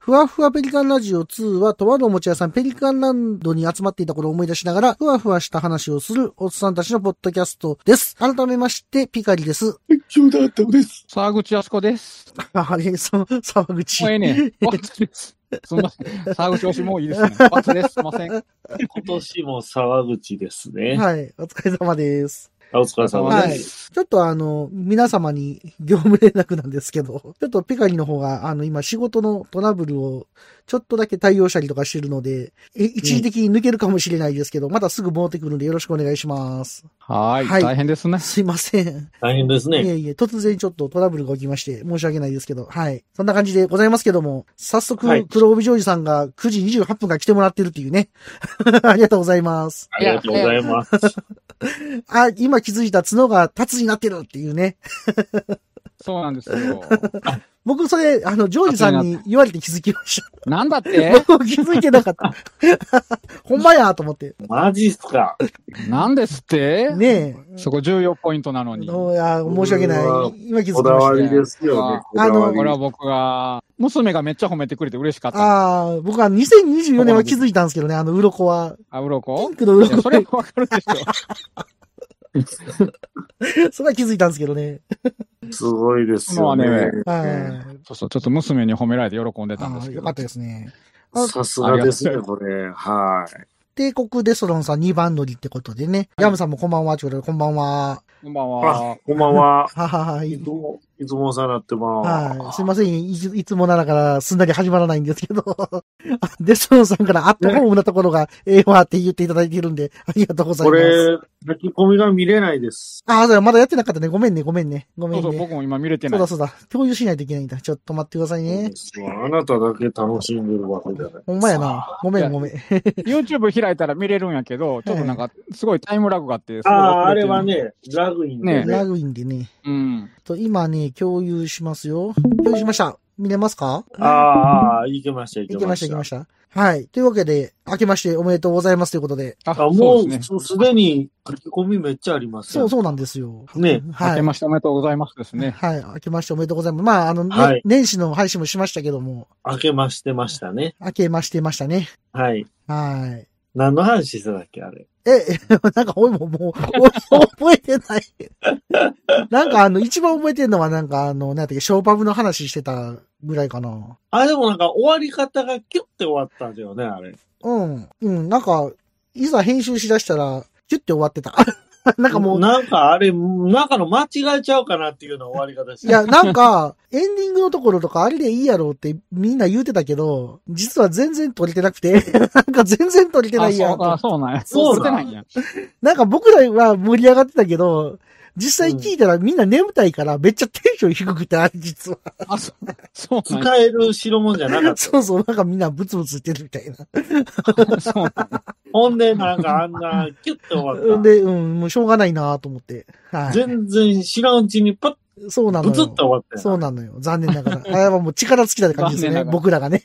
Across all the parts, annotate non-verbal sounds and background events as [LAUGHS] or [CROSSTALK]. ふわふわペリカンラジオ2は、とあるおもちゃ屋さんペリカンランドに集まっていた頃を思い出しながら、ふわふわした話をするおっさんたちのポッドキャストです。改めまして、ピカリ [LAUGHS] です。冗談あったです。沢口靖子です。ああれ、その、沢口。もうええねん。終わったです。そんな、沢口推しもういいで [LAUGHS] すね。終わったです。すいません。今年も沢口ですね。はい、お疲れ様です。あお疲れ様はでいす。。ちょっとあの、皆様に業務連絡なんですけど、ちょっとピカリの方が、あの、今仕事のトラブルをちょっとだけ対応したりとかしてるので、え一時的に抜けるかもしれないですけど、またすぐ戻ってくるんでよろしくお願いします。はーい。はい大変ですね。すいません。大変ですいね。えいえ、突然ちょっとトラブルが起きまして、申し訳ないですけど、はい。そんな感じでございますけども、早速、はい黒帯ジョージさんが9時28分から来てもらってるっていうね。 [LAUGHS] ありがとうございます。ありがとうございます。あ、今気づいた角が立つになってるっていうね。そうなんですよ。僕、それ、あの、ジョージさんに言われて気づきました。なんだって [LAUGHS] 僕、気づいてなかった。ほんまやと思って。マジっすか。なんですってねそこ重要ポイントなのえ。いに。や、こ申し訳ないうわ。今気づきこだました。わりですよね。こだわりれは僕が、娘がめっちゃ褒めてくれて嬉しかった。ああ、僕は2024年は気づいたんですけどね、あの、鱗は。あ、うろピこンクのいや、鱗それはわかるでしょ。それは気づいたんですけどね。すごいですよねこのは。はい。そうそう、ちょっと娘に褒められて喜んでたんでああすけよどかっ。たですね。さすがですね、これ。は帝国デソロンさん2番乗りってことでね。ヤムさんもこんばんは、ちょうどこんばんは。こんばんい。はあ。、こんばんは。はははいい。つも、いつもお世話になってはまい。すすい。ませんい。いつもならからすんなり始まらないんですけど。 [LAUGHS] デスロンさんからアットホームなところがええわって言っていただいているんで、ありがとうございこます。れ、炊き込みが見れないです。ああ、そうだまだやってなかったね。ごめんね、ごめんね。ごそめうんそう、ね。僕も今見れてそなういだ。そうだ。共有しないといけないんだ。ちょっと待ってくださいね。あなただけ楽しんでるわけじゃない。ほんまやな。ごめんごめん。 YouTube 開いたら見れるんやけど、ちょっとなんか、すごいタイムラグがあって、すあごいあ、あ遅れれてるは。ね、ラグインでラね。グインでね。うん。と、今ね、共有しますよ。共有しました。見れますかああああ、いけました、いいけけまました、しいけたま。した。はい。というわけで、明けましておめでとうございますということで。あ、あそもうですね。う、すでに書き込みめっちゃありますよそう、そうなんですよ。ね明はけい。ましておめでとうございますですね。はい。明けましておめでとうございます。まあ、あの、ねはい年始の配信もしましたけども、明けましてましたね。明けましてましたね。はい。はい。何の話してたっけ、あれ。え、 [LAUGHS] なんか、おいももう、 [LAUGHS] お覚えてない。 [LAUGHS] なんか、あの、一番覚えてるのは、なんか、あの、なんだっけ、ショーパブの話してたぐらいかな。あ、でもなんか終わり方がキュッて終わったんだよね、あれ。うん。うん。なんか、いざ編集しだしたら、キュッて終わってた。 [LAUGHS] なんかもう、なんかあれ、なんかの間違えちゃうかなっていうような終わり方していや、なんか、エンディングのところとかあれでいいやろうってみんな言うてたけど、実は全然撮れてなくて、 [LAUGHS] なんか全然撮れてあ、ないやそんう。あそうなんや。そう撮ってないんや。なんか僕らは盛り上がってたけど、実際聞いたらみんな眠たいからめっちゃテンション低くて、あれ実は。あ、そうそうなんや。使える代物じゃなかっ [LAUGHS] た。そうそう、なんかみんなブツブツ言ってるみたいな。そうなんや。ほんで、なんかあんなキュッて終わうんった。で、うん、もうしょうがないなと思って。はい。全然知らんうちにパッそうなのブツッよと。終わったよ。そうなのよ。残念ながら。あれはもう力尽きたって感じですね。残念ながら僕らがね。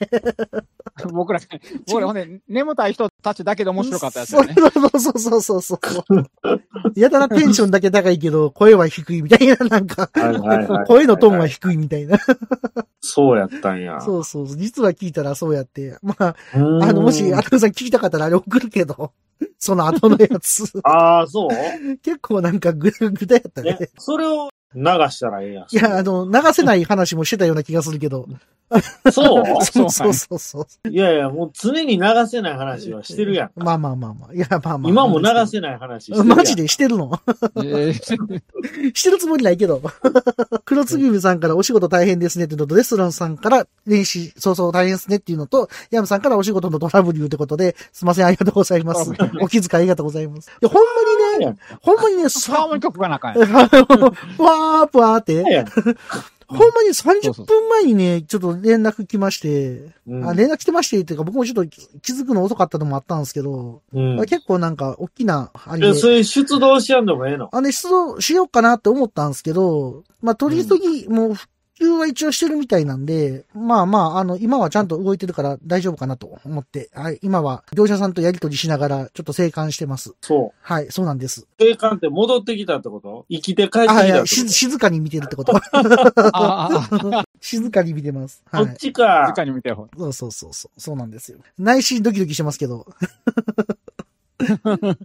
僕ら、僕らほんで、眠たい人たちだけで面白かったやつよね。そうそうそうそうそうそう。やたらテンションだけ高いけど、声は低いみたいな、なんか、はいはいはい。声のトーンは低いみたいな。そうやったんや。そうそうそう。実は聞いたらそうやって。まあ、うーんあの、もし、アトムさん聞きたかったらあれ送るけど、その後のや [LAUGHS] つ。ああ、そう結構なんかぐぐだやったねね。それを流したらええやん。いや、あの、流せない話もしてたような気がするけ [LAUGHS] ど。そうそうそうそうそう。いやいや、もう常に流せない話はしてるやん。まあまあまあまあ。いや、まあまあ。今も流せない話してるやん。マジでしてるのえしてるつもりないけど。 [LAUGHS] 黒継ぎ部さんからお仕事大変ですねっていうのと、レストランさんから年始早々大変ですねっていうのと、ヤムさんからお仕事のトラブルってことで、すいません、ありがとうございますトラブ。お気遣いありがとうございます。いや、ほんまにね、ほんまにね、ー、ハさーモ、ニ曲がなあかんや。わーぷ [LAUGHS] わーって、やん。ほんまにそう30そう分前にね、ちょっと連絡来まして、うんあ連絡来てましてっていうか、僕もちょっと気づくの遅かったのもあったんですけど、うん結構なんか大きなあれえ、で、それ出動しやんでもええのあの、出動しようかなって思ったんですけど、まあ、取り急ぎ、もう、復旧は一応してるみたいなんで、まあまあ、あの、今はちゃんと動いてるから大丈夫かなと思って、はい、今は業者さんとやり取りしながら、ちょっと静観してます。そう。はい、そうなんです。警官って戻ってきたってこと生きて帰ってきあ、いたっや、てし静かに見てるってこと。ああ、ああ [LAUGHS] 静かに見てます。はこっい。ちか。直に見てよ。そうそうそうそう。そうなんですよ。内心ドキドキしてますけど。 [LAUGHS]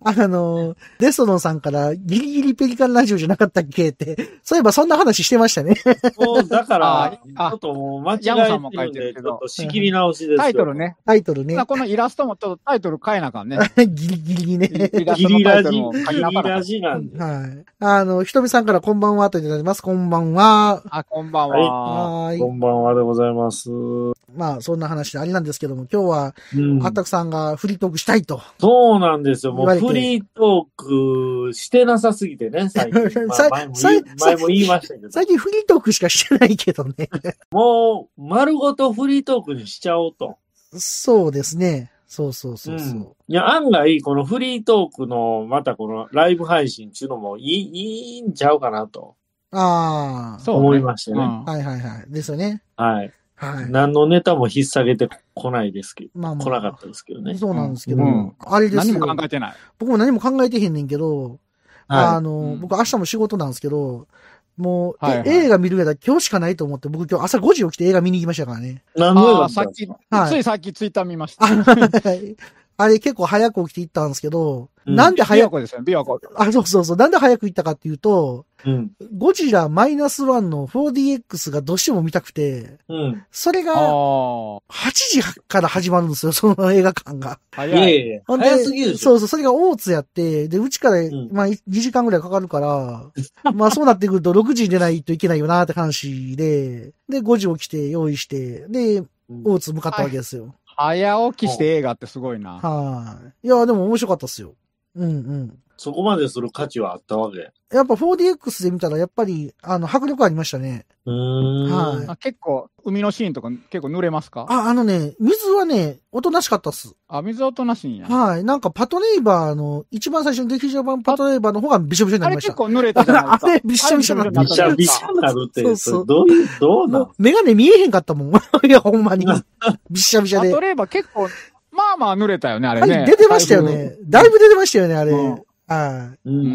あの、レストロンさんからギリギリペリカンラジオじゃなかったっけって、そういえばそんな話してましたね。もう、だから、ちあょっともう間違山さんも書えいててるるんけで、どちょっと仕切り直しですよ。タイトル。ね。タイトルねまあ。このイラストもちょっとタイトル変えなあかんね。 [LAUGHS] ギリギリにね。イラスギトのリタライトジ、ギルも書きリなあかんなラジなんで。はい。あの、ひとみさんからこんばんはといただいてます。こんばんは。あ、こんばんは。はーい。こんばんはでございます。まあ、そんな話であれなんですけども、今日は、うんあったくさんがフリートークしたいと。そうなんですよ。も言わうれてフリートークしてなさすぎ [LAUGHS] てね、最近。まあさ前もさ言い前も言いましたけど。最近フリートークしかしてないけどね。もう、丸ごとフリートークにしちゃおうと。そうですね。そうそうそうそう。んいや、案外、このフリートークの、またこのライブ配信っていうのもいい、いいんちゃうかなとああ。そうね思いましてうね。ん。はいはいはい。ですよね。はい。はい。何のネタも引っ提げてこないですけど、まあまあ。来なかったですけどね。そうなんですけど、うんあれです何よ。も考えてない。僕も何も考えてへんねんけど、あはの、うん僕明日も仕事なんですけど、もう、はいはいえ映画見るやら今日しかないと思って、僕今日朝5時起きて映画見に行きましたからね。い。何のあよあ、さっき、はいついさっきツイッター見ま [LAUGHS] した。はいあれ結構早く起きて行ったんですけど、うんなんで琵琶早く、湖ですね、琵琶湖。あ、そうそうそう、なんで早く行ったかっていうと、うん。ゴジラマイナスワンの 4DX がどうしても見たくて、うん。それがあ8時から始まるんですよ、その映画館が。あ、い早やい。いやほん早すぎるでしょ。そうそう、それが大津やって、で、うちから、んまあ、2時間ぐらいかかるから、 [LAUGHS] まあ、そうなってくると6時に出ないといけないよなって話で、で、5時起きて用意して、で、うん大津向かったわけですよ。早起きして映画ってすごいな。はい。いや、でも面白かったっすよ。うんうん。そこまでする価値はあったわけ。やっぱ 4DX で見たら、やっぱり、あの、迫力ありましたね。うーん。はいあ結構、海のシーンとか結構濡れますかあ、あのね、水はね、おとなしかったっす。あ、水音なしんや。はい。なんか、パトレイバーの、一番最初の劇場版パトレイバーの方がびしょびしょになありれました結。構濡れたじゃない [LAUGHS] ですか。あれびしょびしょになったびしゃびしゃになるって、そうそうそれどういう、どうなもんう、メガネ見えへんかったもん。 [LAUGHS] いや、ほんまに。びっしゃびしゃパでト。レーバー結構、まあまあ濡れたよね、あれあねれ。出てましたよね。だいぶ出てましたよね、あれ。うんああうんうんうんう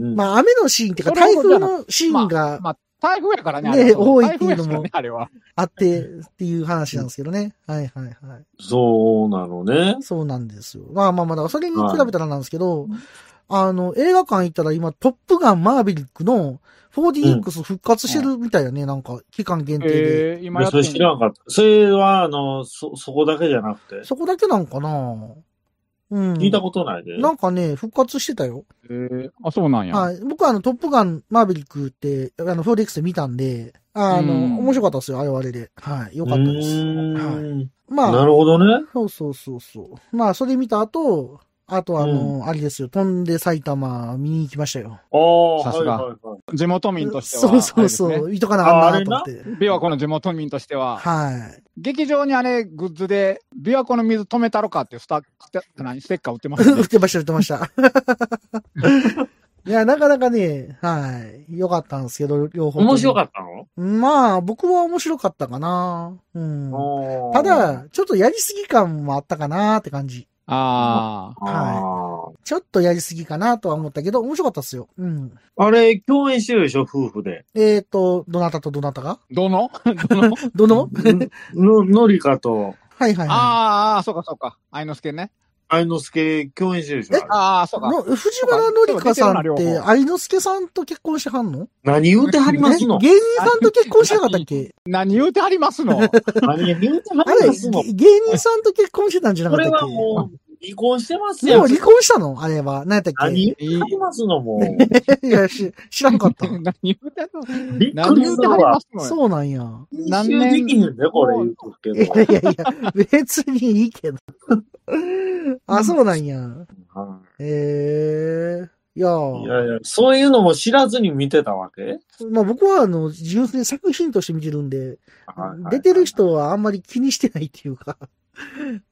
んうん。まあ、雨のシーンっていうか、そ台れも風のシーンだいぶ。がまあ、台風やからね、あねれ。多いっていうのも台風やからね、あれは。あってっていう話なんですけどね。はいはいはい。そうなのね。そうなんですよ。まあまあまあ、だからそれに比べたらなんですけど、あの、映画館行ったら今、トップガンマーヴェリックの 4DX 復活してるみたいだね、なんか、期間限定で。えー、今いややっそれ知てんのらんかった。それは、あの、そ、そこだけじゃなくて、そこだけなんかなうん。聞いたことないで。なんかね、復活してたよ。えーあ、そうなんや。はい。僕はあの、トップガン、マーヴェリックって、あの、フォーデックスで見たんで、あの、うん面白かったですよ、あれはあれで。はい。ようかったです。ーんまなあ、るほどね。そうそうそうそう。まあ、それ見た後、あとあの、あれですよ、飛んで埼玉見に行きましたよ。ああ、さはすいがはいはい。地元民としては。そうそうそあれですねう、いとかなあかんなと思ああって。琵琶湖の地元民としては、はい。 [LAUGHS] 劇場にあれ、グッズで、琵琶湖の水止めたろかっていうスタッ何ステッカー売ってますよ売 [LAUGHS] ねっ。てました、売ってました。いや、なかなかね、はい。良かったんですけど、両方。面白かっったのた。まあ、僕は面白かったかな。うん。ただ、、ちょっとやりすぎ感もあったかなって感じ。ああ。はちょっとやりすぎかなとは思ったけど、面白かったっすよ。うん。い。あれ、共演してるでしょ、夫婦で。えっ、ー、と、どなたとどなたがどのどどののの、のりかと、はいはいはあーあー、そうかそうか。愛之助ね。い愛之助共演してるでしょ。あれああ、そい。うか。の藤原紀香さんそうっか似てて、るな両方愛之助さんと結婚してはんの何言うてはりますのえ芸人さんと結婚してなかったっ [LAUGHS] け何言うてはりますの何言うてはあれ、芸りますの人さんと結婚してたんじゃなこかっれたっはけももう、離婚してますうよ。離婚したのあれは。何やったっけ何言うてはりますの、もう。いやし知らんかった。 [LAUGHS] 何言うてはりますびっ何くり言すうてるはりわま。すのそうなんや。何年できへんで、これ言うとくいけやいやど。いや、別にいいけど。あ、そうなんや。はええいやいいやいや、そういうのも知らずに見てたわけまあ僕はあの、純粋に作品として見てるんで、出てる。人はあんまり気にしてないっていうか、 [LAUGHS]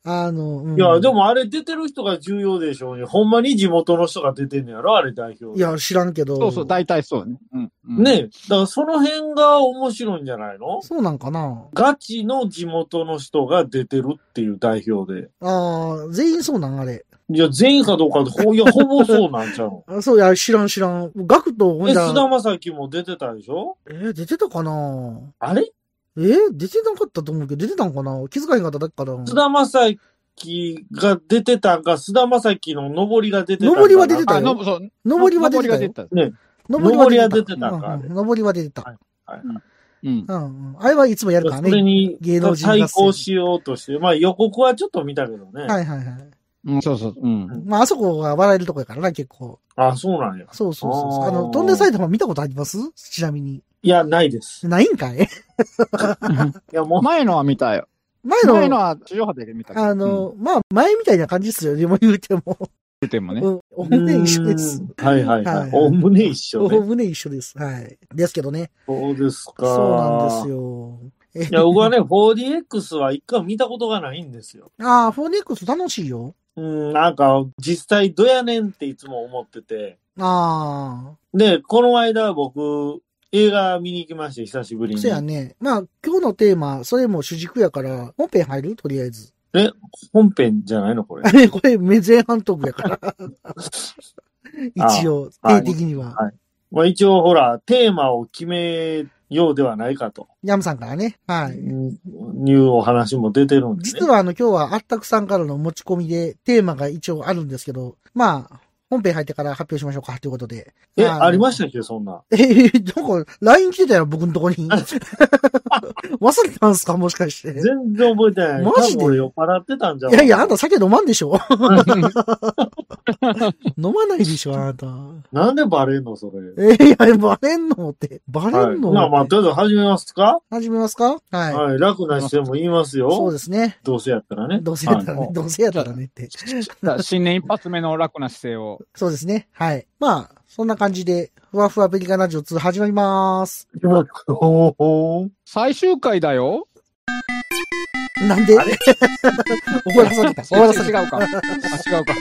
あの、うんいや、で。もあれ出てる人が重要でしょうね。ほんまに地元の人が出てんのやろ、あれ代表。い、や、知らんけど。そうそう、大体そうね。うんうんねえ。だからその辺が面白いんじゃないのそうなんかなガチの地元の人が出てるっていう代表で。ああ、全員そうなんあれ。いや、全員かどうかで、ほいや、ほぼそうなんちゃうあそう、いや、知らん知ら [LAUGHS] ん。ガクと、ほの。んえ、じゃ菅田将暉も出てたでしょえー出てたかなあれえ出てなかったと思うけど、出てたんかな気づかへんかっただけかな菅田正樹が出てたんか、菅田正樹の上りが出てたんか。上りは出てたあ、よのそう上りは出てた上りよ。た。上りは出てたうんかあれん上りは出てたは。うん。うんうん。あれはいつもやるからそれね。に芸能人合対戦抗しようとして、まあ予告はちょっと見たけどね。はいはいはい。うん、そうそう。うん。まあ、あそこが笑えるとこやからな、結構。あ、そうなんや。そうそうそうそう。ああーの、飛んで埼玉見たことありますちなみに。いや、ないです。いないんかい [LAUGHS] や、もう、前のは見たよ。前の、前のは地上波で見たけど。あうん、の、まあ、前みたいな感じですよ。でも言うても。言うてもね。うん。お胸一緒です。うーん。はいはいははいい。おむね一緒おね。胸一緒です。はい。ですけどね。そうですか。そうなんですよ。よ。いや、僕はね、4DX は一回見たことがないんですよ。ああ、フォーネックス楽しいよ。うん、なんか、実際どやねんっていつも思ってて。あで、この間僕、映画見に行きまして、久しぶりあ。に。そやね。まあ、今日のテーマ、それも主軸やから、本編入るとりあえず。 [LAUGHS] え、本編じゃないのこれあ。れ、これ、目前半トークや [LAUGHS] から。一応、あー定的には。はいまあ一応ほら、テーマを決めようではないかと。ヤムさんからね。はい。い。いうお話も出てるんで、ね。実はあの、今日はあったくさんからの持ち込みで、テーマが一応あるんですけど、まあ、本編入ってから発表しましょうか、ということで。え、のありましたっけそんな。ええなんか、LINE 来てたよ、僕のとこに。忘れたんすかもしかして。い全然覚えてない。マジで多分俺酔っ払ってたんじゃやいや、あんた。た酒飲まんでしょ [LAUGHS] 飲まないでしょ、あなた。なんでバレんのそれ。えいや、バレんのって。バはレい。んの、まあまあ、とりあえず始めますか始めますかはい。はい。楽な姿勢も言いますそうよ。ですね。どうせやったらね。どうせやったらね、はいどうせやったらねって。だから [LAUGHS] 新年一発目の楽な姿勢を。そうですね。はい。まあ、そんな感じで、ふわふわペリカンラジオ2始まります。はいほうほう最終回だよ。なんで [LAUGHS] 怒らされた。怒らされた違。うか。あ違うか。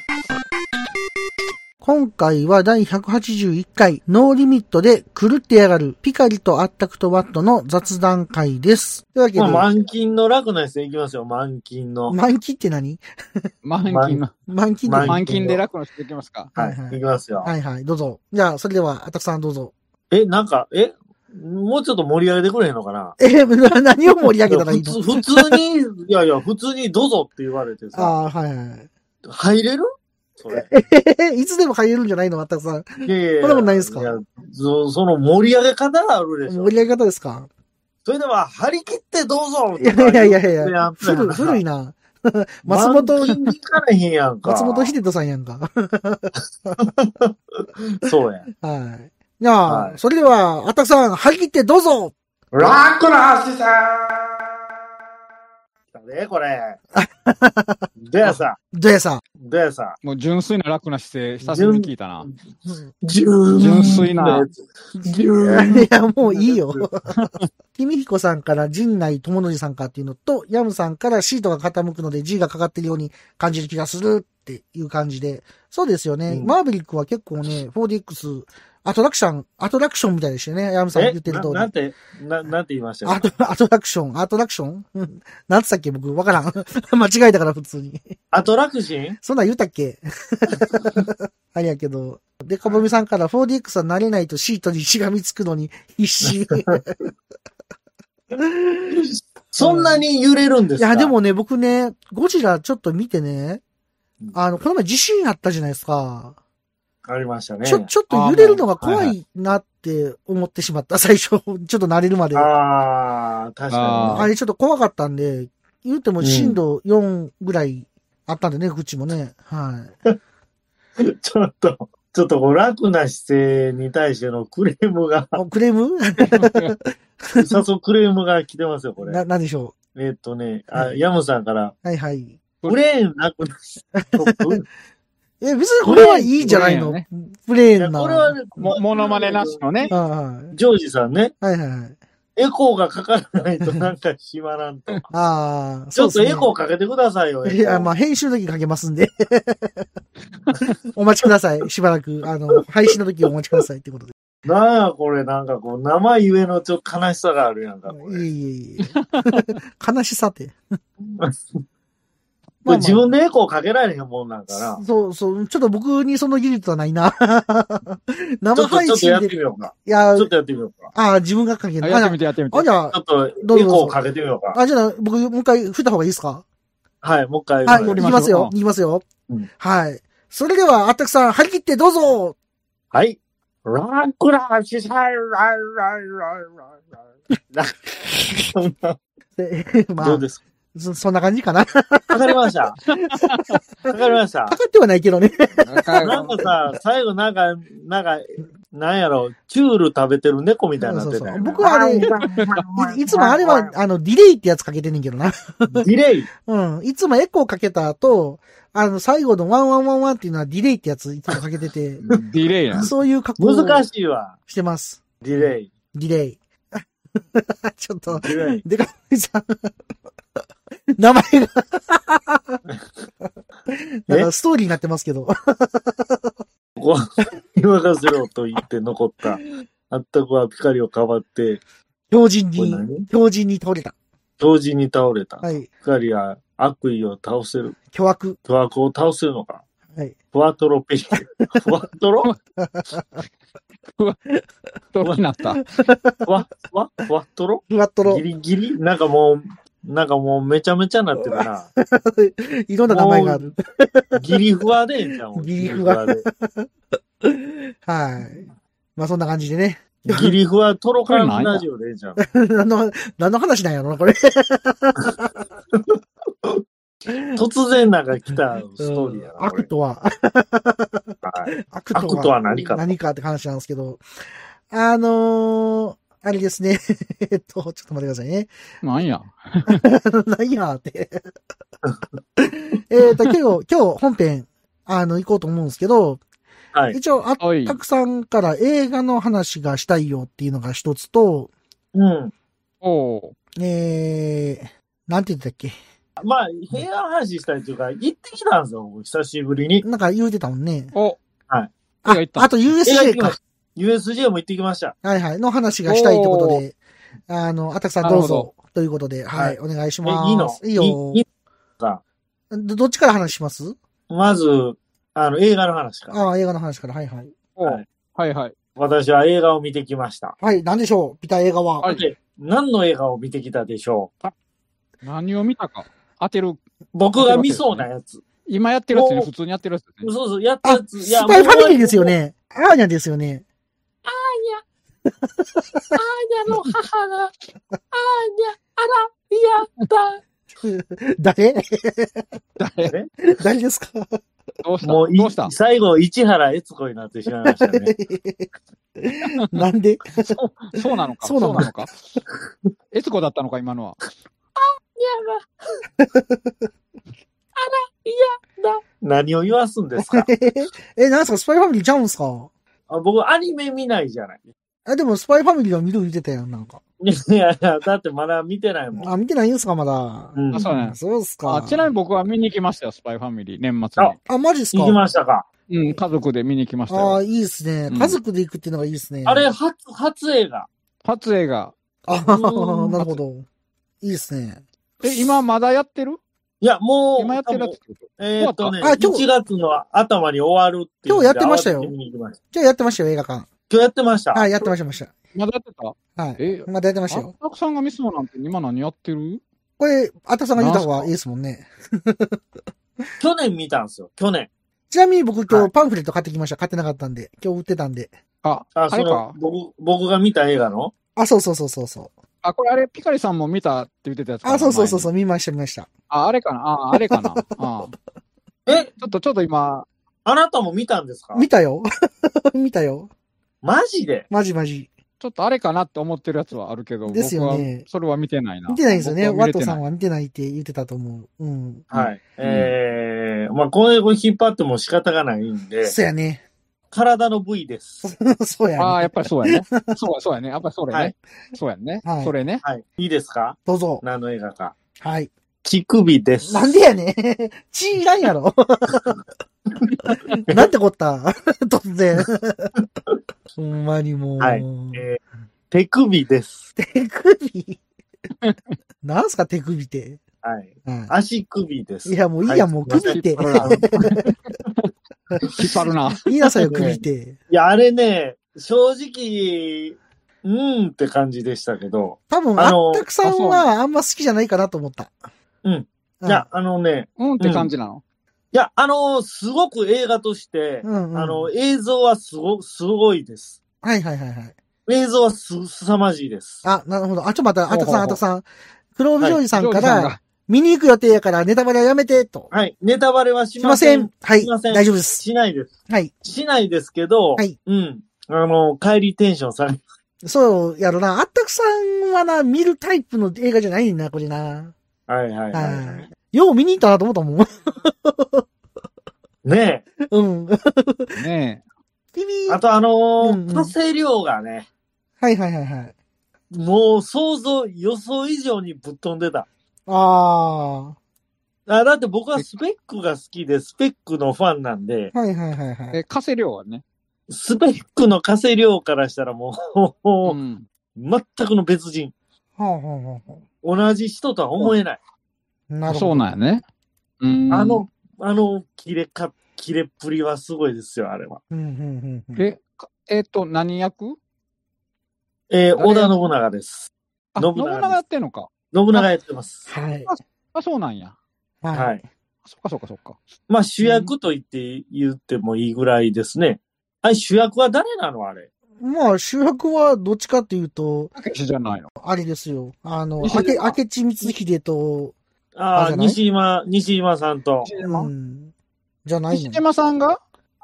今回は第181回、ノーリミットで狂ってやがる、ピカリとアッタクとワットの雑談会です。というわけで、まあ、満金の楽な姿勢いきますよ。満金の。満期って何満金の。満期って満期満金で楽な姿勢いきますか。ははいはいい。いきますよ。はいはい、どうぞ。じゃあ、それでは、アタクさんどうぞ。え、なんか、え、もうちょっと盛り上げてくれへんのかなえ、な何を盛り上げたらいい普の通普通に、いやいや、普通にどうぞって言われてあさ、あ、はいはい。入れるそれ。え、いつでも入れるんじゃないのアタクさん。いやいやこんなことないんすかいやそその盛り上げ方があるでしょ盛。り上げ方ですかそれでは、張り切ってどうぞいやいやいやいや古い、古いい。な。 [LAUGHS] 松本満金に行かれへんやんか。松本秀人さんやんか。 [LAUGHS] そうや。はい。じゃあ、はいそれでは、アタクさん、張り切ってどうぞ楽な橋さんだね、[LAUGHS] これ。でやさ、どやさでやさ。もう純粋な楽な姿勢、久しぶりに聞い [LAUGHS] たな。ん。純純粋な。純 [LAUGHS] いや、もういいよ。君彦さんから陣内智則さんかっていうのと、ヤムさんからシートが傾くので G がかかってるように感じる気がするっていう感じで。そうですよね。うんマーヴェリックは結構ね、4DX、アトラクション、アトラクションみたいでしたよね。ヤムさんえ言ってる通ななんり。て、な、なんて言いましたアよ。トアトラクション、アトラクション [LAUGHS] うんなんつったっけ僕、わからん。 [LAUGHS] 間違えたから普通に。アトラクシンそんなん言うたっけあれやけど。で、かぼみさんから 4DX は慣れないとシートにしがみつくのに必死。そんなに揺れるんですいかや、で、もね、僕ね、ゴジラちょっと見てね、あの、この前地震あったじゃないですか。ありましたね。ちょ、ちょっと揺れるのが怖いなって思ってしまった、最初。ちょっと慣れるまで。あああ、確あーかれちょっと怖かったんで、言うても震度4ぐらいあったんでね、口もね。はい。に。ちょっと、ちょっとこう楽な姿勢に対してのクレー [LAUGHS] ムが、おクレーム早速クレームが来てますよ、これ。な、なんでしょえっとね、あ、ヤムさんから、う。はいはい。プレーンなくな [LAUGHS] る。え、別にこれはいいじゃないの。プレプレいーやンな。これはね、もモノマネなしのね。はいジョージさんね、はいはいはい。エコーがかからないとなんか閉まら [LAUGHS] んと。ああ、ちょっとエねコーかけてくださいよ。エコーいや、まあ、編集の時かけますんで。 [LAUGHS] お待ちください。しばらく。あの、配信の時お待ちくださいってことで。なあ、これなんかこう、生ゆえのちょっと悲しさがあるやんか、こいえいれ。 [LAUGHS] えいえ。悲しさて。まあまあ自分でエコーかけられへんもんなんかな。そうそう、ちょっと僕にその技術はない [LAUGHS] な。ちょ生っと、配ちょっと信やっで。てみようか。いやちょっ、とやってみようか。ああ、自分がかけある。やあ、じってゃみて、やってみてあ、あ。じゃあちょっと、どうぞエコーかけてみようか。あ、じゃあ、僕、もう一回、振った方がいいですかはい、もう一回。はい、お言願いしますよう。ん言いますようん。はい。それでは、あったくさん、張り切ってどうぞはい。ラクラシサイライライライライライ。そんなで [LAUGHS] まどあう、ですかそそんな感じかな。かわかりました。わかりました。かってはないけ [LAUGHS] どね。なんかさ、最後なんか、なんか、なんやろ、チュール食べてる猫みたいになってたそうよね、そう僕はあれいいつもあれは、あの、ディレイってやつかけてんねんけどな。ディレイ。うん。いつもエコーかけた後、あの、最後のワンワンワンワンっていうのはディレイってやついつもかけてて、ディレイやん。そういう格好を難しいわ。してます。ディレイ。ディレイ。 [LAUGHS] ちょっと、ディレイ。でかみさん。名 [LAUGHS] 前が。なんかストーリーになってますけど。ここ、今がせろと言って残った。あったくはピカリをかばって、強人これに何、強人に倒れた。同時に倒れた。はい。ピカリは悪意を倒せる。巨悪。トワコを倒せるのか。はい。フワトロペリケ。フワトロどうなったフワ、フワ、フワトロふわっとろギ。リギリなんかもう、なんかもうめちゃめちゃなってるな。いろんな名前がある。ギリフワでええんちゃうんギリフワギリフワはい。まあそんな感じでね。 [LAUGHS] で。ギリフワトロカンラジオでええんちゃう何の、何の話なんやろな、これ。突然なんか来たストーリーやな。これ悪とは、はい悪とは悪とは何か何かって話なんですけど。あのー、あれですね。 [LAUGHS] えっと、ちょっと待ってくださいね。 [LAUGHS] なんや。なんやって。 [LAUGHS] えっと、今日、今日本編、あの、行こうと思うんですけど、はい。一応、あっおいた。くさんから映画の話がしたいよっていうのが一つと、うん。おうえー、なんて言ってたっけまあ、部屋の話したいというか、行ってきたんですよ、僕久しぶりに。なんか言うてたもんね。お、映あ画行っ、たあと映画行っ USJ てきまかし。た USJ も行ってきました。はいはい。の話がしたいってことで、あの、あたくさんどうなるぞ。ということで、はい、お願いします。えいいのいいよいいいかど。どっちから話しますまず、あの、映画の話から。ああ、映画の話から。はいはい。おはういはいはい。私は映画を見てきました。はい、なんでしょうピタ映画は。はいで何の映画を見てきたでしょ何を見たか当てる。う僕が見そうなやつ。今やってるやつおね、う普通にやってるやつですね。そうそう、やったあや、つ。いスやパイファミリーですよ。もね。アーニャですよね。 [LAUGHS] うあーにゃの母が、あーにゃ、あら、やった。誰誰誰ですかどうしたもういどうした最後、市原悦子になってしまいまし [LAUGHS] たね。なんで [LAUGHS] そうなのかそうなののか悦子だったのか今のは。何を言わすんですかえ、なんすかスパイファミリーちゃうんすかあ僕、アニメ見ないじゃない。え、でもスパイファミリーは見る言うてたやん、なんか。いやいや、だってまだ見てないもん。あ、見てないんすかまだ。うんあ、そうなんです。そうっすかあ。ちなみに僕は見に行きましたよ、スパイファミリー、年末に。あ、マジっすか行きましたか。うん、家族で見に行きましたああよ。ー、いいっすねう。ん家族で行くっていうのがいいっすね。あれ、初、初映画。初映画。あうーんなるほど。いいっすね。え、今まだやってるいや、もう、今やってるやつってこえーっとね、あ今日1月の頭に終わるっていう今んで日やってましたよ慌てて見に行きましたじゃあやってましたよ、映画館。今日やってました。はい、やってました、ました。とまだやってたはい。え、まだやってましたよ。あたくさんがミスそうなんて今何やってるこれ、あたくさんが言った方がいいですもんね。去年見たんですよ、去年。ちなみに僕今は日パンフレット買ってきました。買ってなかったんで。今日売ってたんで。あ、あ、あそれのか、。僕、僕が見た映画のあ、そうそうそうそうそう。あ、これあれ、ピカリさんも見たって言ってたやつかなあ、そうそうそう前にそう、見ました、見ました。あ、あれかなあ、あれかなあえ、ちょっと、ちょっと今、あなたも見たんですか見たよ。 [LAUGHS] 見たよ。マジでマジマジ。ちょっとあれかなって思ってるやつはあるけど、ですよね僕はそれは見てないな。見てないんですよね。僕はワッ見れトてさないんは見てないって言ってたと思う。うん。はい。えー、まあ、これを引っ張っても仕方がないんで、そうやね。 [LAUGHS] 体の部位です。そうやああ、ね。やっぱりそうやね。そうや、そうやね。やっぱりそれね。はいそうやね。はいそれね。はい。いいですかどうぞ。何の映画か。はい。乳首です。なんでやねん。 [LAUGHS] 血いらんやろ。なんてこった。 [LAUGHS] 突然。ほんまにもう。はいえー手首です。手首。なんすか手首って。はい。うん足首です。いや、もういいや、はいもう首って引っ。張るな。引っ張るな。言いなさいよ、首って。いや、あれね、正直、うーんって感じでしたけど、多分、ああのったくさんはあんま好きじゃないかなと思った。うん。ういや、あのね、うんって感じなの。いや、あの、すごく映画として、うんうんあの、映像はすご、すごいです。はいはいはいはい。映像はす、すさまじいです。あ、なるほど。あ、ちょ、また、あほうたほうくほうさん、あたくさん。黒帯ジョージさんかジョージさんら、見に行く予定やからネタバレはやめて、と。はい。ネタバレはすしいまませせんん。。はい。すいません大丈夫です。しないです。はい。しないですけど、はいうん。あの、帰りテンションされ、そうやろな。あったくさんはな、見るタイプの映画じゃないねんな、これな。はいはいはいは。はいい。よう見に行ったなと思ったもん。 [LAUGHS] ねえ。うん。ね君。あはいとあのうんうんー、活性量がね、はいはいはい。もう想像、予想以上にぶっ飛んでた。ああだって僕はスペックが好きで、スペックのファンなんで、あ。はいはいはいはえ。い。え、稼量はね。スペックの活性量からしたらもう、うん。全くの別人。はあはあはあは同じ人とは思えない。あ。なるほど。そうなんやね。うん。あの、あの、切れか、切れっぷりはすごいですよ、あれは。うんうんうんうん。え、かえっと、何役えー、誰織田信長です。あ、信信長です長やってんのか。信長やってます。はい。あ、そうなんや。ははいい。。そっかそっかそっか。まあ主役と言って、言ってもいいぐらいですね。あれ主役は誰なのあれ。まあ、主役はどっちかっていうと、たけしじゃないの。あれですよ。あの、西明島け、明智光秀と、ああじあ、ゃない西島、西島さんと、西う島ん、じゃない西の。島さんが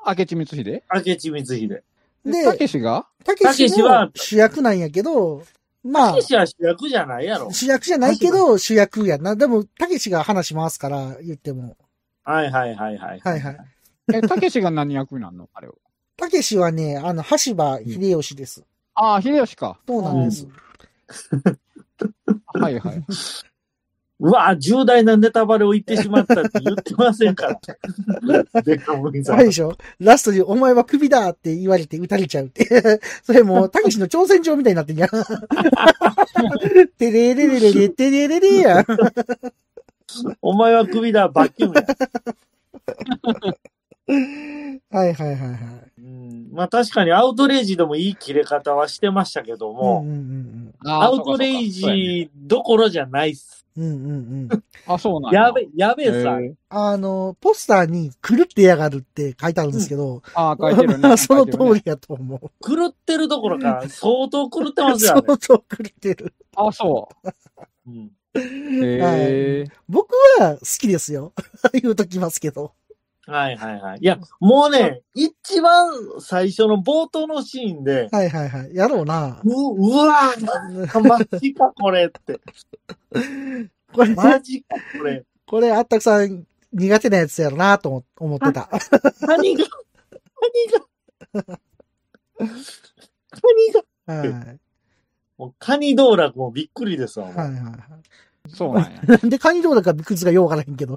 明智光秀明智光秀。で、でたけしがたけたけししはは主役なんやけど、まあたけ、しは主役じゃないやろ。主役じゃないけど、主役やな。でも、たけしが話しますから、言っても。はいはいはいはい。はいはい。え、たけしが何役になるのあれを。たけしはね、あの、橋場秀吉です。ああ、秀吉か。そうなんです。あは [LAUGHS] いはい。うわぁ、重大なネタバレを言ってしまったって言ってませ [LAUGHS] んから。でかもぎさあれん。でしょラストで、お前は首だって言われて撃たれちゃうって。 [LAUGHS] それもう、たけしの挑戦状みたいになってん [LAUGHS] やん。てれれれれれ、てれれれやん。お前は首だ、バッキュームや。はいはいはいはい。うん、まあ確かにアウトレイジでもいい切れ方はしてましたけどうんも、うんうんあアーウトレイ。そうかそうかそうやねジどころじゃないっす。うん。うんうんうん。あ、そうなんやべ、やべええさ。あの、ポスターに狂ってやがるって書いてあるんですけど、ああ、書いてる [LAUGHS] ね。その書いてる通ね。りやと思う。狂ってるどころか、相当狂ってますよ [LAUGHS] 相ね。当狂ってる。あ、そう。うんへえ。僕は好きですよ。 [LAUGHS] 言うときますけど。はいはいはい。いや、もうね、一番最初の冒頭のシーンで、はいはいはい。やろうな。 [LAUGHS] う、うわぁ、マジかこれって。これ、マジかこれ。これ、あったくさん苦手なやつやろなと思思ってた。何が、何が、何が。はい。はいもうカニ道楽もびっくりですわ。もうはいはい。そうなんや。なんでカニ道楽 [LAUGHS] はびっくりするかようわからへんけど。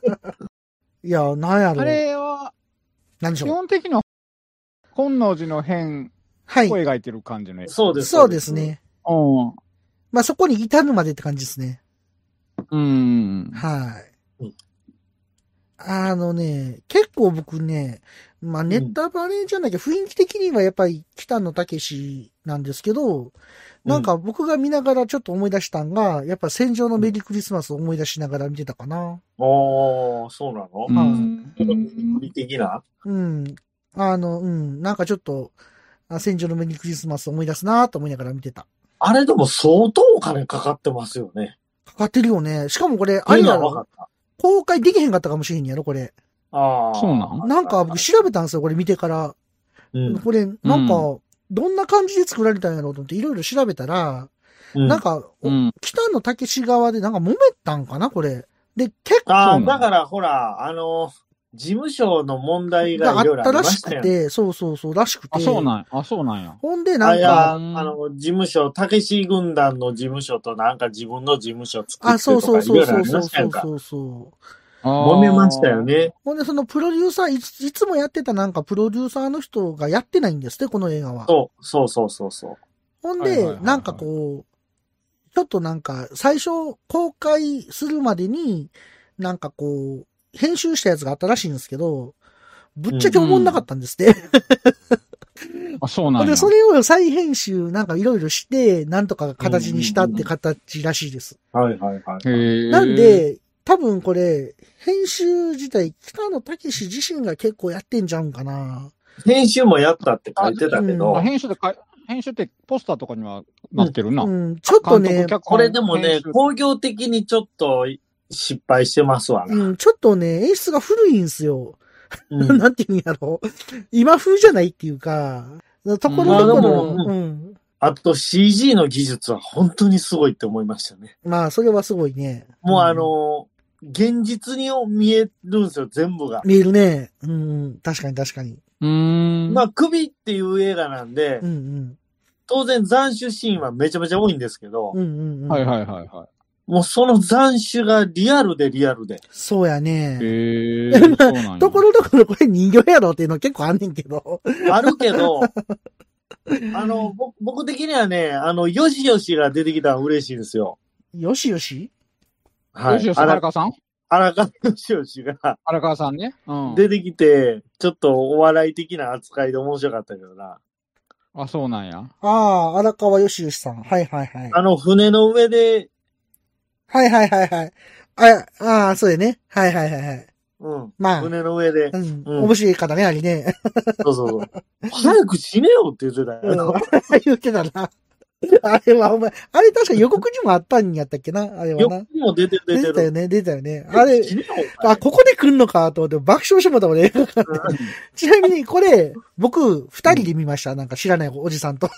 [LAUGHS] いや、なんやあろう。れは、なんでし基ょう。本的には、本能寺の変はいを。描いてる感じのやつ。そうです。そうです。ね。うん。まあ、そこに至るまでって感じですね。うん。はい。うんあのね、結構僕ね、まあネタバレじゃなきゃ、雰囲気的にはやっぱり北野武なんですけど、なんか僕が見ながらちょっと思い出したんが、やっぱ戦場のメリークリスマスを思い出しながら見てたかな。おー、そうなのうはいん無理的なうん。あの、うん。なんかちょっと、あ戦場のメリークリスマスを思い出すなと思いながら見てた。あれでも相当お金かかってますよね。かかってるよね。しかもこれ、あれや今分かろった。公開できへんかったかもしれんやろ、これ。あーそうなんなんか僕調べたんですよ、これ見てから。うんこれ、なんか、どんな感じで作られたんやろうと思っていろいろ調べたら、うんなんか、おうん。北野武側でなんか揉めたんかな、これ。で、結構あそうなあ、のだからほら、あの、事務所の問題ががあいろいろったありまらししたよくね。て、そうそうそう、らしくて。あ、そうなんや。あ、そうなんや。ほんで、なあいんや、か、あの、事務所、たけし軍団の事務所となんか自分の事務所作ってとか、あ、そうそうそういろそういろありそまうしたやそんうか。そうそう。揉めましたよ。ね。ほんで、そのプロデューサーいつ、いつもやってたなんかプロデューサーの人がやってないんですって、この映画は。そう、そうそうそうそう。ほんはいはいはいでは、いなんかこう、ちょっとなんか、最初公開するまでに、なんかこう、編集したやつがあったらしいんですけど、ぶっちゃけ思んなかったん [LAUGHS] ですって。あ、そうなんやで、。それを再編集なんかいろいろして、なんとか形にしたって形らしいです。はいはいはい。へーなん、で、多分これ、編集自体、北野武自身が結構やってんじゃうんかな。編集もやったって書いてたけうどあ、編集でかい、編集ってポスターとかにはなってるな。うん、ちょっとね監督、脚本これでもね編集、工業的にちょっと失敗してますわな。うん、ちょっとね、演出が古いんすよ。う [LAUGHS] んなんていうんやろ。今風じゃないっていうか、ところどころ、まあでもうん。あと CG の技術は本当にすごいって思いましたね。まあ、それはすごいね。もうあん、の、現実に見えるんですよ、全部が。見えるね。うん、確かに確かに。うーん。まあ、首っていう映画なんでう、ん当然斬首シーンはめちゃめちゃ多いんですけどうん。う、んうんうん。はいはいはいはもうその斬首がリアルでリアルで。そうやい。ね。へえ。そうなんやところどころこれ人形やろっていうの結構あんねんけど。 [LAUGHS] あるけど、あの、ぼ僕的にはね、あの、よしよしが出てきたら嬉しいんですよ。よしよしはよしいよ。しあ荒ら川さん荒川よしよしが荒川さんね。うん。出てきて、ちょっとお笑い的な扱いで面白かったけどな。あ、そうなんや。ああ、荒川よしよしさん。はいはいはい。あの、船の上で、はいはいはいはい。あ、ああ、そうやね。はいはいはいはい。うん。まあ、船の上でう。ん、うん面白い方ね、あれね。そうそう [LAUGHS] そう。早く死ねよって言ってたうんよ。言ってたな。あれは、お前、あれ確か予告にもあったんやったっけな、あれはよなく。も出てる出出ててたよる。ね、出てたよね。あれ、死ねよあ、ここで来るのかと思って爆笑してもうた俺。ちなみにこれ、僕、二人で見ました。なんか知らないおじさんと。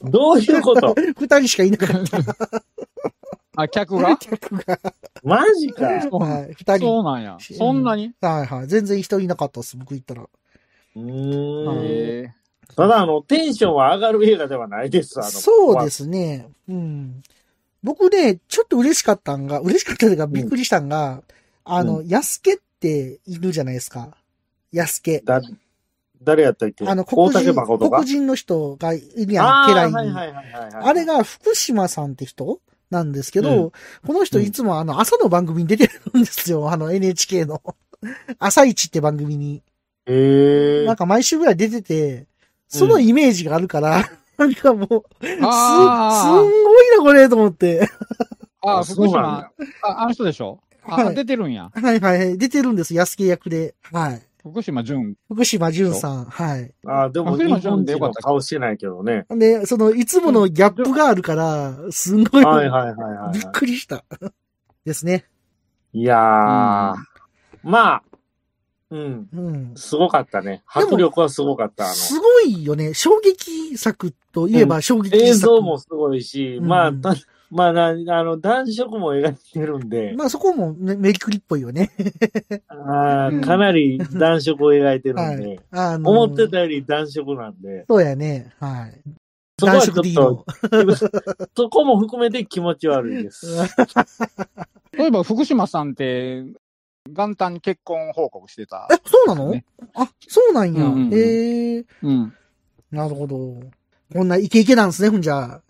どういうこと [LAUGHS] 二人しかいなかった [LAUGHS] あ、客が客が。マジか。はい、二人。そうなんや。そんなにはいはい。全然人いなかったです、僕行ったら。うーんへえ。ただ、あの、テンションは上がる映画ではないです。あのそうですね。うん。僕ね、ちょっと嬉しかったんが、嬉しかったというかびっくりしたんが、あの、ヤスケっているじゃないですか。ヤスケ。だ誰やったっけあの、黒大竹人、誠が黒。人の人がいるやあん、ー家来に。はいはいはいはいはい。あれが福島さんって人なんですけど、この人いつもあの、朝の番組に出てるんですよ。あの、NHK の。 [LAUGHS] 朝一って番組に。へーなんか毎週ぐらい出てて、そのイメージがあるから、なんかもう、す、すあんごいな、これ、と思って。あ、ああ、そう福なん島。あ、あの人でしょあ、はい出てるんや。はいはい。出てるんです、安家役で。はい。福島純。福島淳さん。はい。あーでも福日山ちゃ本んで人よかのった顔してないけどね。で、その、いつものギャップがあるから、すんごい、はいはいはいはびいっはくりした。ですね。い。いやー、まあ、うん、うん。すごかったね。でも迫力はすごかった。あすごいよね。衝撃作といえば衝撃の作。映像もすごいし、うんまあ、た [LAUGHS] まあな、あの、男色も描いてるんで、まあそこも、ね、メリクリっぽいよね。あうんーかなり男色を描いてるんで、あの思ってたより男色なんで、そうやね。はい。そこは男色ちょっでいいとの。 [LAUGHS] そこも含めて気持ち悪 [LAUGHS] いです。例えば福島さんって、元旦に結婚報告してたえ。、そうなの、ねあ、そうなんや。うんうんうんへえうん。なるほど。こんなイケイケなんですね、ほんじゃ。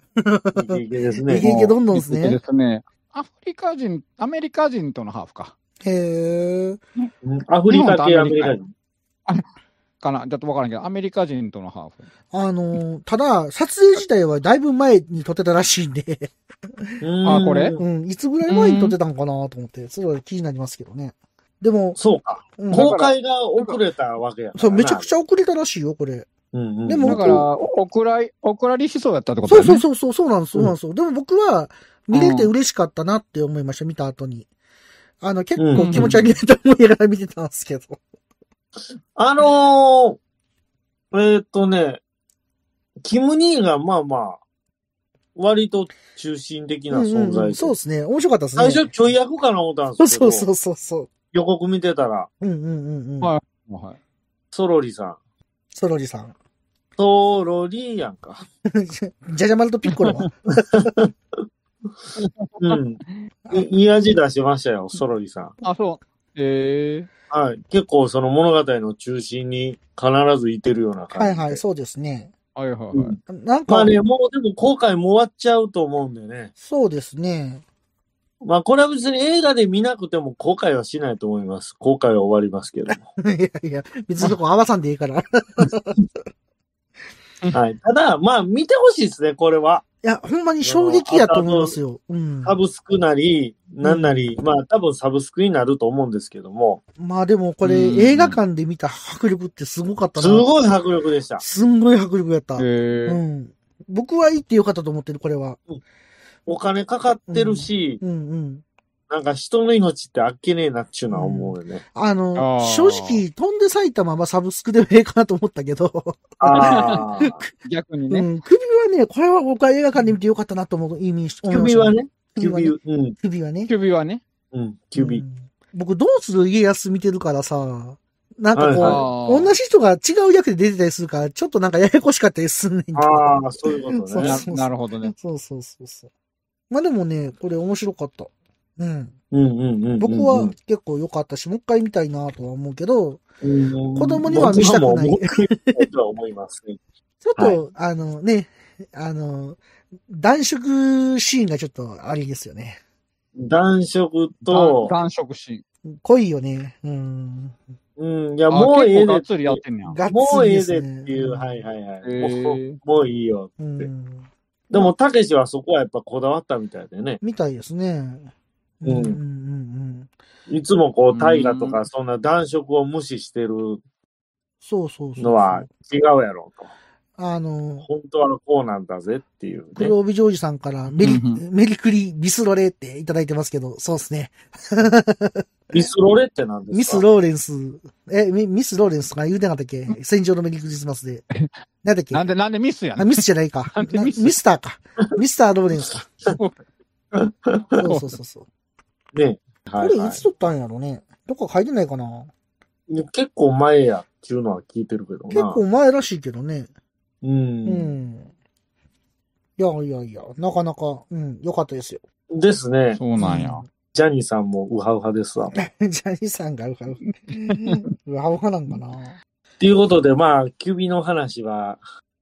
いいですいけいね。けどんどんっすねいけいけですね。アフリカ人、アメリカ人とのハーフか。へえ。アフリカ系アメリカ人。かな。ちょっとわからんけど、アメリカ人とのハーフ。あのー、ただ、撮影自体はだいぶ前に撮ってたらしいんで、 [LAUGHS] あこれうん、いつぐらい前に撮ってたのかなと思って、それは気になりますけどね。でも、そうか。うん、こ公開が遅れたわけやからそな。う、めちゃくちゃ遅れたらしいよ、これ。うんうん。でもだから、おくらい、おくらりしそうやったってことそだうよそねう。そうそう、そうなんです、そうなんですよ。でも僕は、見れて嬉しかったなって思いました、見た後に。あの、結構気持ち悪いなと思いながら見てたんですけど。あのー、えーっとね、キム・ニーがまあまあ、割と中心的な存うんうんう在んでそうですね。面白かったですね。最初ちょい役かな思ったんですけそうど、そうそうそうそう。予告見てたら、うんうんうんうん。はいはい。ソロリさん。ソロリさん。 [LAUGHS] ソロリやんか。ジャジャマルとピッコロは。うん。いいい味出しましたよ、ソロリさん。あ、そう。えはい。結構その物語の中心に必ずいてるようなは感いじで。はい、そうですね。はいはいはい。うんなんまか、あね、もうでも後悔も終わっちゃうと思うんだよね。そうですね。まあこれは別に映画で見なくても後悔はしないと思います。後悔は終わりますけど [LAUGHS] も。いやいや、別にそこ合わさん [LAUGHS] でいいから。いはい。ただ、まあ見てほしいですね、これは。や、ほんまに衝撃やと思いますよ。うん。サブスクなり、なんなり、まあ多分サブスクになると思うんですけども、まあでもこれうん映画館で見た迫力ってすごかったな。すごい迫力でした。すんごい迫力やった。えうーん。僕は行ってよかったと思ってる、これは。お金かかってるし、うんうん。なんか人の命ってあっけねえなっちゅうのは思うよね。あの、あー正直、飛んで埼玉はサブスクでもええかなと思ったけど、ああ。逆にうね。ん、首はね、これは僕は映画館で見てよかったなと思う意味し首は、ね、思いま首、したねうん、首はね。首はね。うん、首。うん僕、どうする家康見てるからさ、なんかこう、はいあー同じ人が違う役で出てたりするから、ちょっとなんかややこしかったりすんねんけど。ああ、そういうことそうねそう。ななるほどね。そうそうそうそう。まあでもね、これ面白かった。うん。うんうんうんうんうん。僕は結構良かったし、もう一回見たいなとは思うけど、子子供には見せたくない僕はもう僕は見たいとは思いますね。ちょっと、はあのね、あの、暖色シーンがちょっとあれですよね。男色男と、男色シ濃いよね。うん。うん、いや、ーン。もうええがでっつりやってんねや。がっもつうりええですでね。っていう、はいはいはい。へーもうもういいよ。うん。でも、たけしはそこはやっぱこだわったみたいでね。みたいですね。うんうんうん。いつもこう、大河とうか、そんな男色を無視してるそうそうそうそう。のは違うやろうと。あの、本当はこうなんだぜっていうね。黒帯ジョージさんからメリ、うんうメリクリミスロレっていただいてますけど、そうですね。ミスロレってなんですかミス・ローレンス、え、ミミス・ローレンスとか言うてなかったっけ戦場のメリークリスマス [LAUGHS] で。なんだっけなんで、なんでミスやあね。ミスじゃないか。なんでミスなミスターか。ミスター・ローレンスか。そうそうそうそう。ね。はこいれはい、つ撮ったんやろね。どこか書いてないかない結構前やっていうのは聞いてるけどな。結構前らしいけどね。うう。んん。いやいやいや、なかなか、うん、良かったですよ。ですね。そうなんや。ジャニーさんもウハウハですわ。うん。 [LAUGHS] ジャニーさんがウハ [LAUGHS] ウハ。ウハウハなんかなということで、まあ、キュビの話は、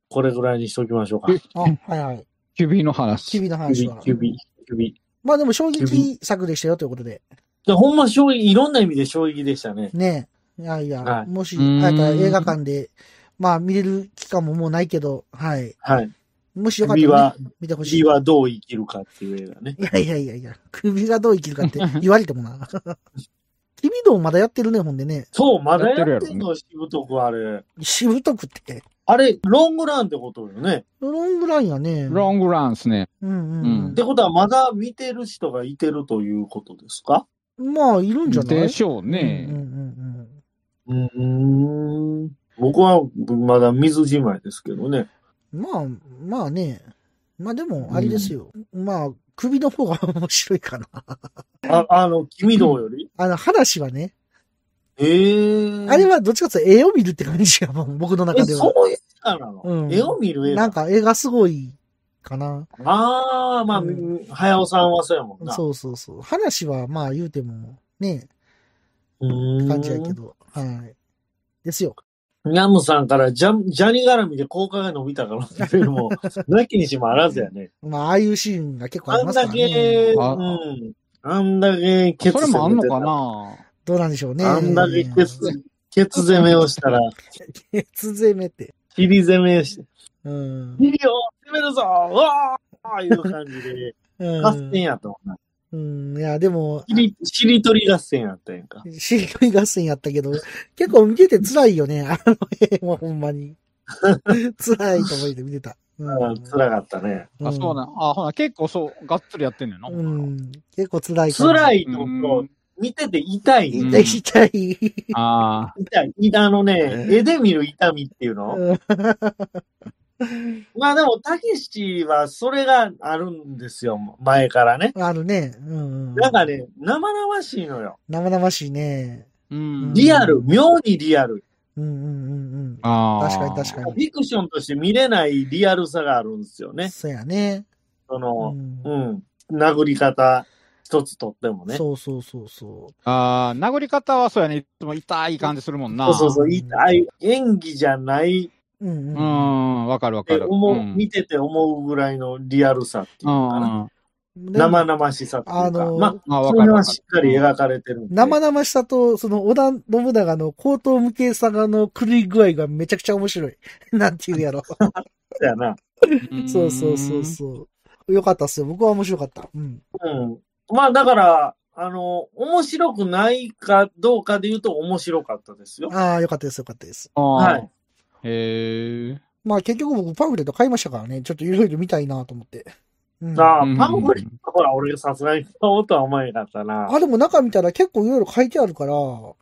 これぐらいにしときましょうか。えあ、はいはい。首のキ話。ビのキ話ュはビ、。キュビ、キュビ。まあでも衝撃作でしたよということで。でほんま衝撃、いろんな意味で衝撃でしたね。ねえ。いやいや、はいもし、うーんあえたら映画館で、まあ見れる期間ももうないけど、はい。はい。もしよかっ首たら、はね、、見てほしい。首いはどう生きるかっていう映画ね。やいやいやいや、首がどう生きるか [LAUGHS] って言われてもな。 [LAUGHS] 君どうまだやってるね、ほんでね。そう、まだやってるややっろてんの、しぶとくあれ。しぶとくって。あれ、ロングランってことよね。ロングラインやね。ロングランですね。うんううんんってことは、まだ見てる人がいてるということですかうん。まあ、いるんじゃないでしょううんうね。んうんうーん。僕は、まだ水じまいですけどね。うん。まあ、まあね。まあでも、あれですよ。まあ、首の方が面白いかな。あ、あの、君どうよりあの、話はね。ええあれはどっちかっていうと絵を見るって感じやもん、僕の中え、では。そういう映画なの、うん絵を見る映画なんか絵がすごいかな。ああ、まあ、う早尾さんはそうやもんな。そうそうそう。話はまあ言うてもね、うーん。感じやけど。はい。ですよ。ニャムさんからジャムジャニ絡みで効果が伸びたからっていう [LAUGHS] のも、なきにしもあらずやね。まあああいうシーンが結構あありんますかだらけ、ね。うあん。あんだけケツそれもあ攻めんのてかなどうなんでしょうね。あんだけケツ、 [LAUGHS] [LAUGHS] ケツ攻めをしたら、ケツ攻めって。尻攻めして、うん。尻を攻めるぞうわーいう感じで、う合戦ん。やと思ううん、いや、でも、な。尻、尻取り合戦やったやんか。しりとり合戦やったけど、結構見てて辛いよね。あの絵はほんま [LAUGHS] に。辛いと思って見てた。うんうん、辛かったね。うあ、んそうなん。あ、ほな、結構そう、がっつりやってんねんな。ううんん。結構辛い感じ。辛いとこ、見てて痛い。うん痛い、痛い。あ痛い。いあのね、絵で見る痛みっていうの。うんまあでも、たけしはそれがあるんですよ、前からね。あるね。うん。なんか。ね、生々しいのよ。生々しいね。ーうん。リアル、妙にリアル。うんうんうんうん。ああ。確かに確かフに。ィクションとして見れないリアルさがあるんですよね。そうやね。そうの、んうん、殴り方一つとってもね。そそうそうそうそああ、殴り方はそうやね。いつも痛い感じするもんな。うそうそう、痛い。演技じゃないうんううん。ん、わかるわかでる。思ううん見てて思うぐらいのリアルさっていううのんかうな。ん。でも生々しさっていうか。あのーまあ、あ、わそかれるわはかしる。っかり描かれてるんで。生々しさと、その、織田信長の高等無形さがの狂い具合がめちゃくちゃ面白い。 [LAUGHS] なんていうやろ。やな。うんそうそうそうそう。よかったっすよ。僕は面白かった。うん。うん。まあ、だから、あの、面白くないかどうかで言うと面白かったですよ。ああ、よかったです、よかったです。ははいい。へえ。まあ結局僕パンフレット買いましたからね。ちょっといろいろ見たいなと思って。うん。なあ、うんパンフレット、ほら、俺さすがに買おうとは思えなかったな。あ、でも中見たら結構いろいろ書いてあるから、ああ、ちょ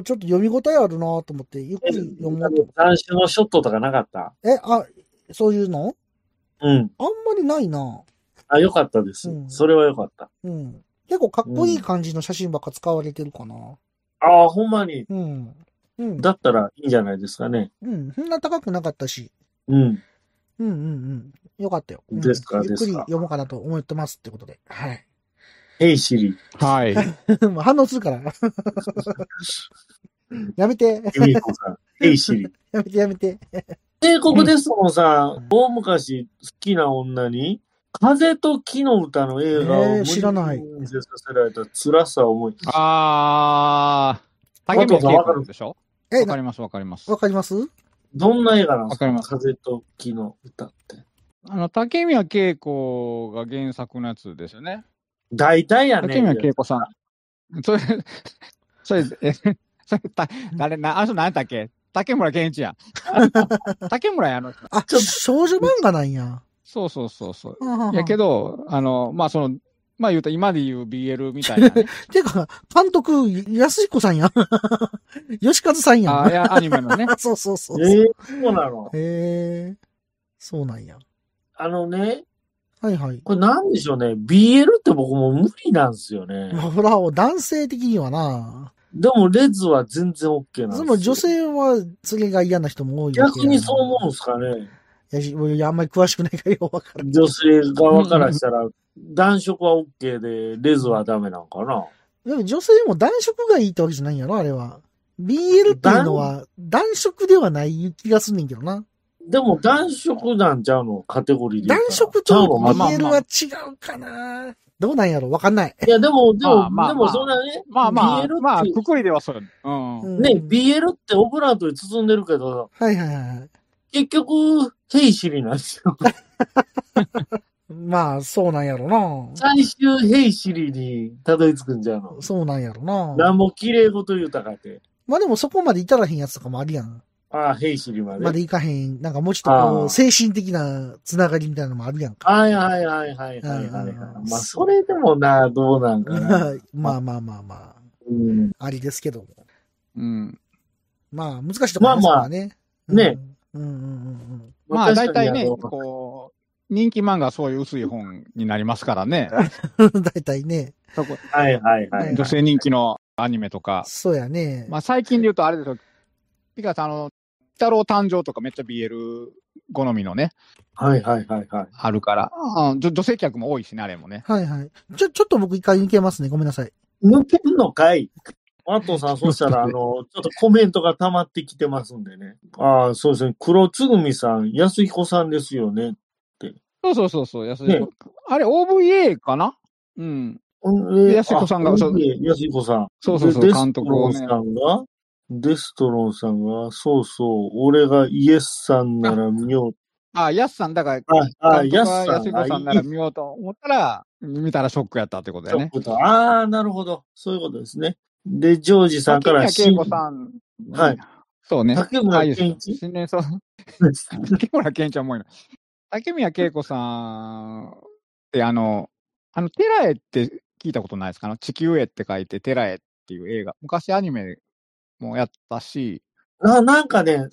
っと読み応えあるなと思って、ゆっくえり読もうと思っ斬首のショットとかなかったて。え、あ、そういうのうあん。んまりないなあ、よかったです。うんそれはよかった。うん。結構かっこいい感じの写真ばっか使われてるかな。ああ、ほんまに。うん。うん。だったらいいんじゃないですかね。うん。そんな高くなかったし。うん。うんうんうん。よかったよ。うんですかゆっくりですか読もうかなと思ってますってことで。はい。 [LAUGHS] ヘイシリ、はい。もう反応する [LAUGHS] から。やめて。ユミ [LAUGHS] コさん。ヘイシリ。やめてやめて。帝国ですもんさうん、大昔好きな女に、風と木の歌の映画をえー無理知らないに見せさせられた辛さを思い、あー、竹宮恵子でしょえ、わかなりますわかりますわ。かりますどんな映画なんですかわかります風と木の歌って。あの、竹宮恵子が原作のやつですよね。大体やね竹宮恵子さん。それ、それ、え、それ、た、誰、な、あの人何やったっけ竹村健一やん。竹村やあの人。あ、ちょっと少女漫画なんや。そうそうそうそう。ややけど。ど、あの、まあ、その、まあ、言うと、今で言う BL みたいな、ね、てか、監督、安彦さん [LAUGHS] や。吉和さんや。あ [LAUGHS] いやアニメ [LAUGHS] のね。そうそうそう。えへー、そうなのえ。そうなんや。あのね、はいはい。これなんでしょうね。BL って僕もう無理なんですよね。ほら、男性的にはな。でもレズは全然 OK なんですでよ。も女性は、それが嫌な人も多いわけや逆にそう思うんですかね。いやしいや、あんまり詳しくないからよ、わからん。女性側からしたら、男色は OK で、レズはダメなんかな。でも女性も男色がいいってわけじゃないんやろ、あれは。BL っていうのは、男色ではない気がすんねんけどな。でも男色なんちゃうのカテゴリーで言男うたら。色ちゃとうのままあ BL は違うかな。どうなんやろ、わかんない。いや、でも、でも、まあまあでもそんなね、まあまあ、 BL ってまあ、くくりではそうよ。うん。うんね、BL ってオブラートに包んでるけど、はいはいはい。結局、ヘイシリなんですよ。まあ、そうなんやろ最終ヘイシリにたどり着くんじゃうのな。。そうなんやろなな。んも綺麗事言うたかて。まあでもそこまで至らへんやつとかもあるやん。ああ、ヘイシリまで。までいかへん。なんかもうちょっとこあう、ー精神的なつながりみたいなのもあるやんか。はいはいはいはいはいはい、はいうんまあ、それでもな、どうなん [LAUGHS] かな。まあまあまあまうん、あ、ありですけども。うん。まあ、難しいところですからね。まあまあうん。うんうんうんうん。まあ、大確体かね、にあのこう、人気漫画はそういう薄い本になりますから [LAUGHS] ね。 [LAUGHS] 大体ね。そこはいはいはいはい。女性人気のアニメとか。そうやね。まあ、最近で言うとあれですよ。ピカさん、あの、鬼太郎誕生とかめっちゃ BL 好みのね、はいはいはいはい。あるから。うん、女女性客も多いしね、あれもね。はいはい。ちょ、ちょっと僕一回抜けますね。ごめんなさい。抜けるのかいマットさん、そしたら、あ [LAUGHS] の、ちょっとコメントが溜まってきてますんでね。ああ、そうですね。黒つぐみさん、安彦さんですよね。そうそうそうそう、安い子、ねあれ、OVA かなうん。うんえー安彦さんがあそういえ安彦さん。そうそうそうで監督をデねストロンさんが、デストロンさんが、そうそう、俺がイエスさんなら見よう。あ、安さん、だから、あ、あ、監督安はさ安ん彦がさんなら見ようと思ったら、見たらショックやったってことだよね。ああ、なるほど。そういうことですね。で、ジョージさん竹から、宮恵子さん。はい。そうね。竹ああ村いう健一新年そう。 [LAUGHS] 竹村健一はもういいの。竹宮恵子さんって、あの、あの、テラエって聞いたことないですかあの、地球へって書いて、テラエっていう映画。昔アニメもやったし、ななんかね、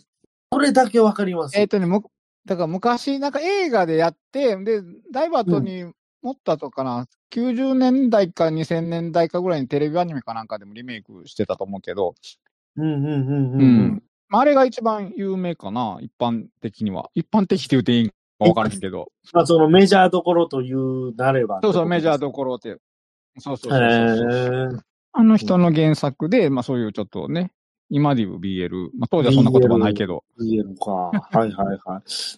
それだけわかります。えっ、とね、むだから昔、なんか映画でやって、で、ダイバートに持ったとかな、90年代か2000年代かぐらいにテレビアニメかなんかでもリメイクしてたと思うけど、うんうんうんうん。ううんん。まあ、あれが一番有名かな、一般的には。一般的って言うていいんか分からへんけど。まあ、そのメジャーどころというなれば。そうそう、メジャーどどころって。そうそうころ。そうそうへーあの人の原作で、まあそういうちょっとね、今で言う BL。まあ、当時はそんな言葉ないけど。 BL か。はいはいはい。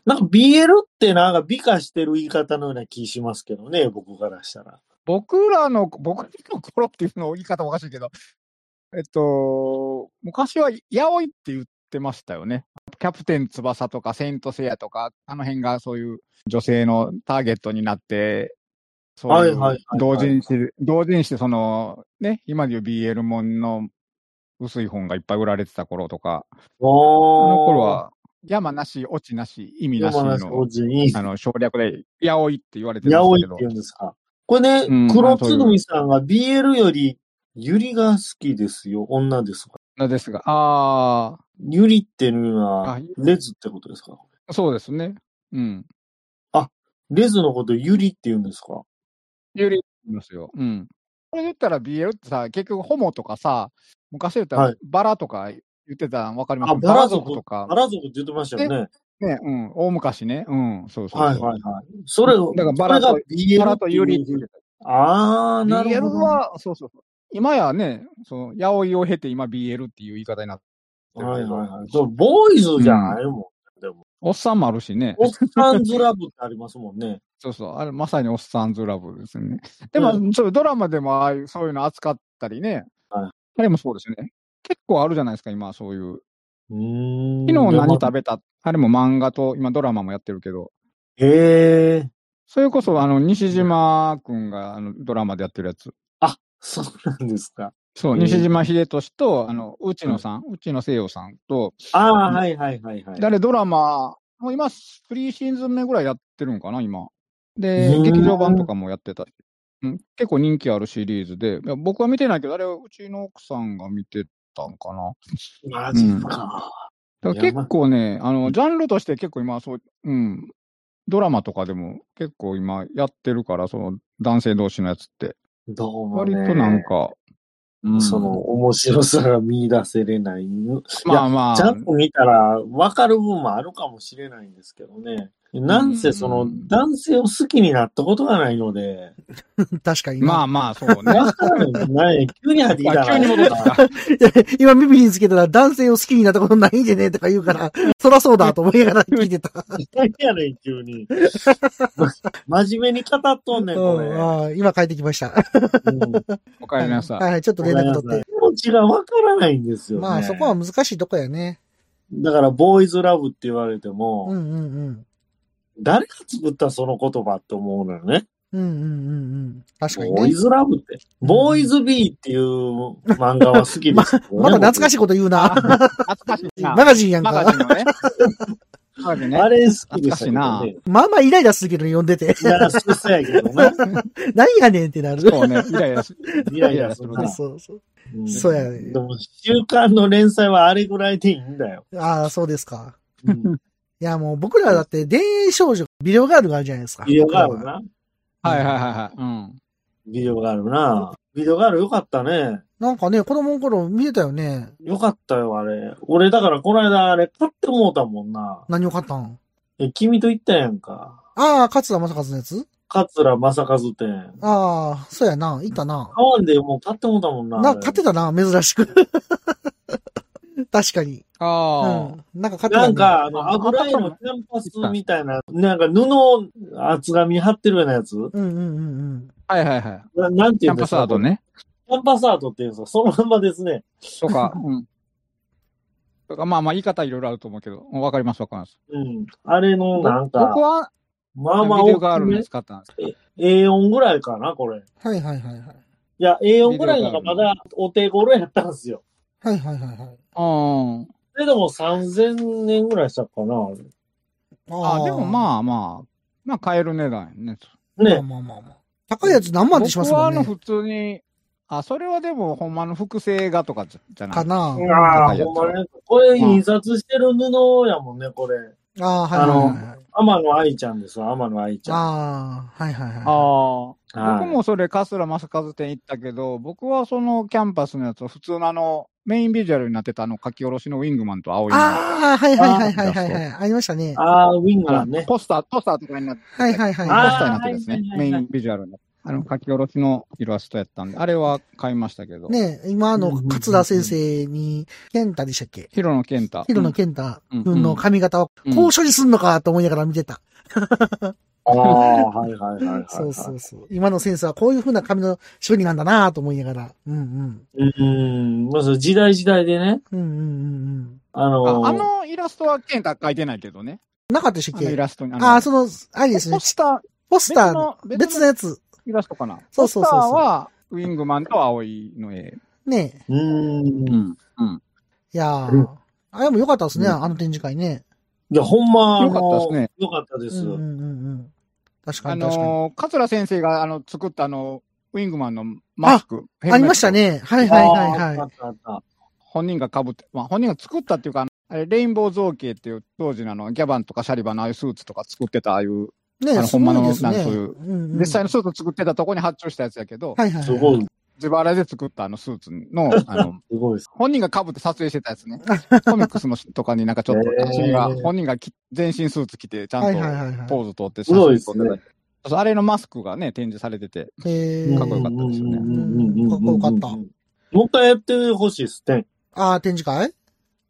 なんか BL ってなんか美化してる言い方のような気しますけどね、僕からしたら。僕らの、僕の頃っていうの言い方おかしいけど、えっと、昔は、やおいって言ってましたよね。キャプテン翼とか、セイントセイヤとか、あの辺がそういう女性のターゲットになって、そういはいはいはいうはい同人誌、同人誌でその、ね、今で言う BL もんの薄い本がいっぱい売られてた頃とか、あの頃ああ。は、山なし、落ちなし、意味なし山梨の王、子にあ、の、省略で、やおいって言われてまやおいしったてけ言どう、んですか。これね、うん黒つぐみさんが BL より、ゆりが好きですよ。女ですか。なですが、あゆりっていうのはあ、レズってことですかあ、そうですね。うん。レズのことゆりって言うんですかよりいますよ。うん。これで言ったら BL ってさ、結局ホモとかさ、昔で言ったはらいバラとか言ってたのわかりますあバラ族とかア、ラ族って言ってましたよね。ね、うん、大昔ね。うん、そうそうそう。はいはいはい。それを、だからそバれラがと BL バラとユっリってていう言ってた。ああ、なる BL ほど。は、そうそうそう。今やね、その、八百いを経て今 BL っていう言い方になってるけどはいはいはい。そう、ボーイズじゃないもん。でも、おっさんもあるしね。オッサンズラブってありますもんね。そうそう。あれ、まさにおっさんずラブですね。でうも、ちょっとドラマでもああいう、そういうの扱ったりね。はいあれもそうですね。結構あるじゃないですか、今、そういう。うーん。昨日何食べべたあれも漫画と、今ドラマもやってるけど。へえ。それこそ、あの、西島くんが、あの、ドラマでやってるやつ。あ、そうなんですか。そう、うん西島秀俊と、あの、内野さん、内野聖洋さんと、ああ、はいはいはいはい。誰ドラマ、もう今、3シーズン目ぐらいやってるんかな、今。でう、ん劇場版とかもやってたし、うん、結構人気あるシリーズで、いや僕は見てないけど、あれ、うちの奥さんが見てたんかな。マジか。だからいやまあ結構ね、あの、ジャンルとして結構今、そう、うん、ドラマとかでも結構今やってるから、その男性同士のやつって、どうも割ね。となんか、うんその、面白さが見出せれない。まあまあ、ちゃんと見たら分かる部分もあるかもしれないんですけどね。なんせそのうん男性を好きになったことがないので、確かにな。まあまあ、そうね。分からない [LAUGHS] ない。急に入ってきたあら。急 [LAUGHS] に戻った。 [LAUGHS] 今耳につけたら男性を好きになったことないんでねとか言う [LAUGHS] から、そらそうだと思いながら聞いてた。何やねん、急に。真面目に語っとんねん、これ。うんああ今帰ってきました。うんおかえりなさい。はい、ちょっと連絡取っ気持ちが分からないんですて。よ、ね。まあそこは難しいとこやね。だから、ボーイズラブって言われても、うんうんうん。誰が作ったその言葉って思うのよね。うんうんうんうん。確かにボーイね。ズラブって。ボーイズビーっていう漫画は好きですけどね、まだ懐かしいこと言うな。懐かしいな。マガジンやんマガかジ。ンのね。マガジン僕あね。れ好きでしたけどね。まあまあイライラするけど読んでて。 [LAUGHS] いや、そうそうやけどな。何やねんってなる。そうね。イライラし。イライラするそうな。そうそう。んそうやねでも、週刊の連載はあれぐらいでいいんだよ。ああ、そうですか。うん。いや、もう僕らだって、電影少女、ビデオガールがあるじゃないですか。ビデオガール僕らは。な。はいはいはいはい。うん。ビデオガールな。ビデオガールよかったね。なんかね、子供の頃見てたよね。よかったよ、あれ。俺、だからこの間あれ買ってもうたもんな。何を買ったんえ、君と行ったやんか。ああ、勝田正和のやつ桂正和店。ああ、そうやな。行ったな。買わんでもう買ってもうたもんな。なんか買ってたな、珍しく。 [LAUGHS] 確かに。うあん。なんか買ってた、ね。なんか、あの、あ油絵のキャンパスみたいな、なんか布を厚紙貼ってるようなやつうんうんうんうん。あ。はいはいはい。ななんてキいうんャンでパすかスアート。ね。キャンパスアートっていうんですか、そのまんまですね。とか、うん。とか、まあまあ、言い方いろいろあると思うけど、わかりますわかります。うん。あれの、なん僕か、は、まあまあビデオ大ガーきルめに、使ったんですけど A4 ぐらいかな、これ。はいはいはいはい。いや、A4 ぐらいのがビデまオガだお手頃やったんですよ。はいはいはいはい。うん。で、でも3000年ぐらいしたかな、あれあ、でもあまあまあ、まあ買える値段やね。ー。まあね。まあまあまあ。高いやつ何万ってします僕はもあんの、ね。普通に、あ、それはでも、ほんまの複製画とかじゃじゃなかい。な。あ高あ、いやつほんまね。これ印刷してる布やもんね、これ。ああ、はいはいはいはい。天野愛ちゃんですわ、天野愛ちゃん。ああ、はいはいはい。ああ。はい僕もそれ、桂正和店行ったけど、僕はそのキャンパスのやつを普通のあの、メインビジュアルになってたあの書き下ろしのウィングマンと青いのああ、はいはいはいはいはいはい。ありましたね。ああ、ウィンあガーのね。ポスター、ポスターとかになって、はいはいポスはタい。ーになってるんですあねーはいはいは。いメはいインビジュアルになって。あの、書き下ろしのイラストやったんで、あれは買いましたけど。ねえ、今あうんうんのうん、桂田先生に、健太でしたっけヒロノケンタ。広野健太君の髪型をこう処理すんのかと思いながら見てた。ああ、はいはいは [LAUGHS] いはい。そうそうそう。今のセンスはこういう風な髪の処理なんだなと思いながら。うんうん。うん。まあ、その時代時代でね、うんうんうんうん。あのああのイラストはケンタ書いてないけどね。なかったでしたあっのイけラストに。ああー、そその、あれですねポ。スタポスターのー、別の、別のやつ。イラストかな。そうそうそうそうポスターは、ウィングマンと葵の絵。ねえ。うん。ういん。うん。いやーうんあれも良かったですね、うんあの展示会ね。や、ほんま、あのよかったですね。よかったでうす。んうんうんうん。確かあに確かに。のー、桂先生が、あの、作ったあの、ウィングマンのマスク。ヘルメットありました。ね。はいはいはいあーあはったあった。本人が被って、まあ、本人が作ったっていうか、あのあれ、レインボー造形っていう、当時のあの、ギャバンとかシャリバンのああいうスーツとか作ってた、ああいう、い。ねあのすごいですほんまのなんね。かそういうん実際のスーツ作ってたとこに発注したやつやけど、はいはい。すごい、。自腹で作ったあのスーツの、あ [LAUGHS] の、すごいです。本人が被って撮影してたやつね。コミックスのとかになんかちょっと、へー写真が、本人がき全身スーツ着て、ちゃはいはいんはいはいと。ポーズ取ってす写ごい真です撮ってた。ね。そうあれのマスクがね、展示されてて、えかっこよー、かったですよねうんかっこよかったもう一回やってほしいですね。ああ、展示会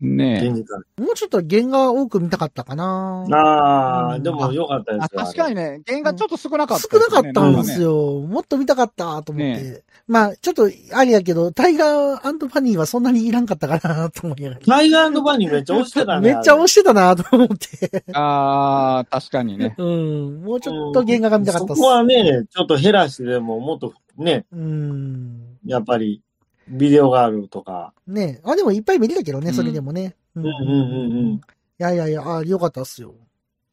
ねえ現。実はもうちょっと原画多く見たかったかな。ああ、うんでもよかったですあ確かに。にね、原画ちょっと少なかった少よね、なかったんですなんかね。よ。もっと見たかったと思って。ねまあ、ちょっと、ありやけど、タイガーファニーはそんなにいらんかったかなと思いながら。タイガーバニーめっちゃ押して [LAUGHS] ためね。っちゃ押ししてたなと思って。あー、確かに [LAUGHS] ね。うん。もうちょっと原画が見たかったっそこはね、ちょっと減らしてでも、もっとね、うん。やっぱり、ビデオがあるとか。ねあ、でもいっぱい見れたけどうね、んそれでもね。ううんんうんいやいやいや、あよかったっすよ。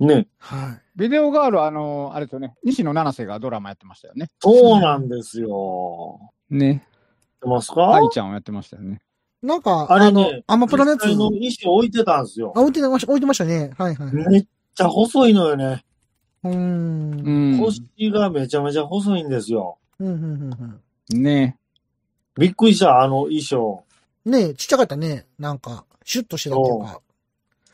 うんうん。ね。はビデオガール、あの、あれですよね、西野七瀬がドラマやってましたよね。そうなんですよ。知ね。ってますか愛ちゃんをやってましたよね。い。なんか、ああれねの、アマプラのやつ、あ、実際の衣装置いてたんですよ。置いてました、置いてましたね。はいはい。うめっちゃ細いのよね。ーん。う、うんん。腰がめちゃめちゃ細いんですよ。うん、うん、うん。ねびっくりした、あの衣装。ねえ、ちっちゃかったね。なんか、シュッとしてたっていうか。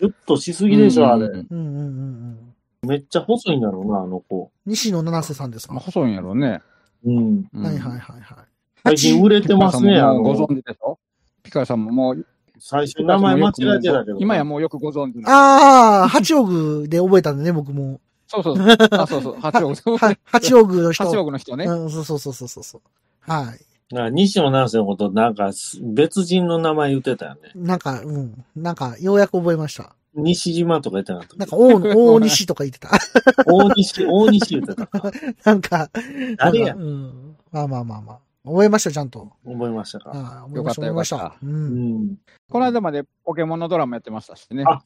ちょっとしすぎでしょ、あれ。うんうん、うん、うんうん。めっちゃ細いんだろうな、あの子。西野七瀬さんですまあ、か。細いんやろうね。うん。うんはいはいはいはい。最近売れてますね、ピカあさんももうごの存。知でしょピカさんももう、最初名前間違えてたけど。今やもうよくご存知のああ、八王具で覚えたんだね、僕 [LAUGHS] も。そうそうそう。あ、そうそう。八王子。は八王具の人。八王子の人ね。うん、そうそうそうそうそうそう。はい。なんか西野七瀬のこと、なんか、別人の名前言ってたよね。なんか、うん。なんか、ようやく覚えました。西島とか言ってなかなっんか、大野、 [LAUGHS] 大西とか言ってた。 [LAUGHS] た。大西、大西言ってたか。なんか、誰やなんかうん。まあまあまあまあ。覚えました、ちゃんと。覚えましたか。ああ、覚えました、覚えよかまっしたよたか。う。うんん。この間までポケモンのドラマやってましたしね。あ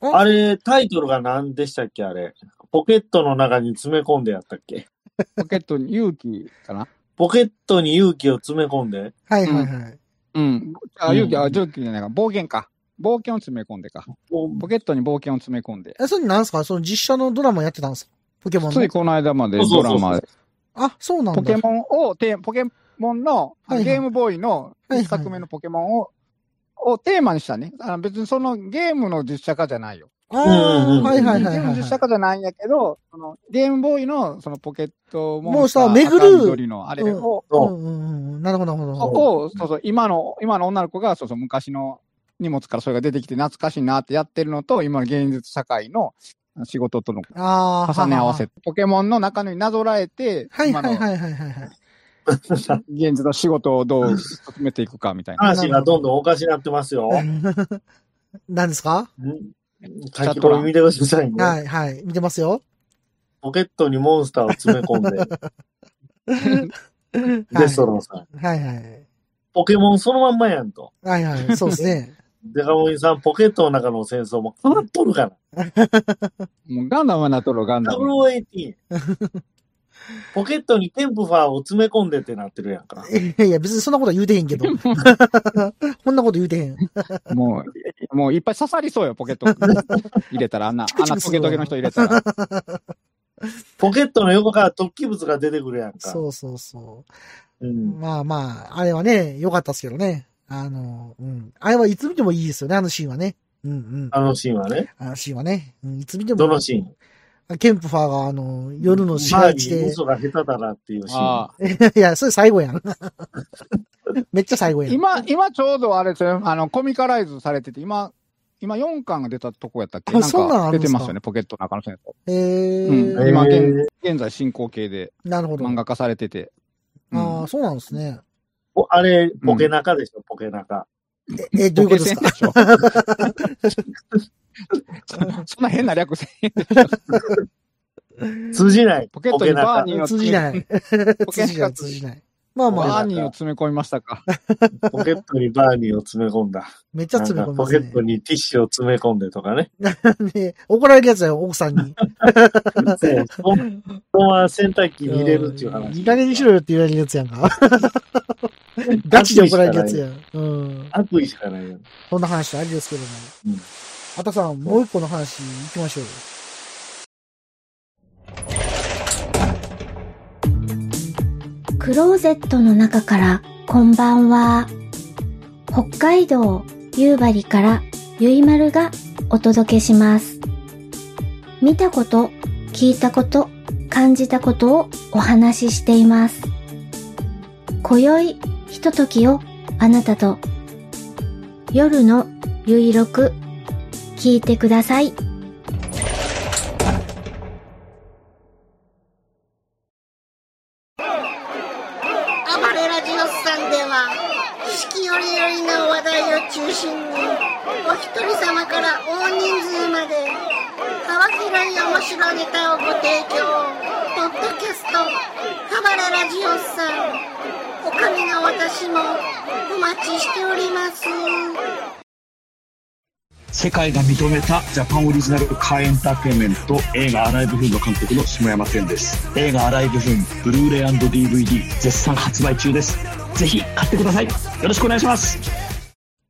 あれ、タイトルが何でしたっけ、あれ。ポケットの中に詰め込んでやったっけ。ポケットに勇気かなポケットに勇気を詰め込んで。はいはいはい。うん。あ、うん勇気、あ、勇気じゃないか。冒険か。冒険を詰め込んでか。ポケットに冒険を詰め込んで。え、それなんですかその実写のドラマやってたんですかポケモンつのい。この間までそうそドうそラうそうマ、あ、そうなんだ。ポケモンをテー、ポケモンの、はいはいゲームボーイのはいはい一作目のポケモンを、をテーマにしたね。あの別にそのゲームの実写化じゃないよ。あうんうんうあ、んはいはいはいゲームはのい実は写化じゃないんやけど、そのゲームボーイのそのポケットモンスターもうさ巡る赤緑のあれを、い。うんうんうん。なるほど、なるそほど。こを、そうそう、今の、今の女の子が、そうそう、昔の荷物からそれが出てきて懐かしいなってやってるのと、今の現実社会の仕事とのああ。重ね合わはせ、ポケモンの中になぞらえて、はい今はのいはいはいはいはい。現実の仕事をどう進めていくかみたいな。話がどんどんおかしなってますよ。何ですか書き込み見てくださいね。はいはい。見てますよ。ポケットにモンスターを詰め込んで、はいデストロンさん。はいはい。ポケモンそのまんまやんと。はいはい。そうですね。デカモリンさん、ポケットの中の戦争も変わっとるから。もうガンダムはなっとるガンダム。 018。ポケットにテンプファーを詰め込んでってなってるやんか。いやいや、別にそんなこと言うてへんけ [LAUGHS] ど。こんなこと言うてへん。もう、もういっぱい刺さりそうよ、ポケ [LAUGHS] ット。入れたら、あんな、チクあんチなクすトるゲわトゲの人入れたら。ポケットの横から突起物が出てくるやんか。そうそうそうう。ん。まあまあ、あれはね、良かったですけどね。あの、うん。あれはいつ見てもいいですよね、あのシーンはね。うんうん。あのシーンはね。あのシーンはね。うん、いつ見ても。どのシーンケンプファーが、あの、夜の市街地前にで、嘘が下手だなっていうシーン。ああいや、それ最後やん。 [LAUGHS] めっちゃ最後やん。今、今ちょうどあれですよあの、コミカライズされてて、今、今4巻が出たとこやったっけあなんそんなんあかるんで出てすかますよね、ポケットの中の先生。えうーん、今へ現ー、現在進行形でなるほど。漫画化されてて。ああ、そうなんですね。おあれ、ポケナカでしょ、ポケナカ。え、えどういうことですかか [LAUGHS] そんな変な略せん通じない。ポケットにバーニーを通じない。通じない、通じない。まあまバあ、ーニーを詰め込みました [LAUGHS] か。ポケットにバーニーを詰め込んだ。めっちゃなん詰め込かみポまケすットね。にティッシュを詰め込んでと [LAUGHS] かね。ね怒られるやつだよ、奥さんに。そう。本当は洗濯機に入れるっていう話。いい加減にしろよって言われるやつやんか。ガチで怒られるやつやん。うん。悪意しかないよ。そんな話ありですけども。うんあたさん、もう一個の話行きましょうよ。クローゼットの中からこんばんは。北海道夕張からゆいまるがお届けします。見たこと、聞いたこと、感じたことをお話ししています。今宵ひとときをあなたと夜のゆいろく聞いてください。暴れラジオさんでは四季折々の話題を中心にお一人様から大人数まで幅広い面白いネタをご提供ポッドキャスト「ハバレラジオさん」おかみの私もお待ちしております。世界が認めたジャパンオリジナルカーエンターテインメント映画アライブフーンの監督の下山天です。映画アライブフーン、ブルーレイ &DVD 絶賛発売中です。ぜひ買ってください。よろしくお願いします。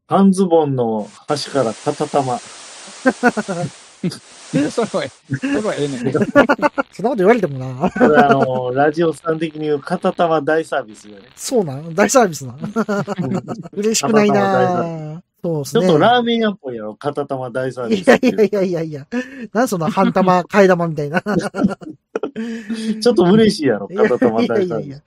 半ズボンの端からたたたま。それは、それはええねん。 [LAUGHS] そんなこと言われてもな。これあの、ラジオさん的に言う、片玉大サービスよね。そうなん大サービスなん。嬉しくないなそうですちょね。っとラーメン屋っぽいやろ、片玉大サービいスやっいていやういやいやいや。なんその半玉、替え玉みたいな。ちょっと嬉しいやろ、いやい片玉や大いサやーいビやス。。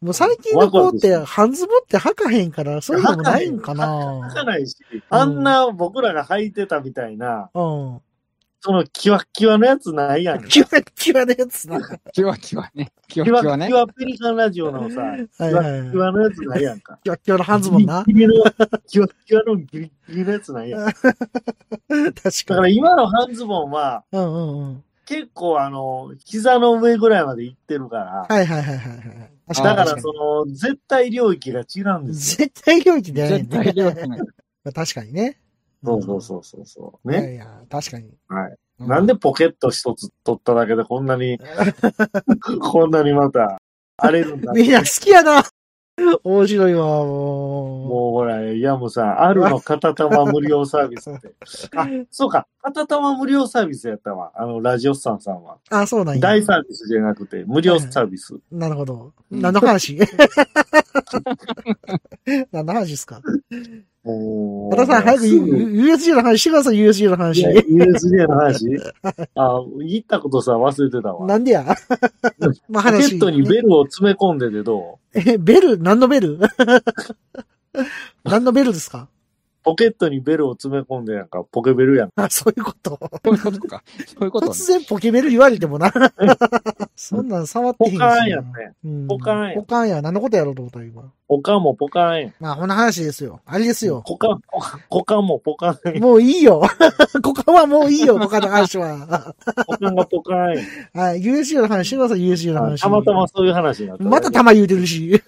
もう最近の子っワクてワク半ズボンって履かへんから、そういうのもないんか書なかないし、あんな僕らが履いてたみたいな、うん。そのキワッキワのやつないやん。キワキワのやつな。キワキワね。キワキキワワねッキ。ワペリカンラジオのさ、キはいワはいッキワのやつないやんか。キワキワの半ズボンな。ギリギリのキワッキワのギリギリのやつないやん。だ確かからに。今の半ズボンは、うんうんうん。結構あの、膝の上ぐらいまで行ってるから、はいはいはいはいはい。確かだに確かからに。その、絶対領域が違うんですよ。絶対領域でやらへんね絶対キワキワね。確かにね。そうそうそうそうそう。いやね。いや、確かに。はい。うなんでポケット一つ取っただけでこん [LAUGHS] なに、こんなにまた荒れるんだってみんな好きやな。面白いわ、ももうほら、ヤムさん、あるの片玉無料サービスって。あ、そうか、片玉無料サービスやったわ。あの、ラジオスさんさんは。う。あ、そうなんや。大サービスじゃなくて、無料サービス。なるほど。うん何の話 [LAUGHS] 何の話ですかお和ー田さん、早くすぐ USJ の話してください、USJ のい話や。USJ の話あ、言ったことさ、忘れてたわ。なんで [LAUGHS] やまあポケ話。ットにベルを詰め込んでてどうえ、ベル何のベル [LAUGHS] 何のベルですかポケットにベルを詰め込んでやんか、ポケベルやん。あ、そういうこと。そういうことか。そういうことね突。然ポケベル言われてもな。 [LAUGHS] そんなん触ってへんポカーンやったやん。うんポカーンやポカーンや。何のことやろうと思った、今。おかんもポカーンやん。まあ、こんな話ですよ。あれですよ。股間、股間もポカーンやん。 [LAUGHS] もういいよ。 [LAUGHS] 股間はもういいよ、股間の話は。 [LAUGHS] 股間がポカーンやん。はい、USJ の話してください、USJ の話。たまたまそういう話になった。また玉言うてるし。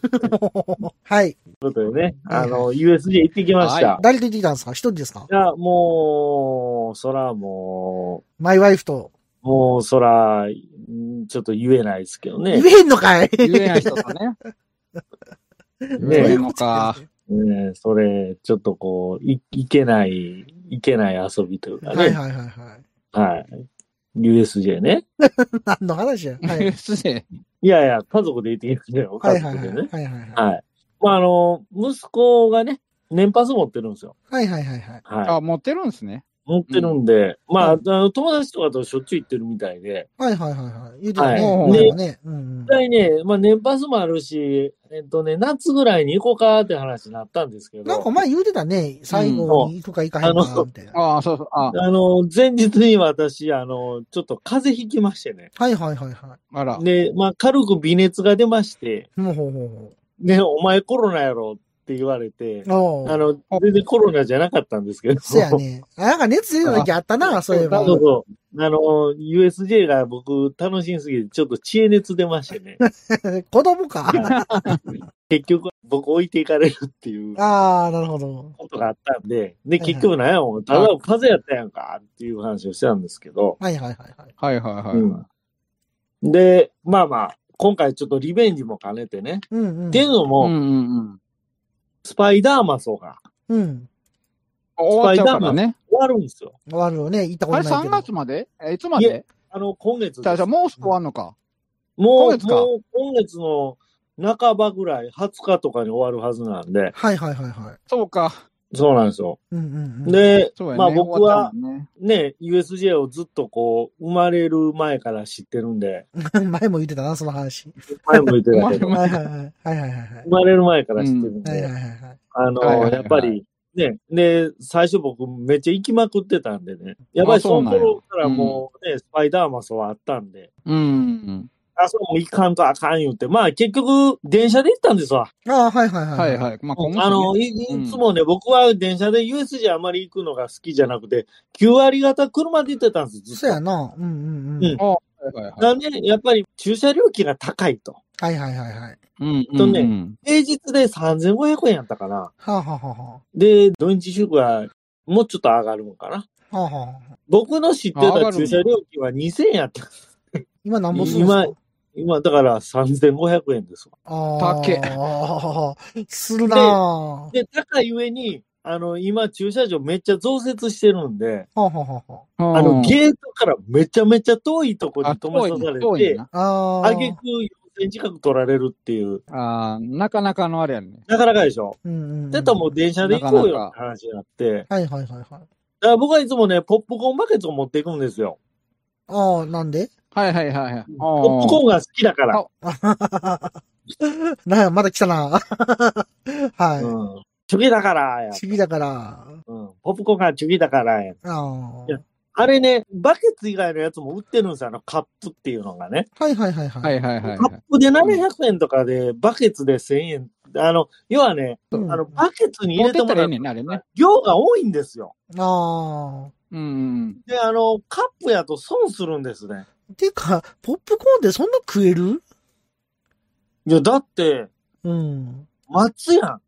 [LAUGHS] はい。ということでね、はいはあいの、USJ 行ってきました。誰と行ってきたんですか一人ですかいや、もう、そらもマイワイフと。う、もうそら、んちょっと言えないですけどね言。えんのかい言えない人と [LAUGHS] ね。え言えんのか。ねそれ、ちょっとこう、い、いけない、いけない遊びというかはいはいはいね。はい。はい。USJ ね。何の話や。 [LAUGHS] はい。 USJ いやいや、家族で行ってきましたよ、は家いはい族はい。ではいね。はいはい。はい。まあ、あの、息子がね、年パス持ってるんですよ。はいはいはいはい。はい。あ、持ってるんですね。持ってるんで、まあ、あの友達とかとしょっちゅう行ってるみたいで、はいはいはいはい。言うてたね。はいなんかね。うんうん一。回ね、まあ年パスもあるし、えっとね、夏ぐらいに行こうかって話になったんですけなんかど、前言うてたね。最後に行くか行かへんあか、のみたいな。ああ、そうそう。ああの、前日に私、あの、ちょっと風邪ひきましてね。はいはいはいはあら。で、まあ軽く微熱が出まして、い。もうほうほうほね、お前コロナやろって言われて、う。あああ。の、全然コロナじゃなかったんですけど。そやね。あなんか熱出た時あったな、そういえば。そうそう。あの、USJ が僕楽しみすぎて、ちょっと知恵熱出まして [LAUGHS] ね。子供か。結局、僕置いていかれるっていうああ、なるほど。ことがあったんで、で、はいはい結局なんやもん、ただ風邪やったやんかっていう話をしてたんですけど、はいはいはいはい。はいはいはい。うんで、まあまあ、今回ちょっとリベンジも兼ねてね。うんうん。っていうのうも、んうんうん。スパイダーマンソがうん。終わっちゃうからね。終わるんですよ。終わるよね。行ったこあとれないけ3ど。月までえいつまであの、今月で大す将、もう終わんのか。もう、今月かもう今月の半ばぐらい、20日とかに終わるはずなんで、はいはいはいはい。そうか。そうなんですよ。うんうんうん。で、そうやね。まあ僕終わっはたもんね。ね、USJ をずっとこう、生まれる前から知ってるんで、 [LAUGHS] 前も言ってたな、その話。前も言ってたけど、はいはいはい。はいはいはいはい生。まれる前から知ってるんはいはいで、はいはい。あはいはいはの、いやっぱり、ね、で、最初僕めっちゃ行きまくってたんでね、やっぱりあそそうのなんや頃からもうね、スパイダーマスはあったんで、うんうん。あ、そうも行かんとあかん言うて、まあ結局、電車で行ったんですわ。ああ、はいはいはい。はいはい。まあ今後ねあの、いいうんつもね、僕は電車で USJ あまり行くのが好きじゃなくて、9割方車で行ってたんです、ずっと。そうやな。うんうんうん。うんはいはいはいなんで、やっぱり駐車料金が高いと。はいはいはいはい。うんとうんねうん。平日で3500円やったかな。はあ、はあはあはで、土日祝はもうちょっと上がるのかな。あ、はあはあ、僕の知ってあ上がたる駐車料金は2000円やった。今なんぼするんですか今今、だから3500円ですわ。ああ。高えああ、するなあはで、高い上に、あの、今駐車場めっちゃ増設してるんで、あはあはあはああの、ゲートからめちゃめちゃ遠いとこに止めさ遠さいれねて、あ。ああ。あげく4000近く取られるっていう、ああ、なかなかのあれやね。なかなかでしょ。うんうんうん。だったらもう電車で行こうよって話になって、はいはいはいはい。だから僕はいつもね、ポップコーンバケツを持っていくんですよ。ああ、なんで [LAUGHS] はいはいはいはい。ポップコーンが好きだから。あなんや、まだ来たな [LAUGHS] はうん。チュギだからやい。、チビだから。うん。ポップコーンがチュギだからや。ああ。はいやあれね、バケツ以外のやつも売ってるんですよ。あのカップっていうのがね。はいはいはいは。はいいはいはいカ。ップで700円とかで、バケツで1000円。あの、要はね、ああの、バケツに入持れっててっもたらえらえうねんな、あれね。量が多いんですよ。ああ。うんうん。で、あの、カップやと損するんですね。てか、ポップコーンってそんな食えるいや、だって、うん。待つやん。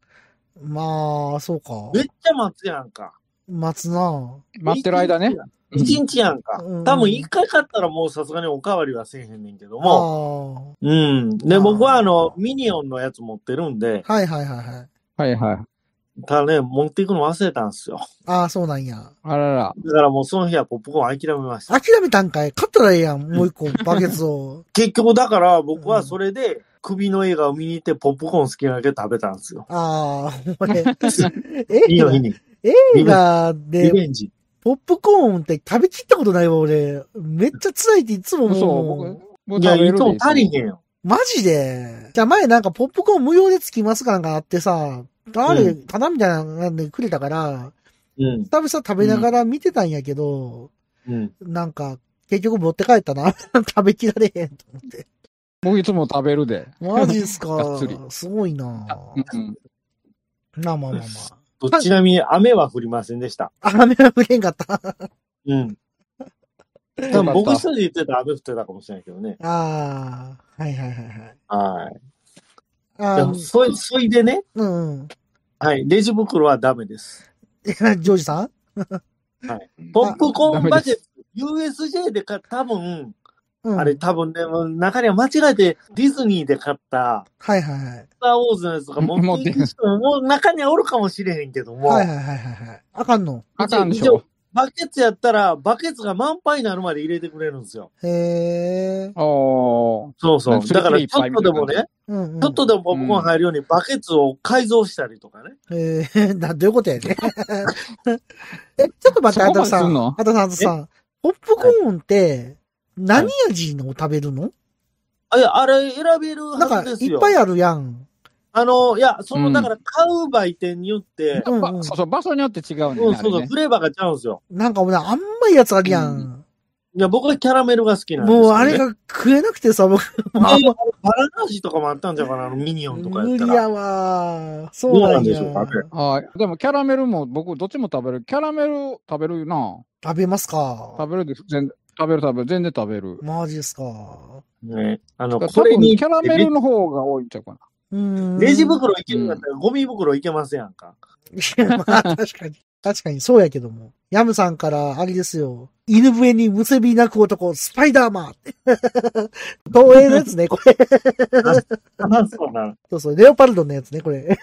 まあ、そうか。めっちゃ待つやんか。待つな待ってる間ね。一日やんかう。ん多分一回買ったらもうさすがにおかわりはせえへんねんけども。もうん。あで、ー僕はあの、ミニオンのやつ持ってるんで、ああ。はいはいはいはい。はいはい。ただね、持っていくの忘れたんですよ。ああ、そうなんや。あらら。だからもうその日はポップコーン諦めました。諦めたんかい買ったらええやん。もう一個、バケツ [LAUGHS] を。結局だから僕はそれで、首の映画を見に行ってポップコーン好きなだけ食べたんですよ。ああ、お [LAUGHS] 前。いいの日映に。画リで、ベンジ。ポップコーンって食べきったことないわ、俺。めっちゃ辛いっていつもそう、思う僕。、僕いや、食べいるつでも足りへんよ。マジで。じゃあ前なんかポップコーン無料でつきますかなんかあってさ、あうれ、ただみたいなんでくれたから、うん。久々食べながら見てたんやけど、うん。なんか、結局持って帰ったな。 [LAUGHS] 食べきられへんと思って。僕いつも食べるで。マジっすか [LAUGHS] がっつり。すごいなうんなあまあまあまとちなみに雨は降りませんでした。あ。 [LAUGHS] 雨は降れんかった。 [LAUGHS] あうん。か多った分僕一人で言ってたら雨降ってたかもしれないけどね。あー、はいはいはいはい。はい。あじゃあーそい、そいでね、うんうん。はい、レジ袋はダメです。えジョージさんポップコーンバケダメでツ、USJ で買った、多分、うん。あれ多分ね、もう中には間違えてディズニーで買った、はいはいはい。スター・ウォーズのやつとか持っていく人も、もう中にはおるかもしれへんけども、はいはいはいはいはい。あかんの。あかんでしょ。バケツやったら、バケツが満杯になるまで入れてくれるんですよ。へえ。おー。そうそう。そだれから、でいちっぱょいっとでもね、うん、うん。ちょっとでもポップコーン入るようにバケツを改造したりとかね。えー、 [LAUGHS] な、どういうことやね。え、ちょっと待って、そあこまたですさんん。のあたさん、あたさん。ポップコーンって、何味のを食べるの、あ、いや、あれ選べるなんはか、ずいですよ。っぱいあるやん。あの、いや、その、うんだから買う売店によって、うんうんばそうそう、場所によって違うねんね。うん、そうそあれう、ねフレーバーがちゃうんですよ。なんか、俺、あんまいやつあるやん。いや、僕はキャラメルが好きなんですけどもねう、あれが食えなくてさ、僕、でもうあんま [LAUGHS] バラの味とかもあったんじゃうかな、あのミニオンとかや無った理ら。やわー。そうなんやどうなんでしょうはい。でも、キャラメルも、僕、どっちも食べる。キャラメル食べるよな。食べますか食べるで、全食べる食べる。全然食べる。マジですかね。あの、だからこれに、多分キャラメルの方が多いんちゃうかな。うーん。レジ袋いけるんだったら、ゴミ袋いけませんやんか。いや、まあ、確かに。確かに、そうやけども。ヤムさんから、あれですよ。犬笛に結びなく男、スパイダーマン。 [LAUGHS] 東映のやつね、これ。あ、そうなの。そうそう、レオパルドンのやつね、これ。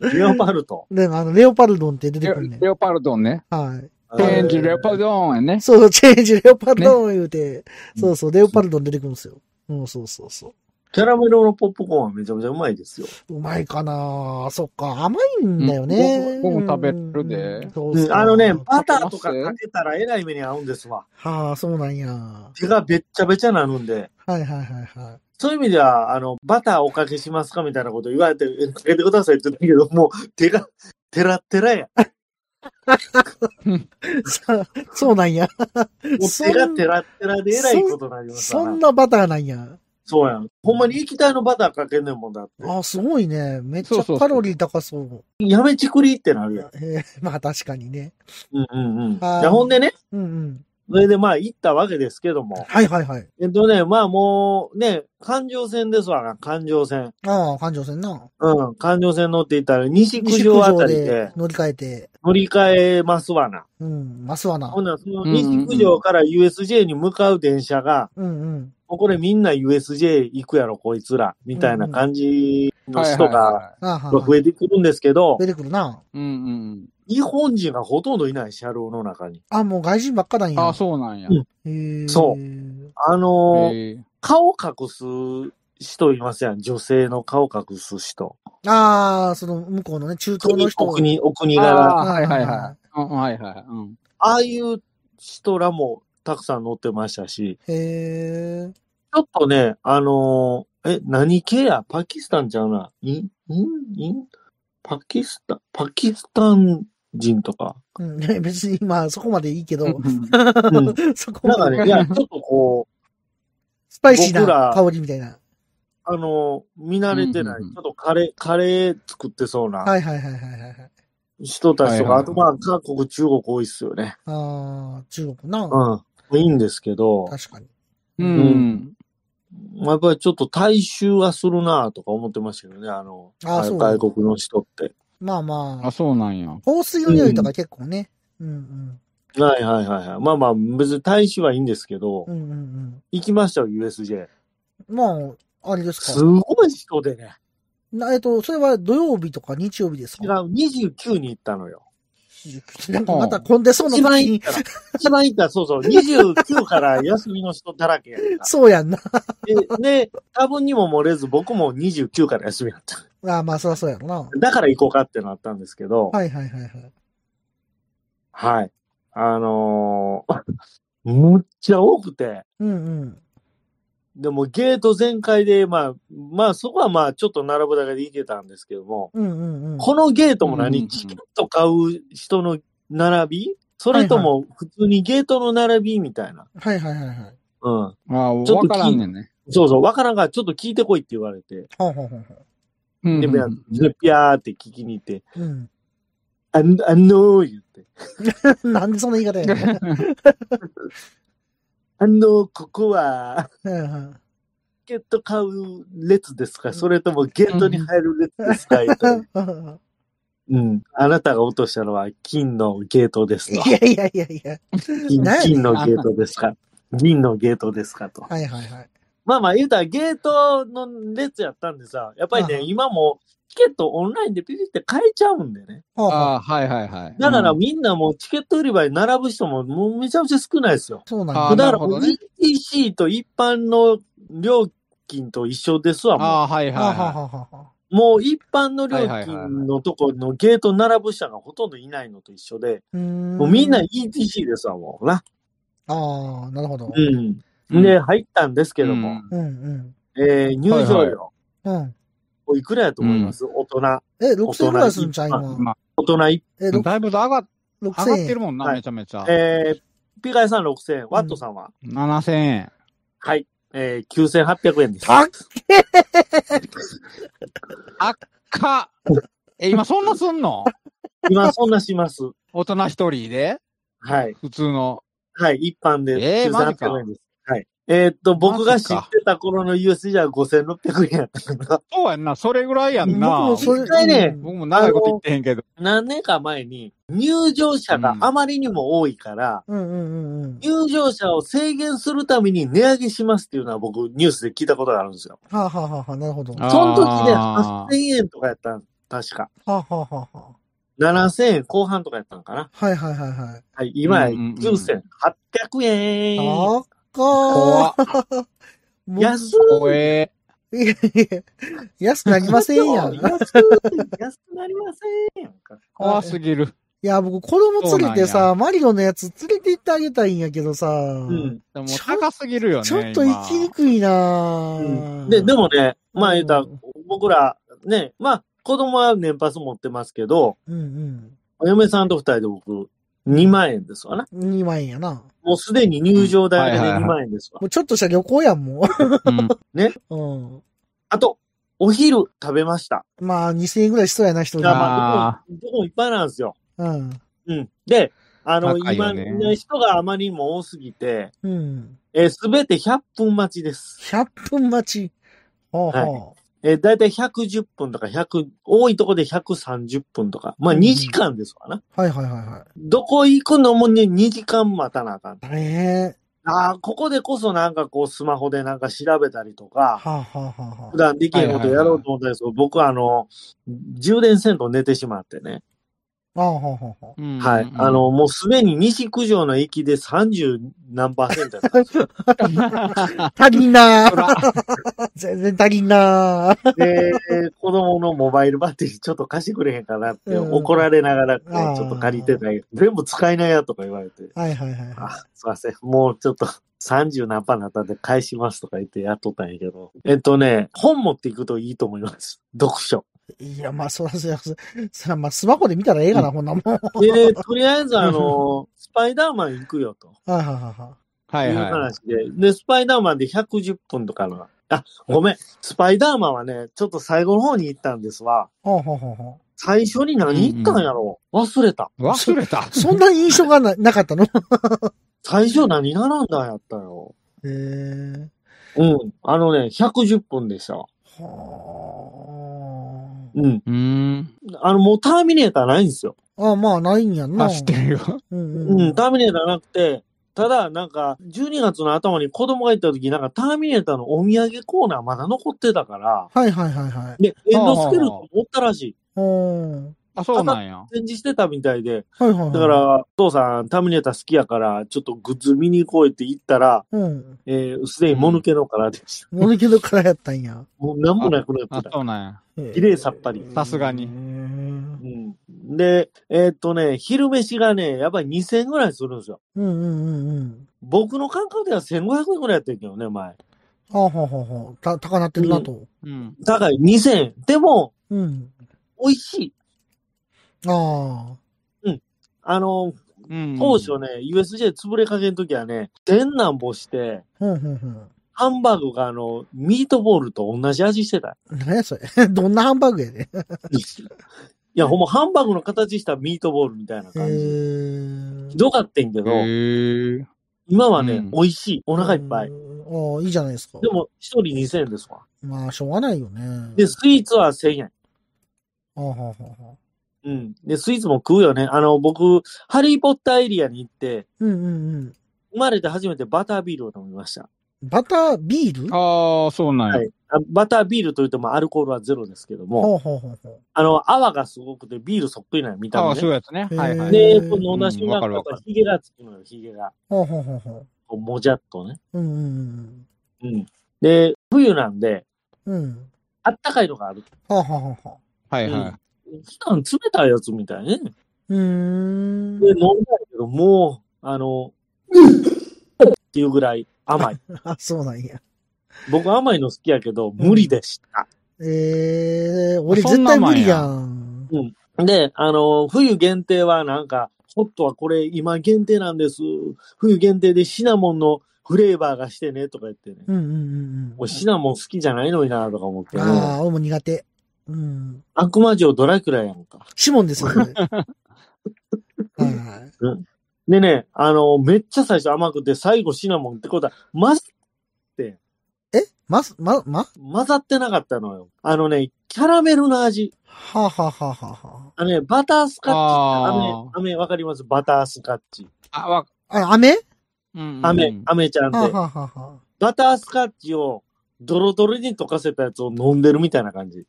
レオパルト。ね、あの、レオパルドンって出てくるレね。レオパルドンね。はい。チェンジレオパルドンや [LAUGHS] ね。そうそう、チェンジ、レオパルドン言うて、そうそう、レオパルドン出てくるんですよ。うん、そうそうそキャラメルのポップコーンはめちゃめちゃうまいですよ。う。うまいかなそっか、甘いんだようね。ん僕僕も食べるでうんそううそんうあのね、バターとかかけたらえらい目に合うんですわ。はあ、そうなんや。は手がべっちゃべちゃなるんで。いはいはいはい。そういう意味では、あの、バターおかけしますかみたいなこと言われて、えかけてくださいって言ったけど、もう手が、てらってらや。さそうなんや。もうそん手がてらってらでえらいことになりますわそんなバターなんや。そうやん。ほんまに液体のバターかけんねんもんだって。あ、すごいね。めっちそうゃそうそカうロリー高そう。やめちくりってなるやん。えーまあ確かにね。うんうんうん。はいいやほんでね、うんうん。それでまあ行ったわけですけども。はいはいはい。えっとね、まあもうね、環状線ですわな、環状線。ああ、環状線な。うん、環状線乗っていたら西九西条九あた条りでで乗り換えて、乗り換えますわな。うん、マスワナほ。んならその西九条から USJ に向かう電車が、うんうん。もうこれみんな USJ 行くやろ、こいつら、みたいな感じの人がはああ、は増えてくるんですけど出、てくるな。い。うんうん日本人がほとんどいない車両の中に。あ、もう外人ばっかなんうん。あやあ、。そうなんや。うんへーそあのーへえ顔隠す人いますやん。女性の顔隠す人。ああ、その向こうのね、中東の国人。。お国、お国あ柄。ーはいはいはいうんはいはい。うんああいう人らもたくさん乗ってましたし、へえ。ちょっとね、あのーえ、何系やパキスタンちゃうな。イン、イン、インパキスタン、パキスタン人とか。うん、ね別に今そこまでいいけど、うん。 [LAUGHS] そこなんまかでね、い [LAUGHS] や、ちょっとこう、スパイシー僕らな香りみたいな。あのー見慣れてない、うんうんうんちょっとカレー、カレー作ってそうなはいはいはいはいはいはい。人たちとか、はいはいあとまあ、韓国、中国多いっすよね。ああ、中国な。うん。いいんですけど、確かに。うん。まあやっぱりちょっと大衆はするなとか思ってましたけどね、あの、あそう外国の人って。まあまああ、。そうなんや。香水の匂いとか結構ね。うんうん。はいはいはいはい。まあまあ、別に大衆はいいんですけど、うんうん行きましたよ、USJ。うん。まあ、あれですかす。ごい人でね。なえっと、それは土曜日とか日曜日です違う、か29に行ったのよ。 [LAUGHS] なんかまた混んでそうな一番時行っに。たら、一番行ったら、そうそう、29から休みの人だらけやんかそうやんな。で、で、多分にも漏れず、僕も29から休みだった。ああまあ、そりゃそうやろな。はだから行こうかってなったんですけど、いはいはいはい。はい。あのー [LAUGHS] むっちゃ多くて、うんうん。でもゲート全開で、まあ、まあそこはまあちょっと並ぶだけで行けたんですけども、うんうんうん。このゲートも何、うんうんうんチケット買う人の並びそれとも普通にゲートの並びみたいな。はいはいはいはい。うん。ああ、わちょっと聞いからんねんね。そうそう、わからんからちょっと聞いてこいって言われて、ほうほうほうほうんで、うぴゃ [LAUGHS] んでぴゃーって聞きに行って、う。うん。 [LAUGHS] あん、あのー言って、なんでそんな言い方や [LAUGHS] ねんあのーここは、うんうん。チケット買う列ですかそれともゲートに入る列ですか言った [LAUGHS] らうん。あなたが落としたのは金のゲートですいと。やいやいやいや。金ね金のゲートですか銀のゲートですかと。はいはいはい。まあまあ言うたらゲートの列やったんでさ、やっぱりああね、今もケットオンラインでピピって買えちゃうんでね。はあはあああ、はいはいはい。だからうんみんなもうチケット売り場に並ぶ人ももうめちゃめちゃ少ないですよ。そうなんだあーだ。かなるらほどね ETC と一般の料金と一緒ですわ、もう。ああ、はいはいはあははあはあはあもう一般の料はいはいはいはい金のとこのゲート並ぶ人がほとんどいないのと一緒で、うーんもうみんな ETC ですわ、もうな。ああ、なるほど。うん。い。うんで、、入ったんですけけども、。うんうん。えー入場料、はいういん。おいくらやと思います、大人。え、6000円ぐらいするんちゃうま今。大人い、え、ろだいぶ上がっ上6000がってる円。もんな、はいめちゃめちゃ。えー、ピカイさん6000円、ワットさんは、 7000円。はい、えー、9800円です。高っか、え、今そんなすんの今そんなします。大人一人ではい。普通の。はい、一般でえーマジか9800円です。はい。えーっと、僕がマジ知かってた頃の USJ は5600円やったけ [LAUGHS] ど、そうやんな、それぐらいやんな。僕もそれ一回ねうん僕も長いこと言ってへんけど。何年か前に入場者があまりにも多いから、うんうんうんうん。入場者を制限するために値上げしますっていうのは僕ニュースで聞いたことがあるんですよ。はあはあはあはあ、なるほど。はあーその時で8000円とかやったん確か。あはあはあは7000円後半とかやったのかな。あ。はいはいはいはい。はい、今やうんうんうん9800円。高怖っっ。もう安い怖え。いやいや安くなりません [LAUGHS] やん。安いい安くなりませんやんか。怖すぎる。や、僕子供連れてそうなんさ、マリロのやつ連れて行ってあげたいんやけどさ、うん。でもちょ高すぎるよね。ちょっと行きに今くいなうぁんで、でもね、まあ言うたらうん、僕らね、まあ子供は年パス持ってますけど、うんお嫁さんと二人で僕2万円ですわな。うん。2万円やな。もうすでに入場代だけはでいはいはい2万円ですわ。もうちょっとした旅行やん、もうんう。 [LAUGHS] うん。あと、お昼食べました。まあ、2000円ぐらいしそうやな、人いに。や、うまああ、どこも、どこもいっぱいなんですよ。ん。うん。で、あの、高い今、よねいない人があまりにも多すぎて、うん。えすべて100分待ちです。 100分待ち。ほうほえー、だいたい110分とか100、多いとこで130分とか。まあ、うん2時間ですわな。う。はいはいはいはどこ行くのもね、2時間待たなあかい。ん。大変。はああ、ここでこそなんかこう、スマホでなんか調べたりとあか、はあはあは普段できへんことやろうと思ったんですけど、僕はあの、充電せんと寝てしまってね。あ。ああはあはあはうんはい。あ [LAUGHS] の、、もうすでに西九条の駅で30何パーセントやったんですよあ。足りん [LAUGHS] なぁ。全然足りんなぁ。で、子供のモバイルバッテリーちょっと貸してくれへんかなってうん怒られながら、こうあーちょっと借りてたけど、全部使いなよとか言われて、はいはいはいはあ、すいません、もうちょっと30何パーになったんで返しますとか言ってやっとったんやけど、えっとね、本持っていくといいと思います。読書。い。いや、まあ、そらそらそら、そらまあ、スマホで見たらええかな、こんなもん。はいで、とりあえずあの、スパイダーマン行くよと。はいはいははいいうは話で、で、スパイダーマンで110分とかの、あ、ごめん、スパイダーマンはね、ちょっと最後の方に行ったんですわ。い。ほうほうほうほ最初に何行ったんやろう、忘れた。い。忘れたう。。そんな印象がななかった [LAUGHS] の最初何並んだんやったよ。ええー。うん。あのね、110分でしたわ。はうん。うん。あの、もうターミネーターないんですよ。あ。あまあ、ないんやんな。走ってるよ。うんうん。うん、ターミネーターなくて、ただ、なんか、12月の頭に子供が行った時、なんかターミネーターのお土産コーナーまだ残ってたから、はいはいはいはい。で、エンドスケルトン持ったらしい。うん。あ、そうなんや。展示してたみたいで、はいはい、はい。だか、ら、お父さん、ターミネーター好きやから、ちょっとグッズ見に行こうよって言ったら、うん。えー、すでにもぬけのからでした。もぬけどからやったんや。もうなんもなくなあって、た。そうなんや。綺綺麗さっぱりさすがにうんうん、で、えーっとね、昼飯がね、やっぱり2000円ぐらいするんですよ。うんうんうん。僕の感覚では1500円ぐらいやったんやけどね、前。あはははた、高なってるなと。うん。高い、2000円。でも、うん。美味しい。ああの、うん当初ね、USJ 潰れかけの時はね、全なんぼして、あ。うんうんうん。ハンバーグがあの、ミートボールと同じ味してた。何やそれ。 [LAUGHS] どんなハンバーグやね。いや、ほんま、ハンバーグの形したミートボールみたいなえ感じ。ひー。どかったんけど、へえ。今はね、うん美味しい。お腹いっぱい。うん。ああ、いいじゃないですか。で、も、一人2000円ですわ。まあ、しょうがないよね。で、スイーツは1000円。あははは。うん。で、スイーツも食うよね。あの、僕、ハリーポッターエリアに行って、うんうんうん。生まれて初めてバタービールを飲みました。バタービールああ、そうなんはや。い。あバタービールというと、まあ、アルコールはゼロですけども、ほうほうほうほう。あの、泡がすごくて、ビールそっくりなの見たあ目あ、そうね。やつね。へーはいはい。で、うんこのお出汁が、わかるわかるヒゲがつくのよ、ヒゲが。ほうほうほうほこうもじゃっとね。う。うんうんうん。で、冬なんで、うん。うん。あったかいのがある。ほうほうほうほはいはい。普段冷たいやつみたいね。う。うーんで、。飲んだけど、もう、あの、 [LAUGHS] っていうぐらい甘い。あ、そうなんや。僕甘いの好きやけど、無理でした。ええ俺そん絶な対もんや無理やん。で、あの、冬限定はなんか、ホットはこれ今限定なんです。冬限定でシナモンのフレーバーがしてね、とか言ってねう。んうんうんう俺シナモン好きじゃないのにな、とか思ってん。ね。ああ、俺も苦手。うん。悪魔城ドラキュラやんか。シモンですよ、それはい。でね、あの、めっちゃ最初甘くて、最後シナモンってことは、まず、えます、ま、ま混ざってなかったのよ。あのね、キャラメルの味。はあ、はあはあはあはあのね、バタースカッチ。あ飴、飴わかりますバタースカッチ。あ、わ、あ。あ、飴うんうん飴、飴ちゃんはあ、では。あはあはあ。バタースカッチをドロドロに溶かせたやつを飲んでるみたいな感じ。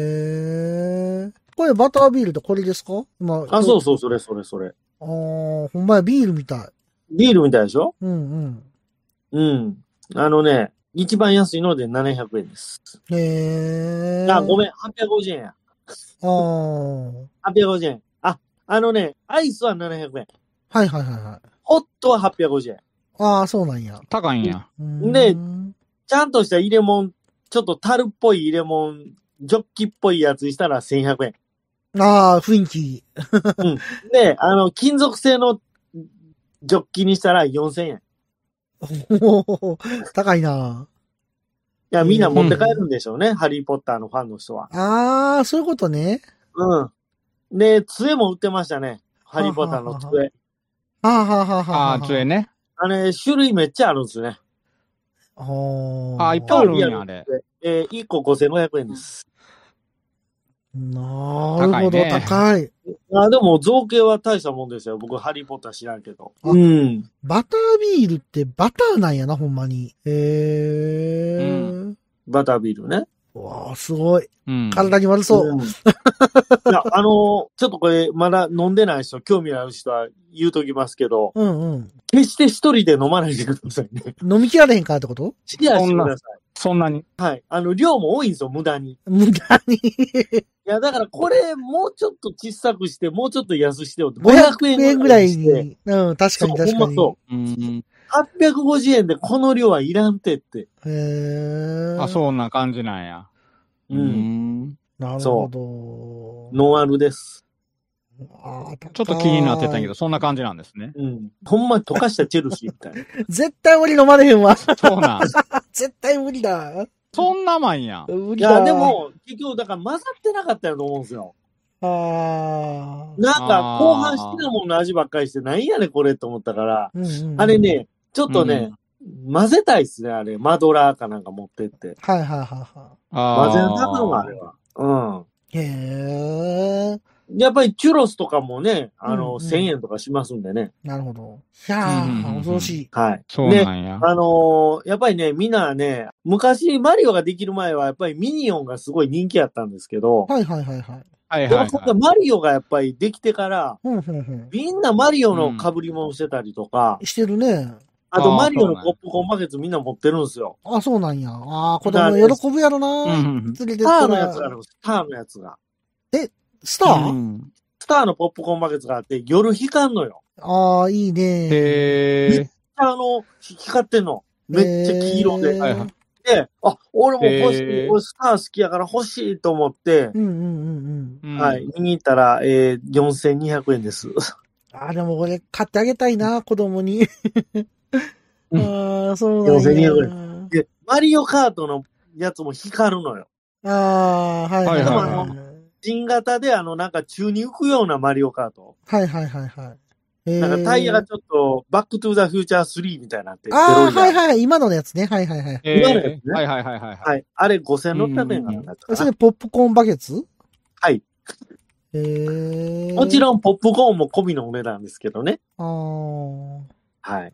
ええこれバタービールってこれですか今あ、そうそう、それそれそれ。ああ、ほんまや、ビールみたい。ビールみたいでしょうんうん。うん。あのね、一番安いので700円です。へえ。あ、ごん。めん、850円や。ああ。 850円。あ、あのね、アイスは700円。はいはいはいはい。ホットは850円。ああ、そうなんや。高いんや。うーんでちゃんとした入れ物、ちょっと樽っぽい入れ物、ジョッキっぽいやつにしたら1100円。ああ、雰囲気。 [LAUGHS] で、あの、金属製のジョッキにしたら4000円。いおー高いな。や、みんな持って帰るんでしょうね。ハリーポッターのファンの人は。ああ、そういうことね。うん。で、杖も売ってましたね。ハリーポッターのはは杖。はあはあはあはあ。ああ、杖。ね。あれ、種類めっちゃあるんですね。あーああ、いっぱいあるんや、あれ。えー、1個5500円です。なるほど、高いね高い。あでも、造形は大したもんですよ。僕、ハリーポッター知らんけど。あうん。バタービールってバターなんやな、ほんまに。へえ。バタービールね。わあ、すごい。うん。体に悪そう。んいや、あのーちょっとこれ、まだ飲んでない人、興味ある人は言うときますけど、うん、うん、決して一人で飲まないでくださいね。飲み切られへんからってことシェアしてくださそんなに。い。はい。あの、量も多いんですよ、無駄に。い無駄に。や、だからこれ、もうちょっと小さくして、もうちょっと安してよって。 500円ぐらいしてに。うん、確かそう、にほん確かまに。そうん。う。850円でこの量はいらんてって。へえ。あ、そんな感じなんや。うんん。なるそほうど。ノンアルです。。ちょっと気になってたんやけど。ど、そんな感じなんですねうん。ほんま溶かしたチェルシーみ [LAUGHS] たいな。絶対俺飲まれへんわ。 [LAUGHS] そうなん。絶対無理だ。そんなまんや。無い理だ。や、で、も、結局、だから混ざってなかったんやと思うんですよ。ああ。なんか、あー後半シナモンの味ばっかりして、なんやねんこれと思ったから、うんうんうんあれ。ね、ちょっとね、混ぜたいっすね、あれ。マドラーかなんか持ってって。はいはいはいは混あぜなかったのがあーれは。うん。い。へえ。やっぱりチュロスとかもね、あうんの、うん1000円とかしますんでね。なるほど。いやうんうんうんうー、ん恐ろしい。はい。そうなんや。あのーやっぱりね、みんなね、昔マリオができる前は、やっぱりミニオンがすごい人気やったんですけど、はいはいはいはい。はいはいではもい。今回マリオがやっぱりできてから、うんうんうん。みんなマリオの被り物してたりとか、してるね。あとあーマリオのそうなんやポップコーンバケツみんな持ってるんですよ。あ、そうなんや。ああ、子供喜ぶやろうんうな。ん連れてっスタたーのやつがあら。る、スターのやつが。スター、うんスターのポップコーンバケツがあって、夜光んのよ。ああ、いいね。へあの、光ってんの。めっちゃ黄色へでー。はいはいで、あ、俺も欲しい、へー俺スター好きやから欲しいと思って、うんうんうんうん。え。はい、。見に行ったら、えー、4200円です。 [LAUGHS] あ、でも俺買ってあげたいな、子供に。うああ、そうなん4200や。で、マリオカートのやつも光るのよ。ああ、はいはいはいはいは。はい新型で、あの、なんか宙に浮くようなマリオカート。はいはいはいはい。へーなんかタイヤがちょっと、バックトゥーザフューチャー3みたいになって、ああ、ペロはいリだはいはい。今のやつね。はいはいはい。へ今のやつねーはいはいはいはい。はい。あれ5600円からだったかそなれポップコーンバケツはい。へえ。もちん。ろん、ポップコーンも込みのお値段ですけどね。あはい。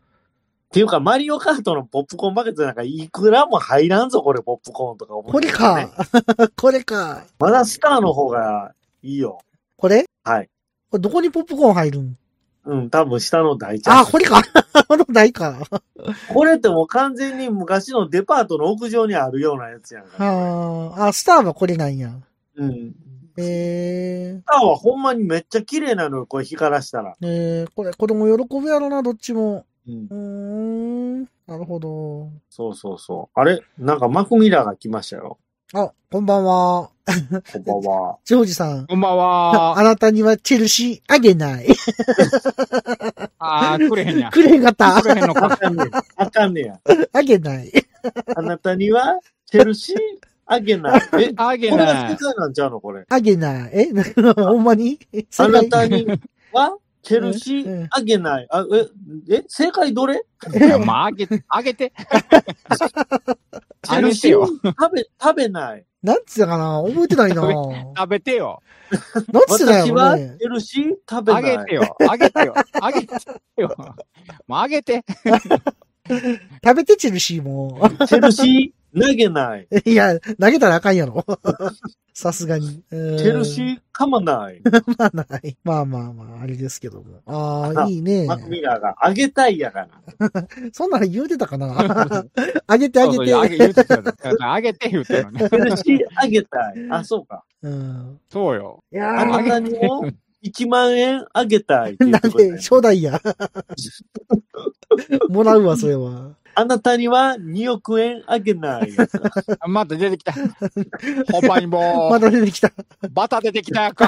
ていうか、マリオカートのポップコーンバケツなんかいくらも入らんぞ、これ、ポップコーンとか思こってれたねか。 [LAUGHS] これか。まだスターの方がいいよ。これはい。これどこにポップコーン入るんうん、多分下の大ちゃん。あ、これか。あの、ない [LAUGHS] か。これってもう完全に昔のデパートの屋上にあるようなやつやんか。あーあ、スターはこれなんや。うん。えスターはほんまにめっちゃ綺麗なのよ、これ光らしたー、ら。えー、これ、子供喜ぶやろな、どっちも。うんうー。ん、なるほど。そうそうそう。あれなんかマクミラーが来ましたよ。あ、こんばんは。こんばんは。ジョージさん。こんばんあは。なたにはチェルシーあげない。あー、くれ [LAUGHS] へんや。くれんかったく。れへんのあか。かんねや。 [LAUGHS] あかんねや。あげない。あなたには、チェル [LAUGHS] シーあげない。え、こあげれがな世い。界なんちゃうのこれ。あげない。え [LAUGHS] ほんまにあ正な解たには、チェルシーあげない。あ、え、え、正解どれいやまあ、あげ、あ [LAUGHS] げて。チェあげルてシーよ。食べ、食べない。なんつったかな覚えてないな。なん食べてよ。つってた私よはチね。ェルシー食べあない。げてよ。あげてよ。あげてよ。もうあげて。食べてチェルシーも。チェルシー投げない。 [LAUGHS] いや、投げたらあかんやろ。さすがに。チチェルシー噛まない。まあない。まあまあまあ、あれですけども。ああ、あいいね。マクミラーが、あげたいやから。そんなの言うてたかなあげてあげそうて。そうあげ言うてたよあげて言うてるのね。チェルシーあげたい。あ、そうか。うん。そうよ。いやあーなたにも1万円あげたいっていなうんことだよで、初代や。もらうわ、それは。あなたには2億円あげない。 [LAUGHS] また出てきた。ホパインボまー。だ出てきた。バタ出てきたやんか。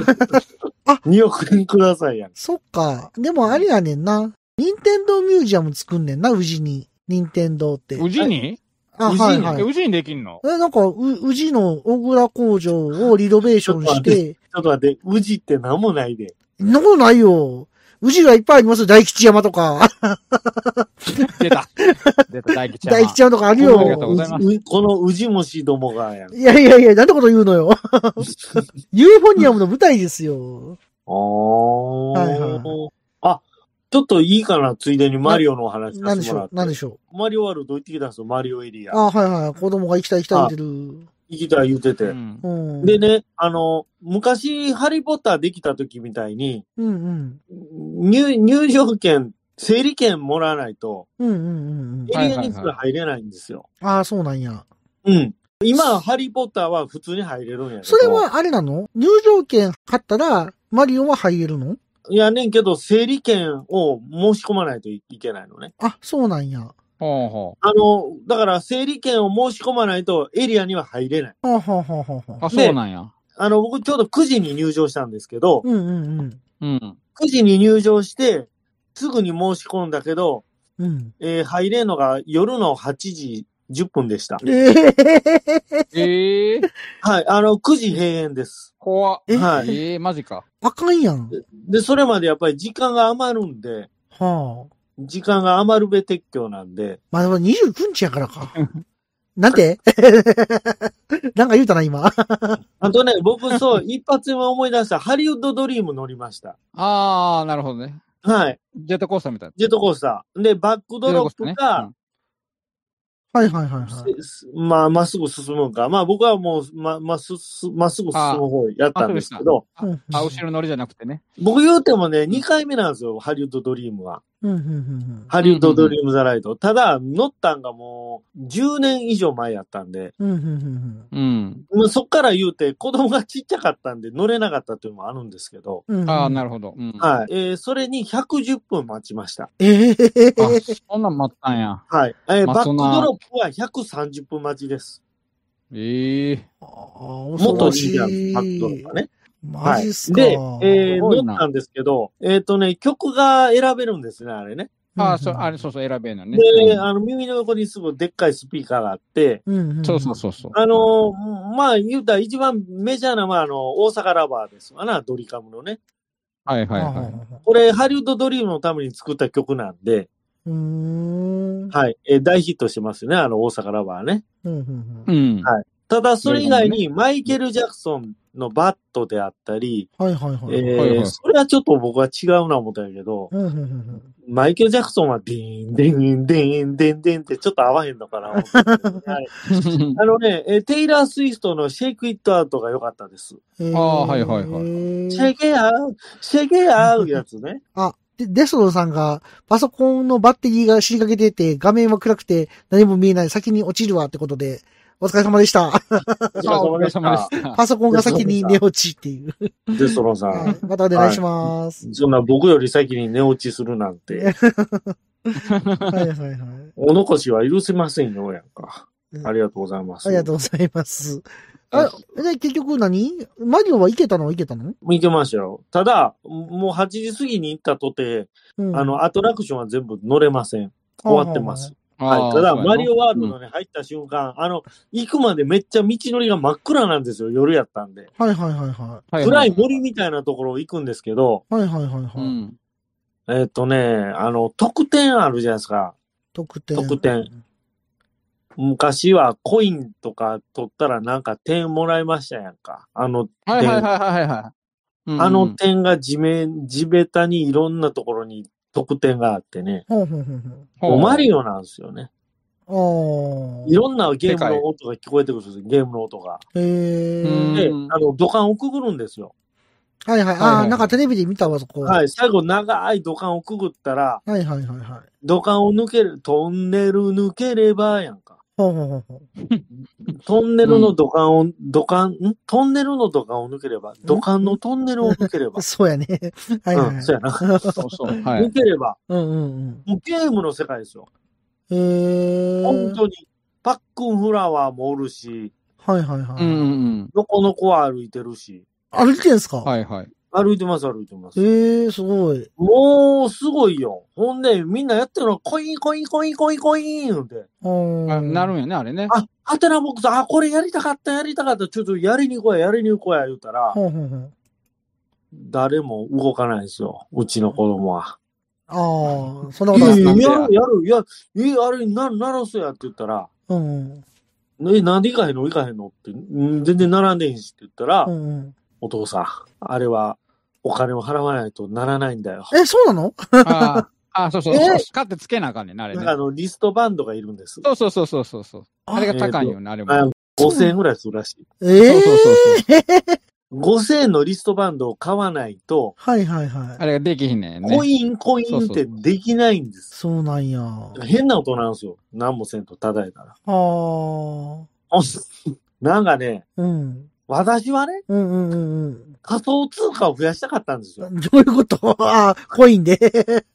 2億円くださいやん。そっか。でもあれやねんな。任天堂ミュージアム作んねんな、宇治に。任天堂って。宇治にあ、宇治はいにはい。宇治にできんの [LAUGHS] え、なんか、う宇治の小倉工場をリノベーションして、ちょっと待って、宇治って何もないで。んなことないよ。宇治はいっぱいありますよ。大吉山とか、出た。出た、大吉山。大吉山とかあるありがとよ。うございますううこの宇治虫どもがやん。いやいやいや、なんてこと言うの [LAUGHS] よ。ユーフォニアムの舞台ですよ。おー。はいはあ、ちょっといいかな、ついでにマリオのお話なさんでせてしもょらっうて。なんでしょマリオワールド行ってきたんですよ、マリオエリうア。あ、はいはい。子供が行きたい行きたい言ってる。行きたい言うてて。うんうん。でね、あの、昔、ハリーポッターできた時みたいに、うんうん。入、入場券、整理券もらわないと、うんうんうんうんエ。リアにしはいはいはか入れないんですよ。ああ、そうなんや。うん。今、ハリーポッターは普通に入れるんやけど。それはあれなの入場券買ったら、マリオは入れるのいやねんけど、整理券を申し込まないといけないのね。あ、そうなんや。はほうほあの、だから、整理券を申し込まないとエリアには入れない。あ、はあはあはあはう。あ、あ、そうなんや。あの、僕ちょうど9時に入場したんですけど、うんうんうん。うん。 9時に入場して、すぐに申し込んだけど、うん。えー入れんのが夜の8時10分でした。ええええー、はい、あの、9時閉園です。怖っ。えはい。ええー、マジか。あかんやん。で、それまでやっぱり時間が余るんで、はあ。時間が余るべ鉄橋なんで、まあでも29日やからか。なんて [LAUGHS] なんか言うたな、今。あとね、僕 [LAUGHS] そう、一発目思い出したハリウッドドリーム乗りました。あー、なるほどね。はい。ジェットコースターみたいな。ジェットコースター。で、バックドロップか、はいはいはいはい。すまあ、まっすぐ進むんか。まあ、僕はもう、ま、まっすぐ、まっすぐ進む方やったんですけど、あうんあ、後ろ乗りじゃなくてね。僕言うてもね、2回目なんですよ、ハリウッドドリームは。うんうんうんハリウッドドリームザライド。ただ、乗ったんがもう、10年以上前やったんで、うん。うんうんうんうん。もうそっから言うて、子供がちっちゃかったんで乗れなかったっていうのもあるんですけど、うん。うんあー、なるほど。うん。はい。えーそれに110分待ちました。ええあ、そんなん待ったんや。はい。えーまあバッそクんなドロップは130分待ちです。ええー。あー恐元ろリしーダーいのバックドロップはね。マはジいっす。か。で、えーすごい乗なったんですけど、えっ、とね、曲が選べるんですね、あれね。あー、そう、あれ、そうそう、選べんのね。で、うんあの、耳の横にすぐでっかいスピーカーがあって、うんんんそうそうそうそう。あのーまあ、言うたら一番メジャーな、まあ、あの、大阪ラバーですわな、ドリカムのね。はいはいははいい。はいはいこれ、ハリウッドドリームのために作った曲なんで、うーん。はい、えー大ヒットしてますよね、あの、大阪ラバーね。うんうんうん [LAUGHS] うん。はいただ、それ以外に、マイケル・ジャクソンのバットであったり、はいはいはい。えはいはー、いそれはちょっと僕は違うな思ったんやけど、うんうんうんうんマイケル・ジャクソンは、ディーン、ディーン、ディーン、ディーン、ディーンってちょっと合わへんのかな思ったんだけ [LAUGHS] どね。はいあのね、えーテイラー・スウィフトのシェイク・イット・アウトが良かったです。えーああはいはいはいシェイケアウ、シェイケ [LAUGHS] アウやつね。で、デスローさんが、パソコンのバッテリーが死にかけてて、画面は暗くて、何も見えない、先に落ちるわってことで、お疲れ様でした。おあお疲れ様でし。た。パソコンが先に寝落ちっていう。デスロンさはんい。またお願いします。そんな僕より先に寝落ちするなんて、はいはいはい。お残しは許せませんよ、やんかう。んありがとうございます。ありがとうございます。あ、で、結局何マリオはいけたのいけたの見てましたよ。ただ、もう8時過ぎに行ったとて、うんあの、アトラクションは全部乗れません。終わってます。。はい。ただ、マリオワールドに入った瞬間、あの、行くまでめっちゃ道のりが真っ暗なんですよ。夜やったんで。はいはいはいは暗い森みたいなところを行くんですけど、い。はいはいはいはい。えっとね、あの、特典あるじゃないですか。特典。特典。昔はコインとか取ったらなんか点もらいましたやんか。あの、はいはいはいはいはい。あの点が地面、地べたにいろんなところに特典があってね。ほうほうほうもうマオ。リオなんですよね。ほう。いあろんなゲームの音が聞こえてくるんですよ、ゲームの音が。あ。へうえん。で、あの、土管をくぐるんですよ。はいはい。はいあはあ、いなんかテレビで見たわ、そこ。ははいい、最後長い土管をくぐったら、はいはいはい。土管を抜ける、トンネル抜ければやんか。ほうほうほうほう。トンネルの土管を、土管、んトンネルの土管を抜ければ、土管のトンネルを抜けれ [LAUGHS] ば。そうやね。はいはい。うん、そうやな。そうそう。はい抜。ければ、うんうんもうゲームの世界ですよ。うん。へえ。本当に。パックンフラワーもおるし、はいはいはうい。ん。のこのこは歩いてるし、歩いてんすかはいはい。歩いてます、歩いてます。ええ、すごい。もう、すごいよ。ほんで、みんなやってるの、コイン、コイン、コイン、コイン、コイン、言うんで。ああ。なるんよね、あれね。あ、ハテナボックス、あ、これやりたかった、やりたかった、ちょっとやりに行こうや、やりに行こうや、言うたら、ほうほうほう。誰も動かないんですよ、うちの子供は。ああ、そんないことやあったいや、んやだ。る、やる、いや、え、あれ、な、ならすやって言ったら、うんうん。え、なんで行かへんの行かへんのって、うん全然並んでへんしって言ったら、うんうん。お父さん、あれはお金を払わないとならないんだよ。え、そうなのああ、そうそう。使ってつけなあかんねん、あれなねんか。あの、リストバンドがいるんです。そうそうそうそうそう。あれが高いよね、あれも。あ5000円ぐらいするらしい。えそうえそうそうそう。 5000円のリストバンドを買わないと、はいはいはあい。れができひんねんねコ。インコインってできないんです。そうなんや。変な音なんですよ。何もせんと叩いたら。あ [LAUGHS] あ。あなんかね、うん。私はね、うんうんうんうん。仮想通貨を増やしたかったんですよ。どういうこと [LAUGHS] ああ、コインで。 [LAUGHS]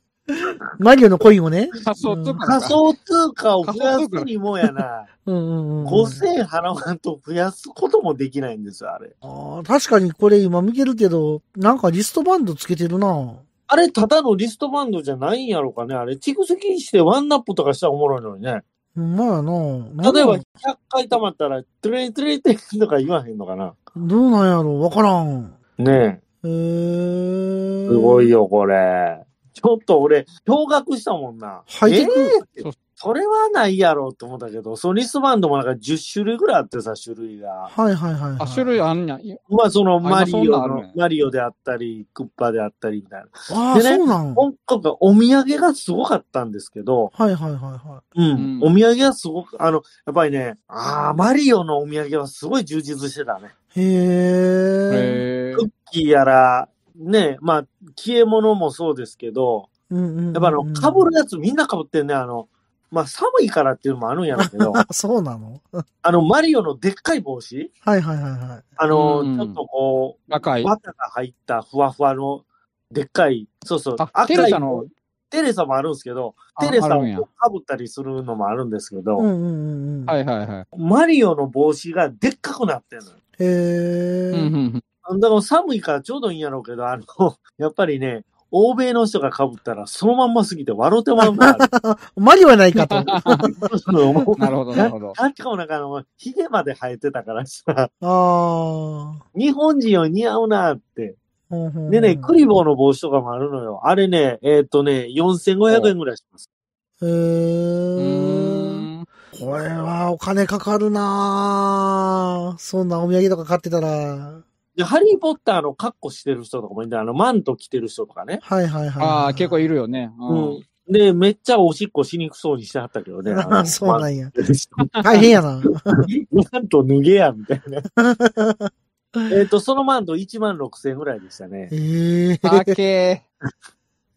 マリオのコインをね。仮想通貨仮想通貨を増やすにもやな、うんうんうん。 5000円払わんと増やすこともできないんですよ、あれ。ああ、確かにこれ今見てるけど、なんかリストバンドつけてるな。あれ、ただのリストバンドじゃないんやろかね。あれ、蓄積してワンナップとかしたらおもろいのにね。うんまあな。例えなば、ん100回溜まったら、トゥレイトゥレイトゥレイとか言わへんのかな。どうなんやろわからん。へねえ。え。すすごい。よ、これ。ちょっと俺、驚愕したもんな。ハイテクえーってそれはないやろって思ったけど、そのリストバンドもなんか10種類ぐらいあってさ、種類が。はいはいはいはい。あ、種類あんや。まあ、そのマリオあ今そんなんあの、るねマリオであったり、クッパであったりみたいな。ああ、でねそうなん。はい今回お土産がすごかったんですけど、はいはいはうん、うんお土産はすごく、あの、やっぱりね、ああ、マリオのお土産はすごい充実してたね。い。へえ。へクッキーやら、ね、まあ、消え物もそうですけど、うんうんうんうん。やっぱあの、被るやつみんな被ってんね、あの、まあ、寒いからっていうのもあるんやろうけ [LAUGHS] ど、あ、そうなの [LAUGHS] あの、マリオのでっかい帽子はいはいはいはい。あの、うんちょっとこう、赤いバタが入ったふわふわの、でっかい、そうそう、あ、テレサの。テレサもあるんですけど、あテレサあをる被んやったりするのもあるんですけど、うんうんうんうん。はいはいはい。マリオの帽子がでっかくなってんのよ。へえう。んうんだから寒いからちょうどいいんやろうけど、あの、 [LAUGHS] やっぱりね、欧米の人が被ったらそのまんますぎて笑うてまうのがあるマリオやない [LAUGHS] かと。 [LAUGHS] そのもうなるほどなるほどなんていうかもうなんかあの、ヒゲまで生えてたからさ、ああ。日本人は似合うなって。ほうほうほうでね、クリボーの帽子とかもあるのよ。あれね、えーっとね、4500円ぐらいします。へうーん。これはお金かかるなぁそんなお土産とか買ってたら。で、ハリー・ポッターの格好してる人とかもいて、あの、マント着てる人とかね。はいはいはい、はい。ああ、結構いるよね。う。うんん。で、めっちゃおしっこしにくそうにしてはったけどね。あ [LAUGHS] [LAUGHS] のそうなマンんや。ト着てる人大変やな。 [LAUGHS] [LAUGHS] マント脱げや、みたいな。えっと、そのマント1万6千ぐらいでしたね。ええ [LAUGHS] あけ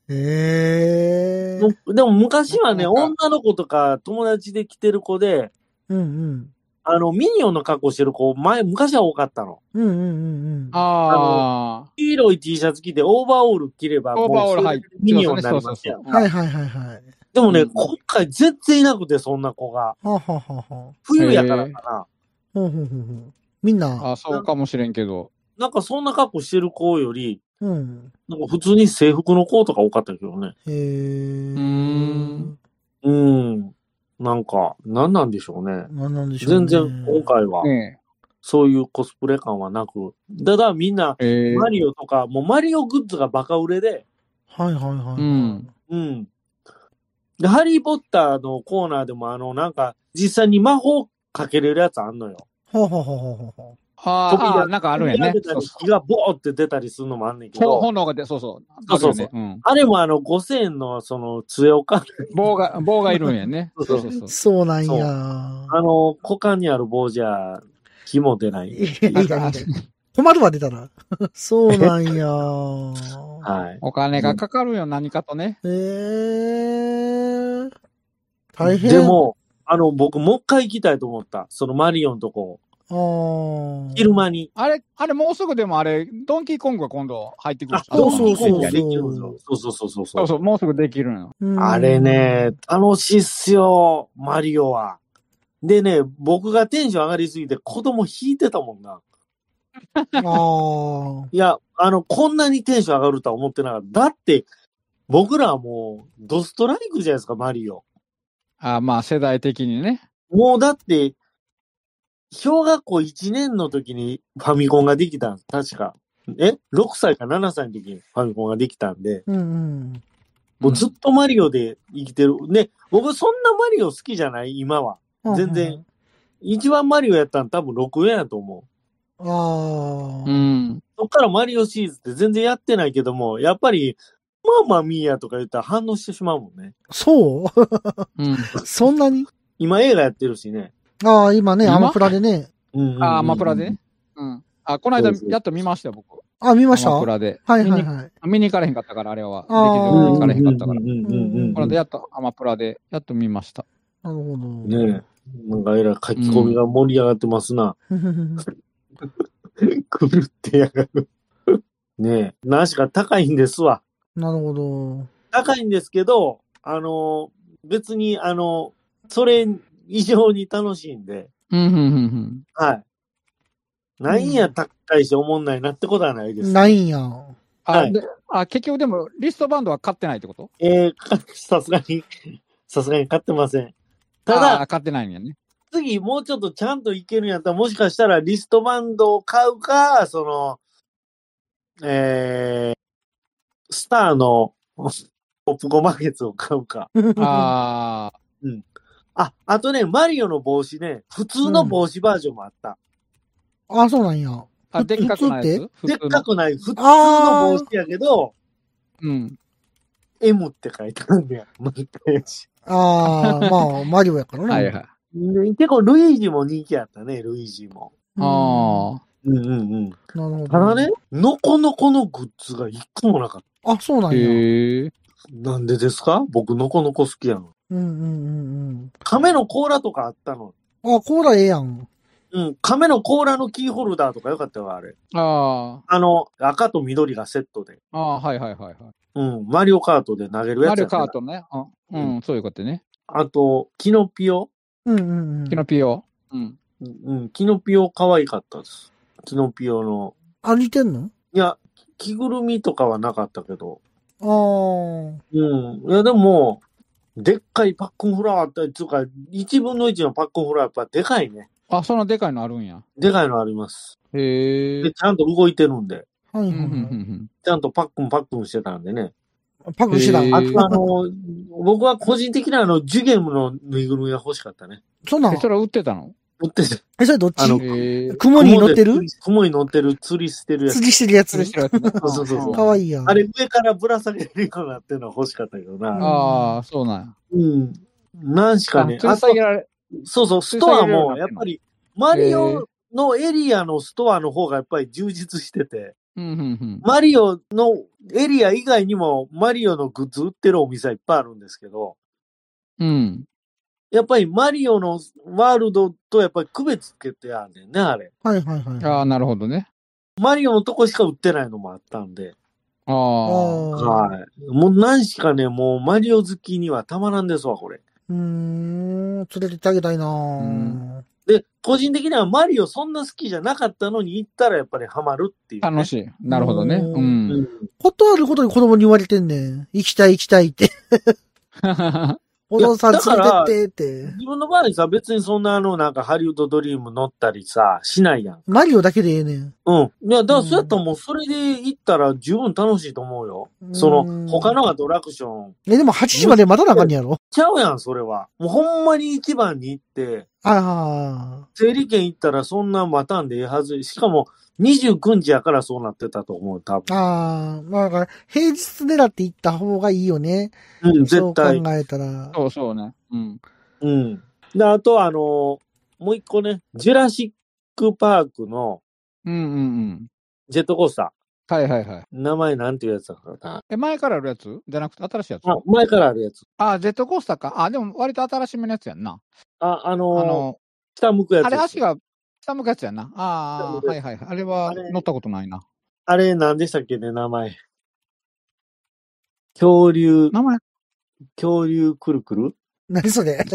ええもうでも昔はね、なんか女の子とか友達で来てる子で、うんうん。あの、ミニオンの格好してる子、前、昔は多かったの。うんうんうんうん。あ黄色い T シャツ着て、オーバーオール着れば、オーバーオもうそールれではいミニオンになりますよそうそうそう。はいはいはいはい。でもね、うん今回全然いなくて、そんな子が。はあ、はあはあはあ、ほ冬やからかな。うほうほうほう。みんあ。な、あそうかもしれんけど。なんかそんな格好してる子より、うん。なんか普通に制服の子とか多かったけどね。へえ。うーん。うん。なんか、何なんでしょうね。なんなんでしょう、全ね。然今。回は、ねそういうコスプレ感はなく、ただみんな、え。えーマリオとか、もうマリオグッズがバカ売れで、はいはいはい。うん。うん。で、ハリー・ポッターのコーナーでも、あの、なんか、実際に魔法かけれるやつあんのよ。ほうほうほうほうほうほあーあー、なんかあるんやね火。そうそう。がボーって出たりするのもあんねんけど、炎が出、そうそう。そうそうそうあるよね。あれもあの、5000円の、その、杖をか、うん。棒が、棒がいるんやね。 [LAUGHS] そうそそううそうそう [LAUGHS] う。。そうなんや。あの、股間にある棒じゃ、気も出ない。いやいやいや困るわ、出た [LAUGHS] ら。そうなんや。はい。お金がかかるよ、何かとね。ええ大変。で、も、あの、僕、もう一回行きたいと思った。そのマリオのとこ、ああ。昼間に。あれ、あれ、もうすぐでもあれ、ドンキーコングが今度入ってくるあでし、ょそうそうそうドンキーコングができるんですよそうそうそうそう。そうそう、もうすぐできるのよ。うんあれ。ね、楽しいっすよ、マリオは。でね、僕がテンション上がりすぎて子供引いてたもんな。ああ。いや、あの、こんなにテンション上がるとは思ってなかった。だって、僕らはもう、ドストライクじゃないですか、マリオ。あーまあ、世代的にね。もうだって、小学校1年の時にファミコンができたん確か。え ?6 歳か7歳の時にファミコンができたんで、うんうん。もうずっとマリオで生きてる。ね、僕そんなマリオ好きじゃない今は。 [LAUGHS] 全然。一番マリオやったの多分6円やと思う。ああ。うん。そっからマリオシリーズって全然やってないけども、やっぱり、まあまあミーやとか言ったら反応してしまうもんね。そう [LAUGHS] うん。そんなに今映画やってるしね。ああ、今ね、今アマプラでね。うんうんうんあー、アマプラでね。うん。あ、この間そうそ、うやっと見ましたよ、僕。あ、見ましたアマプはラで。いはい見にはい。見に行かれへんかったから、あれは。できあーるうよん行うかんれへんかったから。うんうんうんこれでやっとアマプラで、やっと見ました。なるほど。ねえ。なんかえらい書き込みが盛り上がってますな。狂ってやがる。ねえ。何しか高いんですわ。 [LAUGHS] なるほど。高いんですけど、あの、別に、あの、それ以上に楽しいんで、うん、うん、うん、はい。なんや、高いし、おもんないなってことはないです。ない [LAUGHS] んや。あはいであ、結局でも、リストバンドは買ってないってことえーかさすがに、 [LAUGHS] さすがに買ってません。たあーだ、買ってないんやね。次もうちょっとちゃんといけるんやったら、もしかしたらリストバンドを買うか、その、えー、スターのポップコマケツを買うか。 [LAUGHS] ああ、あ、あとね、マリオの帽子ね、普通の帽子バージョンもあった。あ、そうなんや。あ、でっかくないやつ普でっ通かの。くない、普通のあー帽子やけど、うん。 M って書いてあるんだよ。毎回ああ、まあ、マリオやからな。はいはい。あね結構、ルイージも人気やったね、ルイージも。うんあうんうんうん。なるほど。ただね、のこのこのグッズが一個もなかった。あ、そうなんー。や。へえ。なんでですか僕、のこのこ好きやの。うんうんうん亀の甲羅とかあったの。うん。あ、コーラええやん。うん、亀の甲羅のキーホルダーとかよかったわ、あれ。ああ。あの、赤と緑がセットで。ああ、はいはいはいはい。うん、マリオカートで投げるやつマリやオったなカートね。あうん、そういうことね。あと、キノピオ。うんうんうんキ。ノピオ。うん。うん、キノピオ可愛かったです。キノピオの。あ、似てんのいや、着ぐるみとかはなかったけど。あうん。いや、でも、でっかいパックンフラワーって、つうか、1分の1のパックンフラワーやっぱでかいね。あ、そのでかいのあるんや。でかいのあります。へえで、。ちゃんと動いてるんで。あ。はいうんはういんはい。うんちゃんとパックンパックンしてたんでね。パクしてた。へーあとあの、僕は個人的なあの、ジュゲムのぬいぐるみが欲しかったね。そんなんえ、それは売ってたの持ってて。え、それどっちあのえー雲に乗ってる雲に乗ってる、釣りしてるやつ。釣りしてるやそつれ。知らなかったそうそうそうかわいいやん。あれ上からぶら下げるようになってるのは欲しかったけどな。ああ、そうなんや。うん。なんしかね。あ吊あり下とげ、られそうそう、ストアも、やっぱり、マリオのエリアのストアの方がやっぱり充実してて、うんうんうん。マリオのエリア以外にもマリオのグッズ売ってるお店はいっぱいあるんですけど、うん。やっぱりマリオのワールドとやっぱり区別つけてあんねんね、あれ。はいはいはい。ああ、なるほどね。マリオのとこしか売ってないのもあったんで。あああ。あ。はい。もう何しかね、もうマリオ好きにはたまらんですわ、これ。うーん、連れてってあげたいなぁんで、個人的にはマリオそんな好きじゃなかったのに行ったらやっぱりハマるっていう、楽しい。なるほどね。ううんん。うん。ことあることに子供に言われてんねん。行きたい行きたい [LAUGHS] って。お父さん連れてってって。自分の場合さ、別にそんなあの、なんかハリウッドドリーム乗ったりさ、しないやん。マリオだけでええねん。うん。いや、だからうんそうやったらもうそれで行ったら十分楽しいと思うよ。そうんの、他のアトラクション。え、でも8時まで待たなあかんねやろちゃうやん、それは。もうほんまに一番に行って、ああ。整理券行ったらそんな待たんでええはず。しかも、29日やからそうなってたと思う、多分。ああ、まあ、だから平日狙って行った方がいいよね。うん、そ絶う考対。えたら。 [LAUGHS] そうそうね。うん。うん。で、あとはあのもう一個ね、ジュラシックパークのうんうんうん。ジェットコースタはいはいはい。ー。名前なんていうやつだったかな。え、前からあるやつじゃなくて新しいやつあ、前からあるやつ。ああ、ジェットコースターか。あでも割と新しめのやつやんな。あ、あのあーの、下向くやつ。あれ足。が下向くやつやんな。ああ、はいはいはい。あれはあれ乗ったことないな。あれ、何でしたっけね、名前。恐竜、[LAUGHS] 名前、恐竜くるくる何それ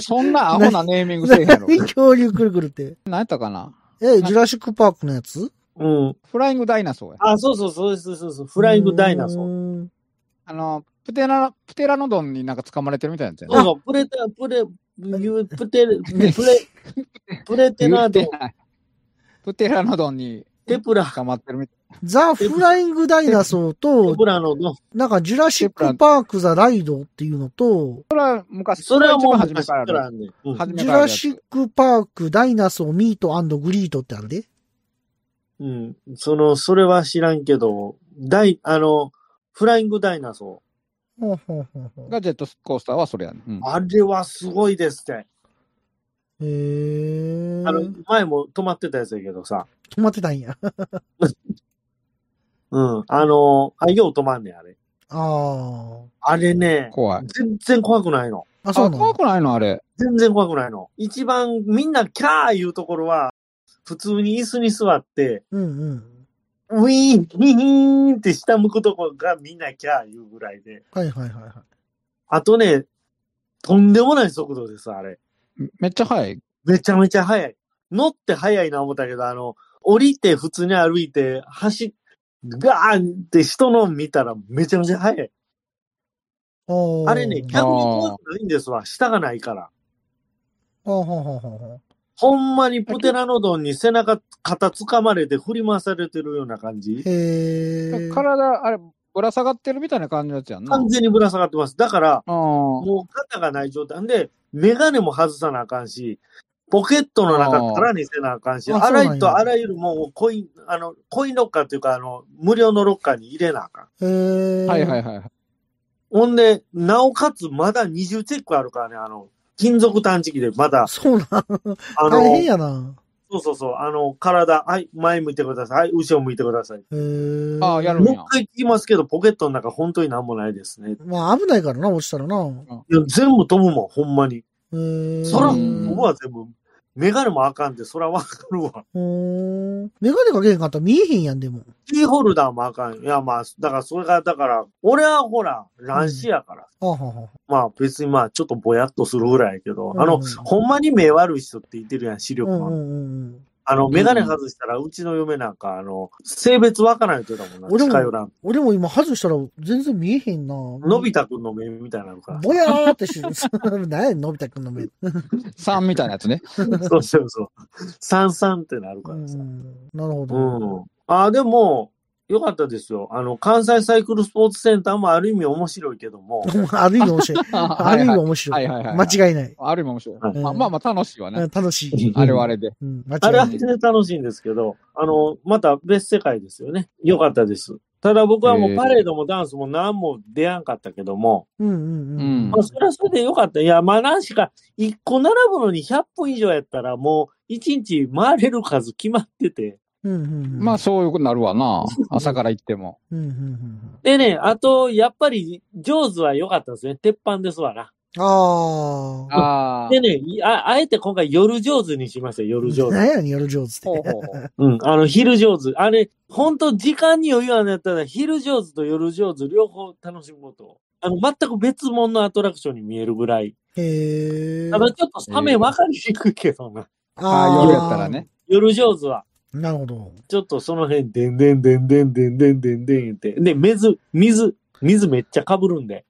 そんなアホなネーミングせえへんやろ。恐竜くるくるって。何やったかな。え、ジュラシックパークのやつうん。フライングダイナソーや。あ、そうそうそうそうそうそう。フライングダイナソー。ー。あの、プテラ、プテラノドンになんか掴まれてるみたいなやつやそうな。そう、プレテ、プレ、ゆプテレ、プレ、 [LAUGHS] プレテナー言ドう、てない [LAUGHS] プテラノドンにテプラ、捕まってるみたいザ・フライング・ダイナソーテとプ、ラのの、なんかジュラシック・パーク・ザ・ライドっていうのと、な。昔、それはもう一番初め昔かかららある。あんねん。うん初めジかュらあラるやつシック・パーク・ダイナソー・ミートグリートってあるで。うん。その、それは知らんけど、ダイ、あの、フライングダイナソほうほうほうほうがジェットコースターはそれやね。うんー。あれはすごいですって。へえ。あの、前も止まってたやつやけどさ。止まってたんや。あうん。あの、あ、よう止まんねん、あれ。あ。あれね、怖い。全然怖くないの。あ、あ、そうな怖のくないのあれ。全然怖くないの。一番みんなキャー言うところは、普通に椅子に座って、うんうん。ウィーン、ウィーンって下向くとこがみんなキャー言うぐらいで。はいはいはいはい。あとね、とんでもない速度です、あれ。めっちゃ速い。めちゃめちゃ速い。乗って速いな思ったけど、あの、降りて普通に歩いて、走っ、ガーンって人の見たらめちゃめちゃ速い。あーあれね、逆に怖くないんですわ。下がないから。ほうほうほうほうほうほんまにプテラノドンに背中、肩掴まれて振り回されてるような感じ。へえ。体、あれ、ぶら下がってるみたいな感じのやつやんな。完全にぶら下がってます。だから、あーもう肩がない状態んで、メガネも外さなあかんし、ポケットの中からにせなあかんし、あーああらそうなんゆやとあらゆるもうコイン、あの、コインロッカーっていうか、あの、無料のロッカーに入れなあかん。へえ。。はいはいいはい。ほんで、なおかつまだ二重チェックあるからね、あの、金属探知機でまだ、そうなん。あ大変の、やな。そうそうそう、あの、体、はい、前向いてください、はい、後ろ向いてください。へえ。ああ、やるんもう一や。回聞きますけど、ポケットの中本当になんもないですね。まあ危ないからな、落ちたらな。いや、全部飛ぶもん、ほんまに。へえ。そら、ううんん僕は全部、メガネもあかんで、そらわかるわ。ほーメガネかけへんかったら見えへんやん、でも。キーホルダーもあかん。いや、まあ、だから、それが、だから、俺はほら、乱視やから。あはは。まあ、別にまあ、ちょっとぼやっとするぐらいやけど、うんあの、ほんまに目悪い人って言ってるやん、視う力んも。うんうんうん。あの、メガネ外したら、うちの嫁なんか、あの、性別わからないって言うたもん俺な、も近寄らん。俺も今外したら全然見えへんな。のび太くんの目みたいになるから。ぼやーってして [LAUGHS] る。何やねん、のび太くんの目。 3みたいなやつね。そうそうそう。さんさんってなるうからさ。ん、なるほうど。ん。あ、でも、良かったですよ。あの、関西サイクルスポーツセンターもある意味面白いけども、ある意味面白い。あある意味面白 [LAUGHS] はいい。はいはい。間違いない。ある意味面白い。はいまあまあまあ楽しいわうねん。楽しい。あれはあれで。うん、間違あいれなはいあれ。で楽しいんですけど、あの、また別世界ですよね。良かったです。ただ僕はもへうーパレードもダンスも何も出やんかったけども、うんうんううん。んまあ、。それはそれで良かった。いや、まあ何しか、1個並ぶのに100分以上やったらもう1日回れる数決まってて。うんうんうん。まあ、そういうことになるわな。朝から行っても。うんうんうん。でね、あと、やっぱり、上手は良かったですね。鉄板ですわな。ああ。ああ。でね、いああえて今回夜上手にしましたよ、夜上手。何やねん、夜上手って。ほうほうほう。うん、あの、昼上手。あれ、本当時間に余裕あるんやったら、昼上手と夜上手、両方楽しむことを。あの、全く別物のアトラクションに見えるぐらい。へえ。ただちょっとサメ分かりにくいけどな。あーあ、夜やったら。ね。夜上手は、なるほど。ちょっとその辺、でんでんでんでんでんでんでんでんって。で、水、水、水めっちゃ被るんで。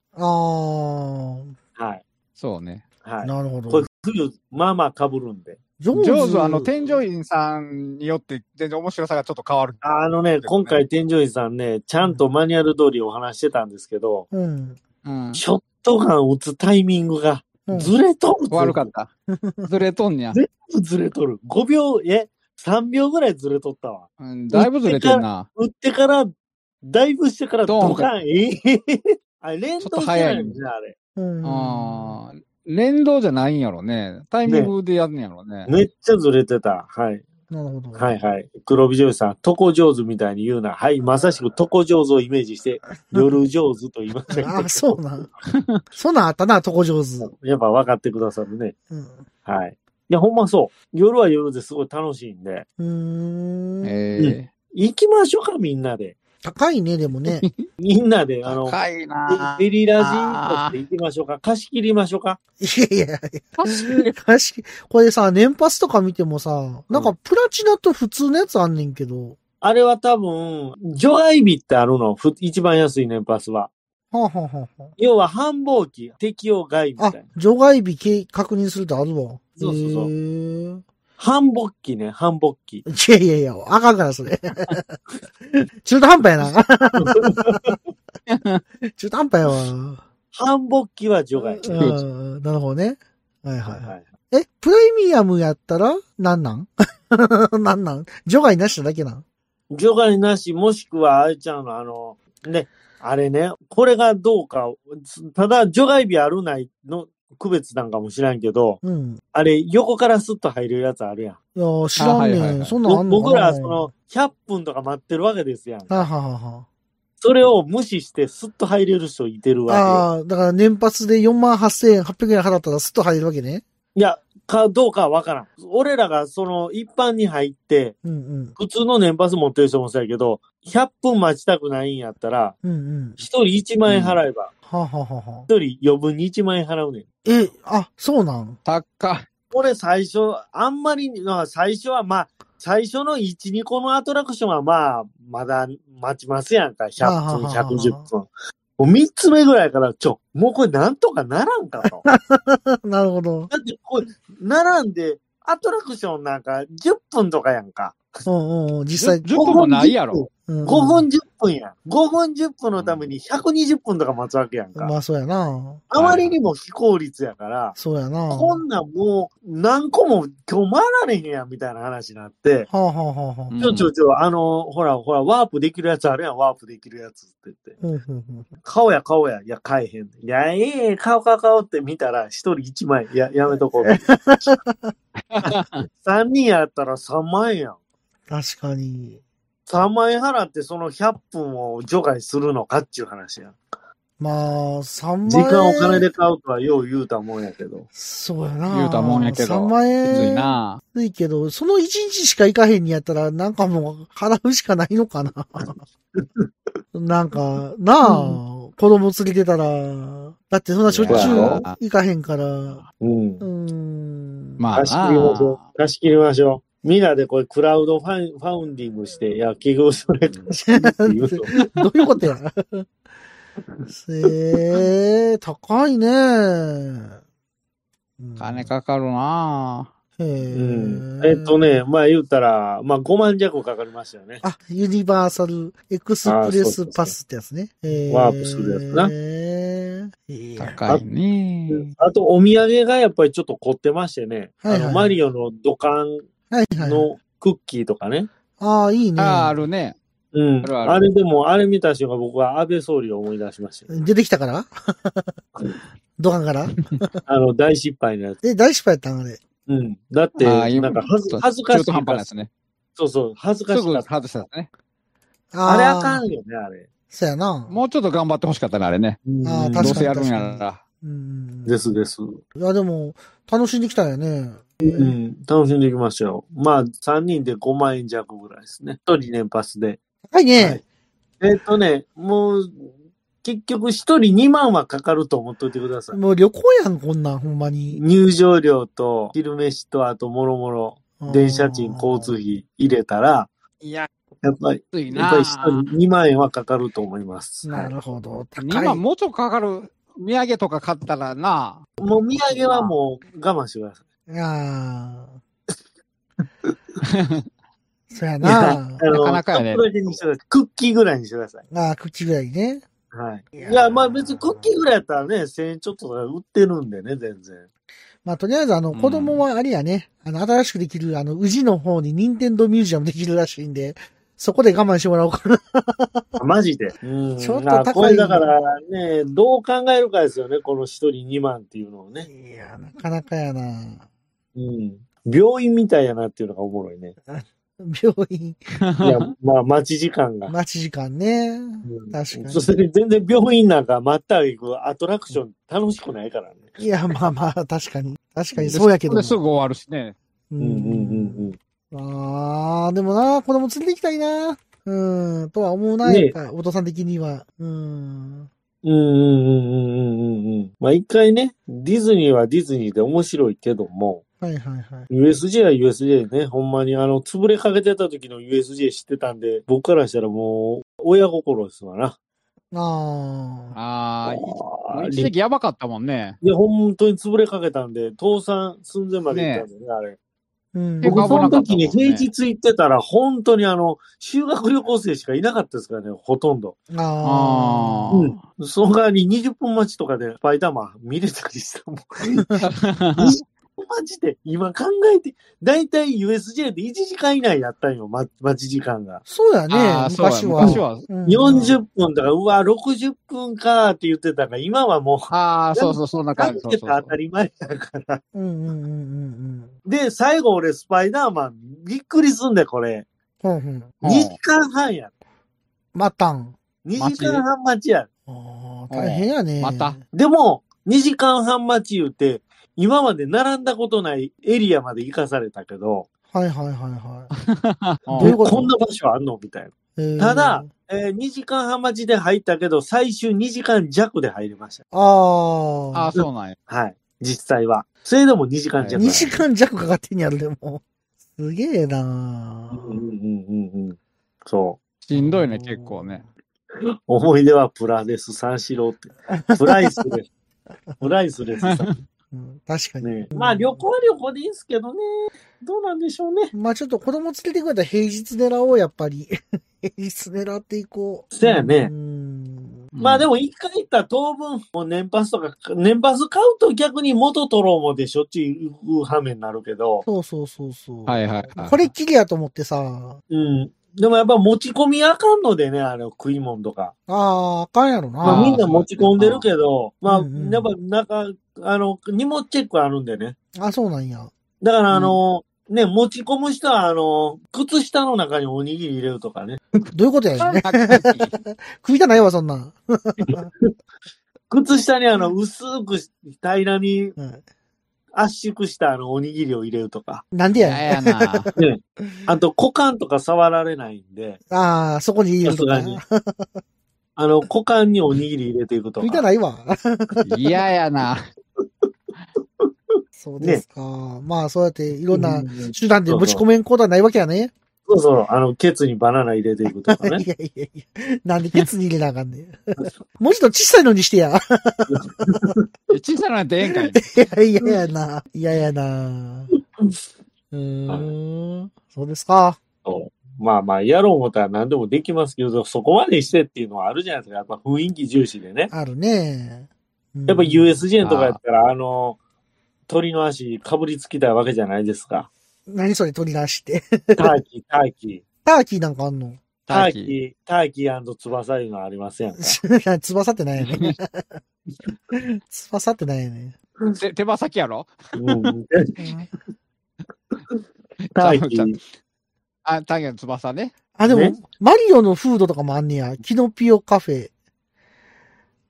あはい。そうね。あ、はい。なるほど。これ、冬、まあまあ被るんで。上上手はあの、添乗員さんによって、全然面白さがちょっと変わる。あのね、今回、天井員さんね、ちゃんとマニュアル通りお話ししてたんですけど、うん。うん。ショットガン打つタイミングが、うんずれとる。悪 [LAUGHS] かった。ずれとんにゃ。ずれとる。5秒、え、3秒ぐらいずれとったわ。うんだいぶずれてんな。打ってから、だいぶしてからドドーンカン。ええあれ、連動してないんじゃあれ。うん。ああ。連動じゃないんやろね。タイミングでやるんやろね。めっちゃずれてた。はい。なるほど。はいはい。黒美女優さん、床上手みたいに言うな。はい。まさしく床上手をイメージ [LAUGHS] して、夜上手と言いましたけど。ああ、そうなん。 [LAUGHS] そんなんあったな、床上手。やっぱ分かってくださるね。うん。はい。いや、ほんまそう。夜は夜ですごい楽しいんで。うーん。ええ。行きましょうか、みんなで。高いね、でもね。 [LAUGHS] みんなで、あの、高いな。デリラジーとして行きましょうか。貸し切りましょうか。いやいや、確かに、これさ、年パスとか見てもさ、なんかプラチナと普通のやつあんねんけど。あれは多分、除外日ってあるの。ふ一番安い年パスは。はあ、はあはあは要は繁忙期、適用外みあ、あたいな。除外日け確認するってあるわ。そうそうそうへー繁忙期ね、繁忙期。いやいやいや、あかんから、それ。 [LAUGHS] 中途半端や [LAUGHS] な。中途半端やわ。繁忙期は除外。うん、なるほどね。はいはいははいい。え、プレミアムやったら、なんなん [LAUGHS] なんなん除外なしなだけなん除外なし、もしくはあれちゃうの、あの、ね、あれね、これがどうか、ただ除外日あるないの区別なんかもしらんけど、うん。あれ横からスッと入るやつあるやん。いやー、知らんあはいはいねはん。いそんなんあぼんの僕かなら、そ、の、100分とか待ってるわけですやん。はいはいはいはい。それを無視してスッと入れる人いてるわああ、だから年発で4万8800円払ったらスッと入るわけね。け。いや、か、どうかはわからん。俺らがその一般に入って、うんうん。普通の年パス持ってる人もそうやけど、100分待ちたくないんやったら、うんうん。一人1万円払えば、はあ、はあはあはあ、一、人余分に1万円払うねん。え、あ、そうなん高い。俺最初、あんまり、まあ最初はまあ、最初の1、2個のアトラクションはまあ、まだ待ちますやんか。100分、はあはあはあはあ110分。もう3つ目ぐらいから、ちょ、もうこれなんとかならんかと。だなるほど。ってこれ、並んで、アトラクションなんか10分とかやんか。うんうんうん、実際。 10分もないやろ。うんうん5分10分やん。5分10分のために120分とか待つわけやんまか。あ、そうやな。あまりにも非効率やから、そうやな。はこんなんもう何個も今日回られへんやんみたいな話になって、あ、はあはあはあうんちょちょちょ、あの、ほらほら、ワープできるやつあるやん、ワープできるやつって言って。うんうんうん顔や顔や、いや、買えへん。いや、ええ顔顔顔って見たら、一人一万円、いや、やめとこ [LAUGHS] う。三人やったら三万円やん。確かに。三万円払って、その100分を除外するのかっちゅう話やん。まあ、3万円。時間お金で買うとはよう言うたもんやけど。そうやな。言うたもんやけど3万む円。ずいな。ついけど、その1日しか行かへんにやったら、なんかもう払うしかないのかな。なんか、なあ、子供連れてたら、だってそんなしょっちゅういや行かへんから、ううんー。ん。まあ貸し切りましょなう。貸し切りましょう。みんなでこれクラウドファンファウンディングして、いや、企業それ貸し切りって言うと。ど [LAUGHS] ういうことや。えー、高いね。うん金かかるなへうんーえっと。ね、まあ言うたら、まあ5万弱かかりましたよね。あ、ユニバーサルエクスプレスパスってやつね。へワープするやつなへー高いね。あと、お土産がやっぱりちょっと凝ってましてね。はいはいあの、マリオの土管はいはい。のクッキーとかね。ああ、いいね。ああ、あるね。うん。あるあるあれでも、あれ見た瞬間僕は安倍総理を思い出しましたよ。出てきたからドアからあの、大失敗のやつ。え、大失敗やったんあれ。うん。だって、ああ、な今んか恥ず、恥ずか中しい途半か端ならや。つね。そうそう、恥ずすかぐしか外っ。したたね。ああれあかん。んよね、あれ。そうやな。もうちょっと頑張ってほしかったな、あれね。あーう確んどうかにせやるんやら。うん。ですです。いや、でも、楽しんできたんやね。うん。楽しんでいきましたよ。まあ、3人で5万円弱ぐらいですね。1人年パスで。高いね。はいえっとね、もう、結局1人2万はかかると思っといてください。もう旅行やん、こんなん、ほんまに。入場料と、昼飯と、あと、もろもろ、電車賃、交通費。費入れたら、いや、やっぱり、ついやっなぱり1人2万円はかかると思います。なはるほど。高い。今 [LAUGHS] もうちょっとかかる。土産とか買ったらな。い、もう、土産はもう我慢してくださああ。そうやいやな。い。あのなかなかちょっやねとだけにしてください。クッキーぐらいにしてください。ああ、口ぐらいね。はい。いやーや、まあ別にクッキーぐらいやったらね、1000円ちょっとだから売ってるんでね、全然。まあ、とりあえず、あの、うん子供はあれやね、あの、新しくできる、あの、宇治の方に任天堂ミュージアムできるらしいんで、そこで我慢してもらおうかな。マジで。ちょっと高いまあこれだからね、どう考えるかですよね、この1人2万っていうのをね。いや、なかなかやな。うん。病院みたいやなっていうのがおもろい [LAUGHS] ね。病院、いや、まあ待ち時間が。待ち時間ね。うん確かにそして全然病院なんか待ったり行くアトラクション楽しくないからね。いや、まあまあ、確かに。確かに、そうやけども。ですぐ終わるしね。ううんんうんうんうん。ああ、でもな、子供連れて行きたいな。うん、とは思うな、ねえやっぱ、お父さん的には。うん。うんうんうんうんうんうん。まあ一回ね、ディズニーはディズニーで面白いけども、はいはいはい。 USJ は USJ でね、ほんまにあの、潰れかけてた時の USJ 知ってたんで、僕からしたらもう、親心ですわな。ああ。ああ、あ一ー時やばかったもんね。で、本当に潰れかけたんで、倒産寸前まで行ったんだよね、あれ。うん。結僕、構危なそかのったもんね時に平日行ってたら、本当にあの、修学旅行生しかいなかったですからね、ほとんど。あああ。うんその代わり20分待ちとかで、スパイダーマン見れたりしたもん。 [LAUGHS] あ。 20分待ちって、今考えて、だいたい USJ で1時間以内やったんよ、ま待ち時間が。そうやねあー、そうや昔は。昔は。うん40分とか、うわ、60分かって言ってたから、今はもう、ああ、そうそう、そんな買感っじ。そうてそたうらそう当たり前だから。うんうんうんうんで、最後俺、スパイダーマン、びっくりすんだよ、これ。うん。うんうん。2うん時間半や。またん。 2時間半待ちや。ああ、大変やね。また。でも、2時間半待ち言うて、今まで並んだことないエリアまで行かされたけど、はいはいはいはうんどういうことこんな場所あんのみたいい。えー [LAUGHS] な。ただ、、え2時間半待ちで入ったけど、最終2時間弱で入りました。ああああ、、そうなんや。はい。実際は。それでも2時間弱。 2時間弱かかってんやろ、でも。すげえなうんうんうんうん。そう。しんどいね、結構ね。思い出はプラです、三四郎って。プライスです。プライスです。うん確かに。ね、まあ旅行は旅行でいいんですけどね。どうなんでしょうね。まあちょっと子供連れてくれたら平日狙おう、やっぱり。 [LAUGHS] 平日狙っていこう。そうやねうんまあでも、も一回行ったら当分、もう年パスとか、年パス買うと逆に元取ろうもでしょっちゅう羽目になるけど。そうそうそうそう。はいはいはい。これっきりやと思ってさ。うん。でもやっぱ持ち込みあかんのでね、あの食い物とか。ああ、あかんやろな。まーあみんな持ち込んでるけど、まあうんうんやっぱなんか、あの、荷物チェックあるんでね。あ、そうなんや。だからあの、ね、持ち込む人は、あの、靴下の中におにぎり入れるとかね。どういうことやねん。 [LAUGHS] 食いたないわ、そんなん。靴下にあの、薄く平らにうん圧縮したあの、おにぎりを入れるとか。なんでいややねん。やな。ね、あと、股間とか触られないんで、ああ、そこに入れるとかさ。すがにあの、股間におにぎり入れていくと食いたか。ないわ。いややな。そうですか。まあ、そうやっていろんなうん手段で持ち込めんことはないわけやね。そうそう、あの、ケツにバナナ入れていくとかねい。やいやいや。なんでケツに入れなあかんねん。もうちょっと小さいのにしてや。小さななんてええんかい。 [LAUGHS] いやいややな。いややな。うーん。そうですか。まあまあ、やろう思ったら何でもできますけど、そこまでしてっていうのはあるじゃないですか。やっぱ雰囲気重視でね。あるね。うんやっぱ USJ とかやったら、あの、鳥の足かぶりつきたいわけじゃないですか。何それ取り出して。ターキー、ターキー。ターキーなんかあんの [LAUGHS] ターキー、ターキー翼いうのありま [LAUGHS] せんか。翼ってないよね [LAUGHS] ん。翼ってないよねん。手手羽先やろうん、タターーキキーー。あ、ターキーの翼ね。あ、でも、ねマリオのフードとかもあんねや。キノピオカフェ。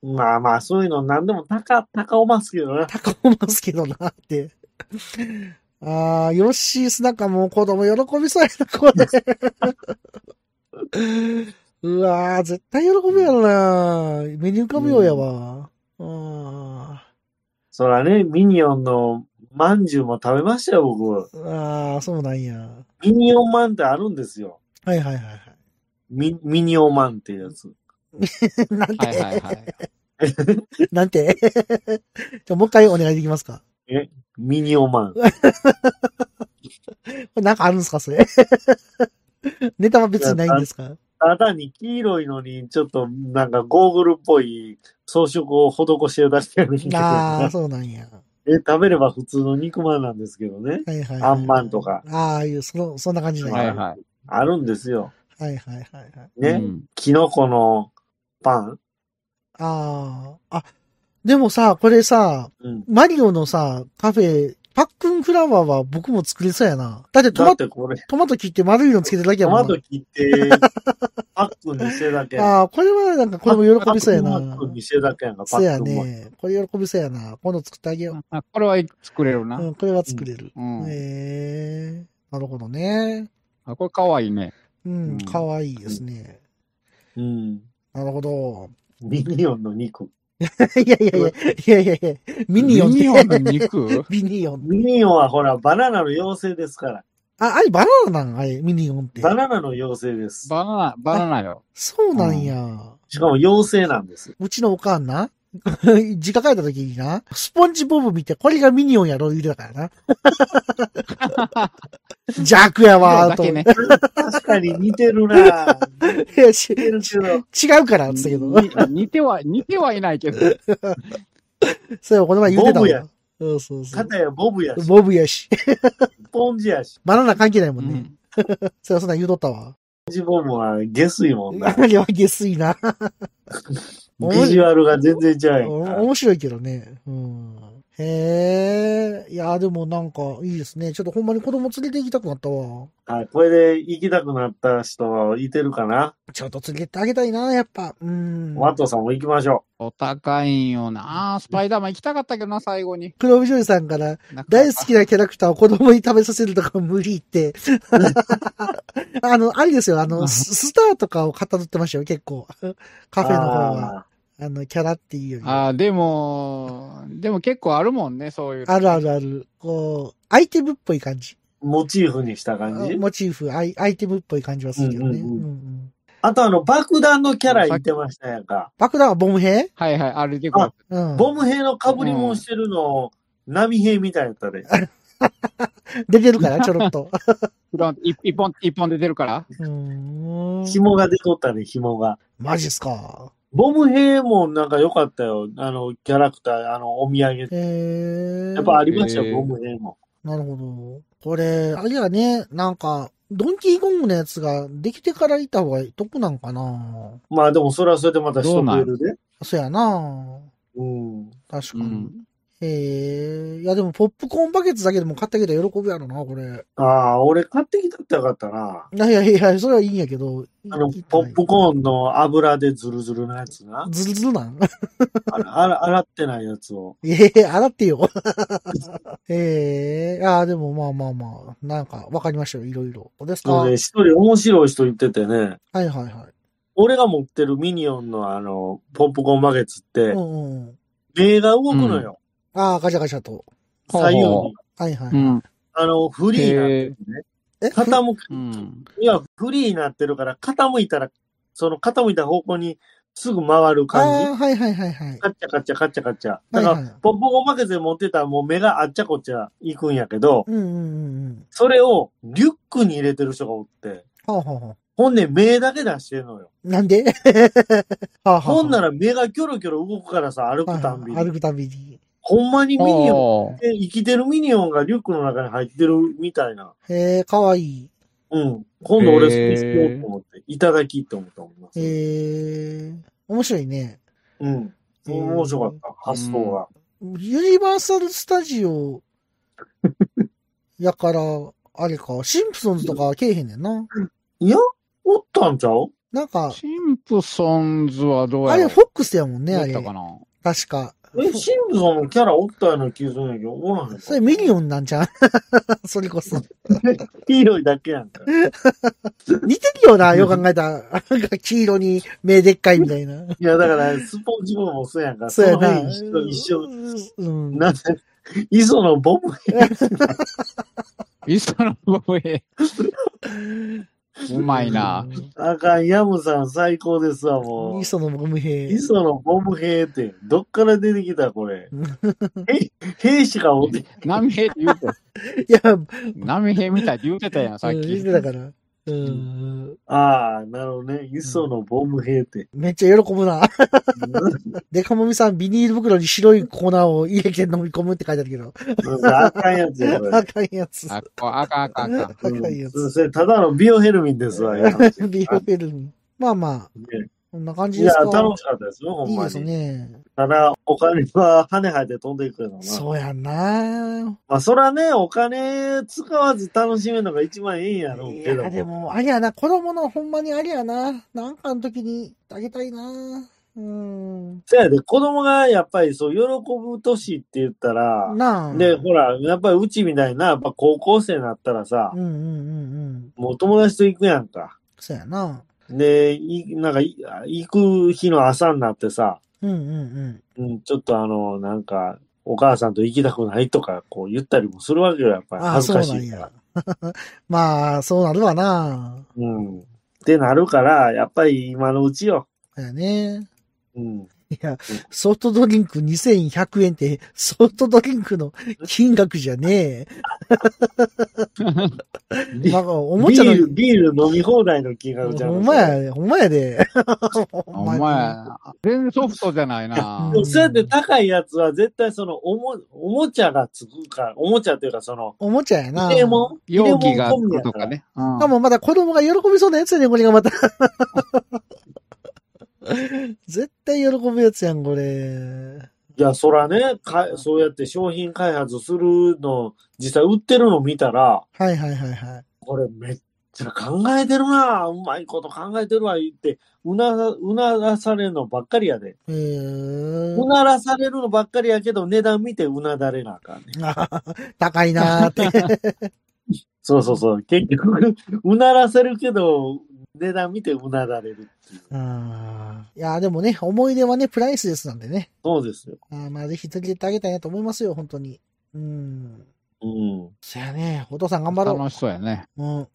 まあまあ、そういうの何でも高、高おますけどね。高尾ますけどなって。ああ、ヨッシースナカも子供喜びそうやな、これ。うわー絶対喜ぶやろな。目に浮かぶようやわ。あそらね、ミニオンのまんじゅうも食べましたよ、僕。ーあー、そうなんや。ミニオンまんってあるんですよ。はいはいはいはミミニオンまんっていうやつ。い。なんて、はいはいはい。なんて。じゃあもう一回お願いできますか。ミニオンまん。これなんかあるんですか、それ。ネタは別にないんですかただに黄色いのに、ちょっとなんかゴーグルっぽい装飾を施して出してるんだけどああ、ねそうなんや。 [LAUGHS] え食べれば普通の肉まんなんですけどね。はいはい、はい。あんまんとか。ああいう、その、そんな感じだよ。ははいいははいいはい。あるんですよ。はいはいはい。 [LAUGHS] ね。うんキノコのパン。ああ。あ、でもさ、これさ、うん。マリオのさ、カフェ、パックンフラワーは僕も作れそうやな。だってトだっマてこれ、トマト切って丸いのつけてるだけトやもマんトな。切って、パックにしてるだけ。ああ、これはなんかこれも喜びそうやパなッ。クにしてるだけやんか、パそうッやクンも。ね。これ喜びそうやな。今度作ってあげよあこれは作れるう。な。うん、これは作れる。うんへえ。なるほどね。あこれかわいいね。ううんん、かわいいですね。うん。なるほど。 [LAUGHS] ミニオンの肉。いやいやいや、いやいやいや、ミニオンっミてニオンの肉 [LAUGHS] ミニオン。ミニオンはほら、バナナの妖精ですから。あ、あれバナナなんあれ、ミニオンって。バナナの妖精です。 [LAUGHS] バナナ、バナナよ。そうなんや。しかも妖精なんです。うちのおかんな。 [LAUGHS] 実家帰った時にな、スポンジボブ見て、これがミニオンやろ、言うてたからな。邪悪やわ、だと。けね。確かに似てるないぁ。やし似てるけど。違うから、つったけど。に似ては、似てはいないけど。そうや、この前言うてたボブやわ。そうそうそう。片やボブやし、ボブやし。ポンジやし。バナナ関係ないうもんね。んそうや、そんなん言うとったわ。ポンジボブは下水もんな。あれは下水な。ビジュアルが全然違うおやんか面白いけどね。うん。へえ。いや、でもなんか、いいですね。ちょっとほんまに子供連れて行きたくなったわ。はい、これで行きたくなった人はいてるかな、ちょっと連れてってあげたいな、やっぱ。うん。ワトさんも行きましょお高いんよな。スパイダーマン行きたかったけどな、最後に。黒帯女優さんから、なかなか大好きなキャラクターを子供に食べさせるとか無理って。 [LAUGHS] あの、あれですよ、あの、ススターとかを語ってましたよ、結 [LAUGHS] 構。う。カフェの方は。ああの、キャラっていうより。あーでも、でも結構あるもんね、そういう。あるあるある。こう、アイテムっぽい感じ。ーモチーフにした感じモチーフ、アイアイテムっぽい感じはするけどね。うんんうううんうんんあとあの、爆弾のキャラ言ってましたやんか。爆弾はボム兵はいはい、あれでこう。うん。ボム兵の被り物してるの、波兵みたいやったで。出てるから、ちょろっ [LAUGHS] と。フロン一一本、一本出てるから。うーん。紐が出とったで、紐が。マジっすか。ボム兵もなんか良かったよ。あの、キャラクター、あの、お土産。へえ。やっぱありましたへーよ、ボム兵も。なるほど。これ、あれやね、なんか、ドンキーコングのやつができてから行った方が得なんかなまあでも、それはそれでまた人増えるで。そやなうん。確かうに。ん。へえ。いやでも、ポップコーンバケツだけでも買ってあげたら喜ぶやろな、これ。ああ、俺買ってきたってよかったな。いやいやいや、それはいいんやけど。あの、ポップコーンの油でズルズルのやつな。ズルズルなんあらあら洗ってないやつを。ええ洗ってよ。ええああ、でもまあまあまあ、なんかわかりましたよ、いろいろ。そうですかもうはね、い一人面白い人言っててね、はいは俺が持ってるミニオンのあの、ポップコーンバケツっい。てう、んうんうん。目が動くのよ。ああ、ガチャガチャと。ほうほう左右に。はいはい。うん。あの、フリーなってるね。え傾くう、ん。いや、フリーになってるから、傾いたら、その傾いた方向にすぐ回るあ感あ、はいはいはいはいじ。。カッチャカッチャカッチャカッチャ。はだいから、はい。ポップコーンバケツに持ってたらもう目があっちゃこっちゃ行くんやけど、うんうんうんうん。それをリュックに入れてる人がおって、はあ、はあはあ、ほんで目だけ出してんのよ。なんで [LAUGHS] はあ、はあ。ほんなら、ら目がキョロキョロ動くからさ、歩くたんび歩に。くたびに。ほんまにミニオンおーで、生きてるミニオンがリュックの中に入ってるみたいな。へえ、かわいい。うん。今度俺へーそれしようと思って、いただきと思ったもんな。へえ、面白いね。うん。面白かった、発想が。ユニバーサル・スタジオやから、あれか、シンプソンズとかはけえへんねんな。いや、おったんちゃうなんか、シンプソンズはどうあやろれうフォックスやもんね、あれどうやった。かな確か。え、シンプソンのキャラおったような気がするんやけど、おらへんかった。それミニオンなんじゃう [LAUGHS] それこそ。黄色いだけやんか。い似てるよな、よく考えたら。 [LAUGHS] なんか黄色に目でっかいみたいな。や、だから、スポンジボブもそうやんか。そうやそのな。辺一緒、一緒。うん。なんで、磯のボブイスタのボブへ。うまいな。あかん、ヤムさん最高ですわ、もう。磯野ゴム兵。磯のボブ兵って、どっから出てきた、こ [LAUGHS] れ。え兵士がおって、波平って言うて、いや、波平みたいって言うてたやん、さっうんき言。ってたから。うん。ああ、なるほどね。磯のボブ兵 [LAUGHS] って。めっちゃ喜ぶな。 [LAUGHS] デカモミさん、ビニール袋に白い粉を入れて飲み込むって書いてあるけど。なんかあかんやつや、こあれ。かんやつ。あ、こあかんあかんあかん。赤いやつうんそれただのビオヘルミンですわ、いや。 [LAUGHS] ビオベルに。まあまあ、ねこんな感じいでや、すか。楽しかったですよ、ほんいいまですに。ね。ただ、お金は羽生えて飛んでいくけどな。そうやんな。まあ、そらね、お金使わず楽しめるのが一番いいんやろういけど。や、でも、あれやな、子供のほんまにあれやな。なんかの時にあげたいな。うん。せやで、子供がやっぱりそう、喜ぶ年って言ったら、なあ。で、ほら、やっぱりうちみたいな、やっぱ高校生になったらさうん、うんうんうん。もう友達と行くやんか。そうやな。で、いなんかい、行く日の朝になってさ、うんうんうん、ちょっとあの、なんか、お母さんと行きたくないとか、こう言ったりもするわけよ、やっうぱん。り。ああ、恥ずそうかしなんいからや。。 [LAUGHS] まあ、そうなるわな。うん。ってなるから、やっぱり今のうちよ。そうやね。うん。いや、ソフトドリンク2100円って、 [LAUGHS] ソフトドリンクの金額じゃ [LAUGHS] ねえ。まあ、おもビちゃのー、ル、ビール飲み放題の金額じゃん。ほんまやで、ほんまや [LAUGHS] で。ほお [LAUGHS] 前、全然ソフトじゃない [LAUGHS] なで。もそうやって高いやつは絶対そのおも、おもちゃがつくから、おもちゃっていうかその、おもちゃやな。入れ物入れ容物器が込みや。とからね。うんしかもまだ子供が喜びそうなやつやねんこれがまた。絶対喜ぶやつやん、これ。いや、そらねか、そうやって商品開発するの、実際売ってるの見たら、はいはいはいはい。これめっちゃ考えてるなうまいこと考えてるわ、言って、うな、うならされるのばっかりやで。えうー、ならされるのばっかりやけど、値段見てうなだれなあかんね。高いなーって。そうそうそう。結局、 [LAUGHS] うならせるけど、値段見てうなだれるっていう。 [LAUGHS] あーいや、でもね、思い出はね、プライスレスなんでね。そうですよ。あーまあ、ぜひ取り入れてあげたいなと思いますよ、本当に。うん。うん。そやね、お父さん頑張ろ楽しそうやね。う。うん。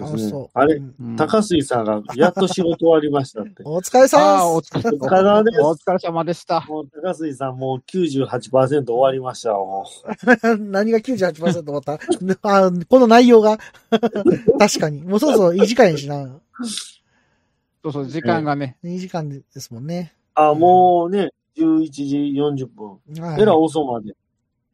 楽しそう。あれうんうん高杉さんが、やっと仕事終わりましたって。お疲れあさあ、んお疲れお疲れ様ですお疲れ様でした。もう高杉さんもう98%終わりましたわもす [LAUGHS] 何が98%終わった [LAUGHS] あこの内容が。 [LAUGHS] 確かに。もうそろそろいい時間やしな。そうそう、時間がね。いい時間ですもんね。う。あ、もうね、11時40分。はいえら遅まで、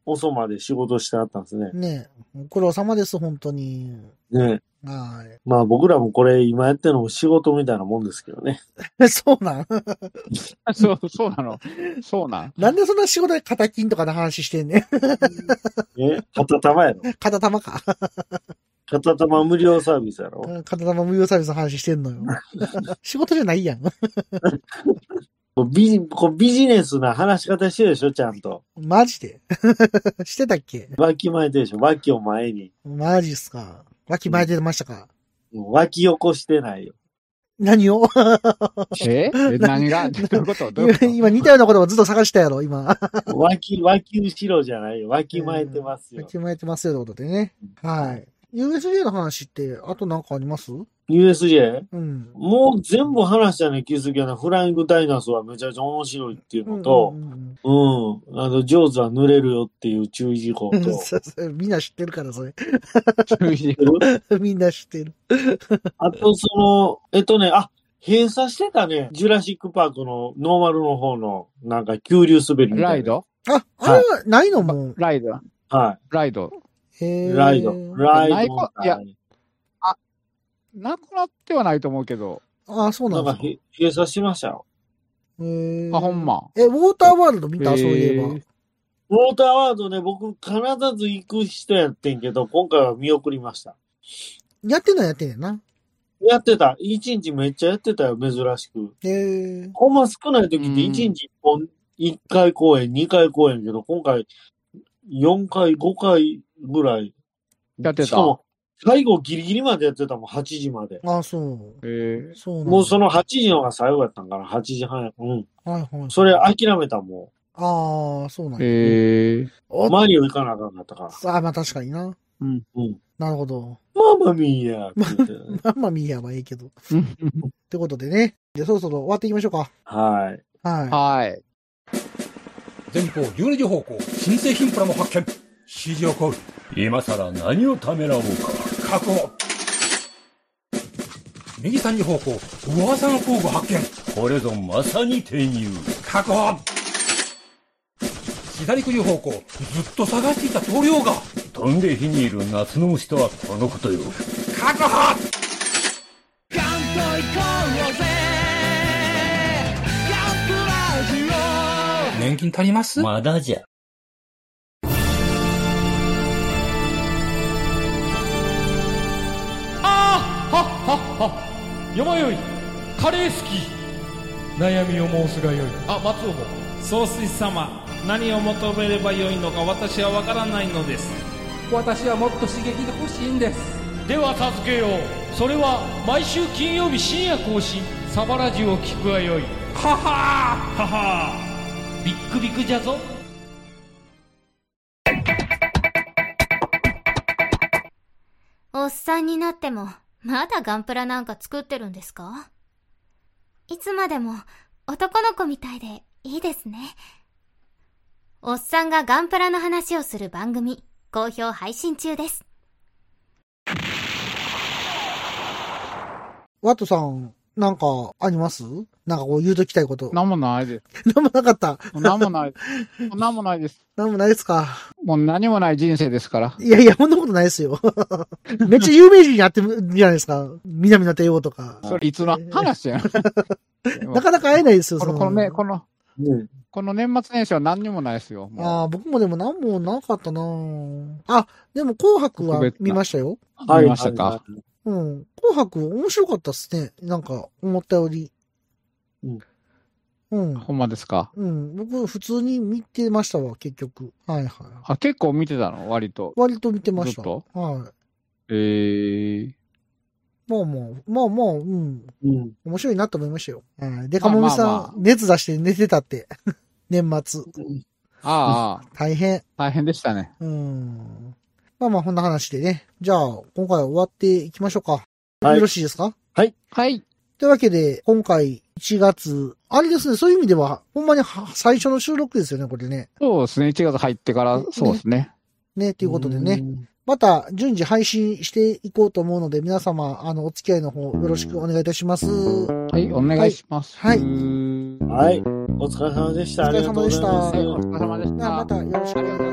遅まで仕事してあったんですね。ねえ苦労様です、本当に。ね。はまあ僕らもこれ今やってるのも仕事みたいなもんですけどね。い。 [LAUGHS] そうなん [LAUGHS] そう、そうなの。そうなん。なんでそんな仕事で肩筋とかの話してんねん [LAUGHS] ね。片玉やろ。 [LAUGHS] 肩玉か。片玉無料サービスやろ。肩玉無用サービスの話してんのよ。 [LAUGHS] 仕事じゃないやん。こうビジこうビジネスな話し方してるでしょ、ちゃんと。マジで [LAUGHS] してたっけ脇巻いてるでしょ、脇を前に。マジっすか。脇巻いてましたか。もう脇起こして [LAUGHS] ないよ。何を [LAUGHS] ええ何がどういうことどういうこと今似たようなことをずっと探したやろ、今。脇、脇後ろじゃないよ。脇巻いてますよ。脇巻いてますよってことでね。はい。 USJ の話って、あとなんかあります USJ? うん。もう全部話したね、気づきはね、フライングダイナソーはめちゃくちゃ面白いっていうのとう、んうんあの、ジョーズは濡れるよっていう注意事項うんうん [LAUGHS] と、そうそうみんな知ってるから、それ。 [LAUGHS] USJ みんな知ってる。あとその、えっとね、あ、閉鎖してたね、ジュラシックパークのノーマルの方の、なんか、急流滑りみたいな。ライドあ、あれはないのもう。ライドはライド。い。へーライド。ライドも。ないかなくなってはないと思うけど。あ、そうななんんかですか。へ、閉鎖しましたよ。へーあ、ほん。ま。え、ウォーターワールド見たそういえばへ。ーウォーターワールドね、僕、必ず行く人やってんけど、今回は見送りました。やってんのはやってんやな。やってた。一日めっちゃやってたよ、珍しく。へえ。ほんま少ない時ってうん1日1本、1回公演、2回公演やけど、今回、4回、5回ぐらい。やってしたか。も、最後ギリギリまでやってたもん、8時まで。あ、そう。えーそうなんだもうその8時の方が最後やったんかな、8時半や。うん。はいはい。それ諦めたもああ、そうなんだ。えーん。おマリオ行かなあかんかったから。あ、まあ確かにな。うん。なるほど。ママミーやって言ってたね [LAUGHS] まあまあ見えばいいけ [LAUGHS] ど。っうんてことでね。じゃあそろそろ終わっていきましょうか。はい。はい。はい。前方12時方向新製品プラも発見指示をコール今さら何をためらおうか確保右3時方向噂の工具発見これぞまさに転入確保左9時方向ずっと探していた棟梁が飛んで火にいる夏の虫とはこのことよ確保年金足りますまだじゃあーはっはっは山よいカレー好き悩みを申すがよいあ松尾も総帥様何を求めればよいのか私は分からないのです私はもっと刺激が欲しいんですでは助けようそれは毎週金曜日深夜更新サバラジュを聞くがよいははーははービックビックじゃぞおっさんになっても、まだガンプラなんか作ってるんですかいつまでも男の子みたいでいいですね。おっさんがガンプラの話をする番組、好評配信中です。ワットさん、なんかありますなんかこう言うときたいこと。なんもないです。なんもなかった。なんもない。なんもないです。なんもないですか。もう何もない人生ですから。いやいや、そんなことないですよ。 [LAUGHS] めっちゃ有名人に会ってるじゃないですか。南の帝王とか。それいつの [LAUGHS] 話 [LAUGHS] やなかなか会えないですよ、この、そこのね、この、うん。この年末年始は何にもないですよ。もああ、僕もでも何もなかったなあ、でも紅白は特別な見ましたよ。う見ましたか。うん。紅白面白かったっすね。なんか、思ったより。うん。うん。ほんまですか。うん。僕、普通に見てましたわ、結局。はいはい。あ、結構見てたの割と。割と見てました。ずっはい。えー。まあまあ、まあまあ、うん。うん。面白いなと思いましたよ。はい。でかもみさん、まあまあまあ熱出して寝てたって。 [LAUGHS] 年末。あ [LAUGHS] あ、大変。大変でしたね。うん。まあまあ、こんな話でね。じゃあ、今回は終わっていきましょうか。はいよろしいですかはい。というわけで、今回1月、あれですね、そういう意味では、ほんまには最初の収録ですよね、これね。そうですね。1月入ってから、そうですね。ね、とということでね。。また順次配信していこうと思うので、皆様、あの、お付き合いの方よろしくお願いいたします。おはい、お願いします。はいはい。はい。お疲れ様でした。疲れ様でした。ありがとうございますお疲れ様でしじゃあまた。たよろしくお願いいたします。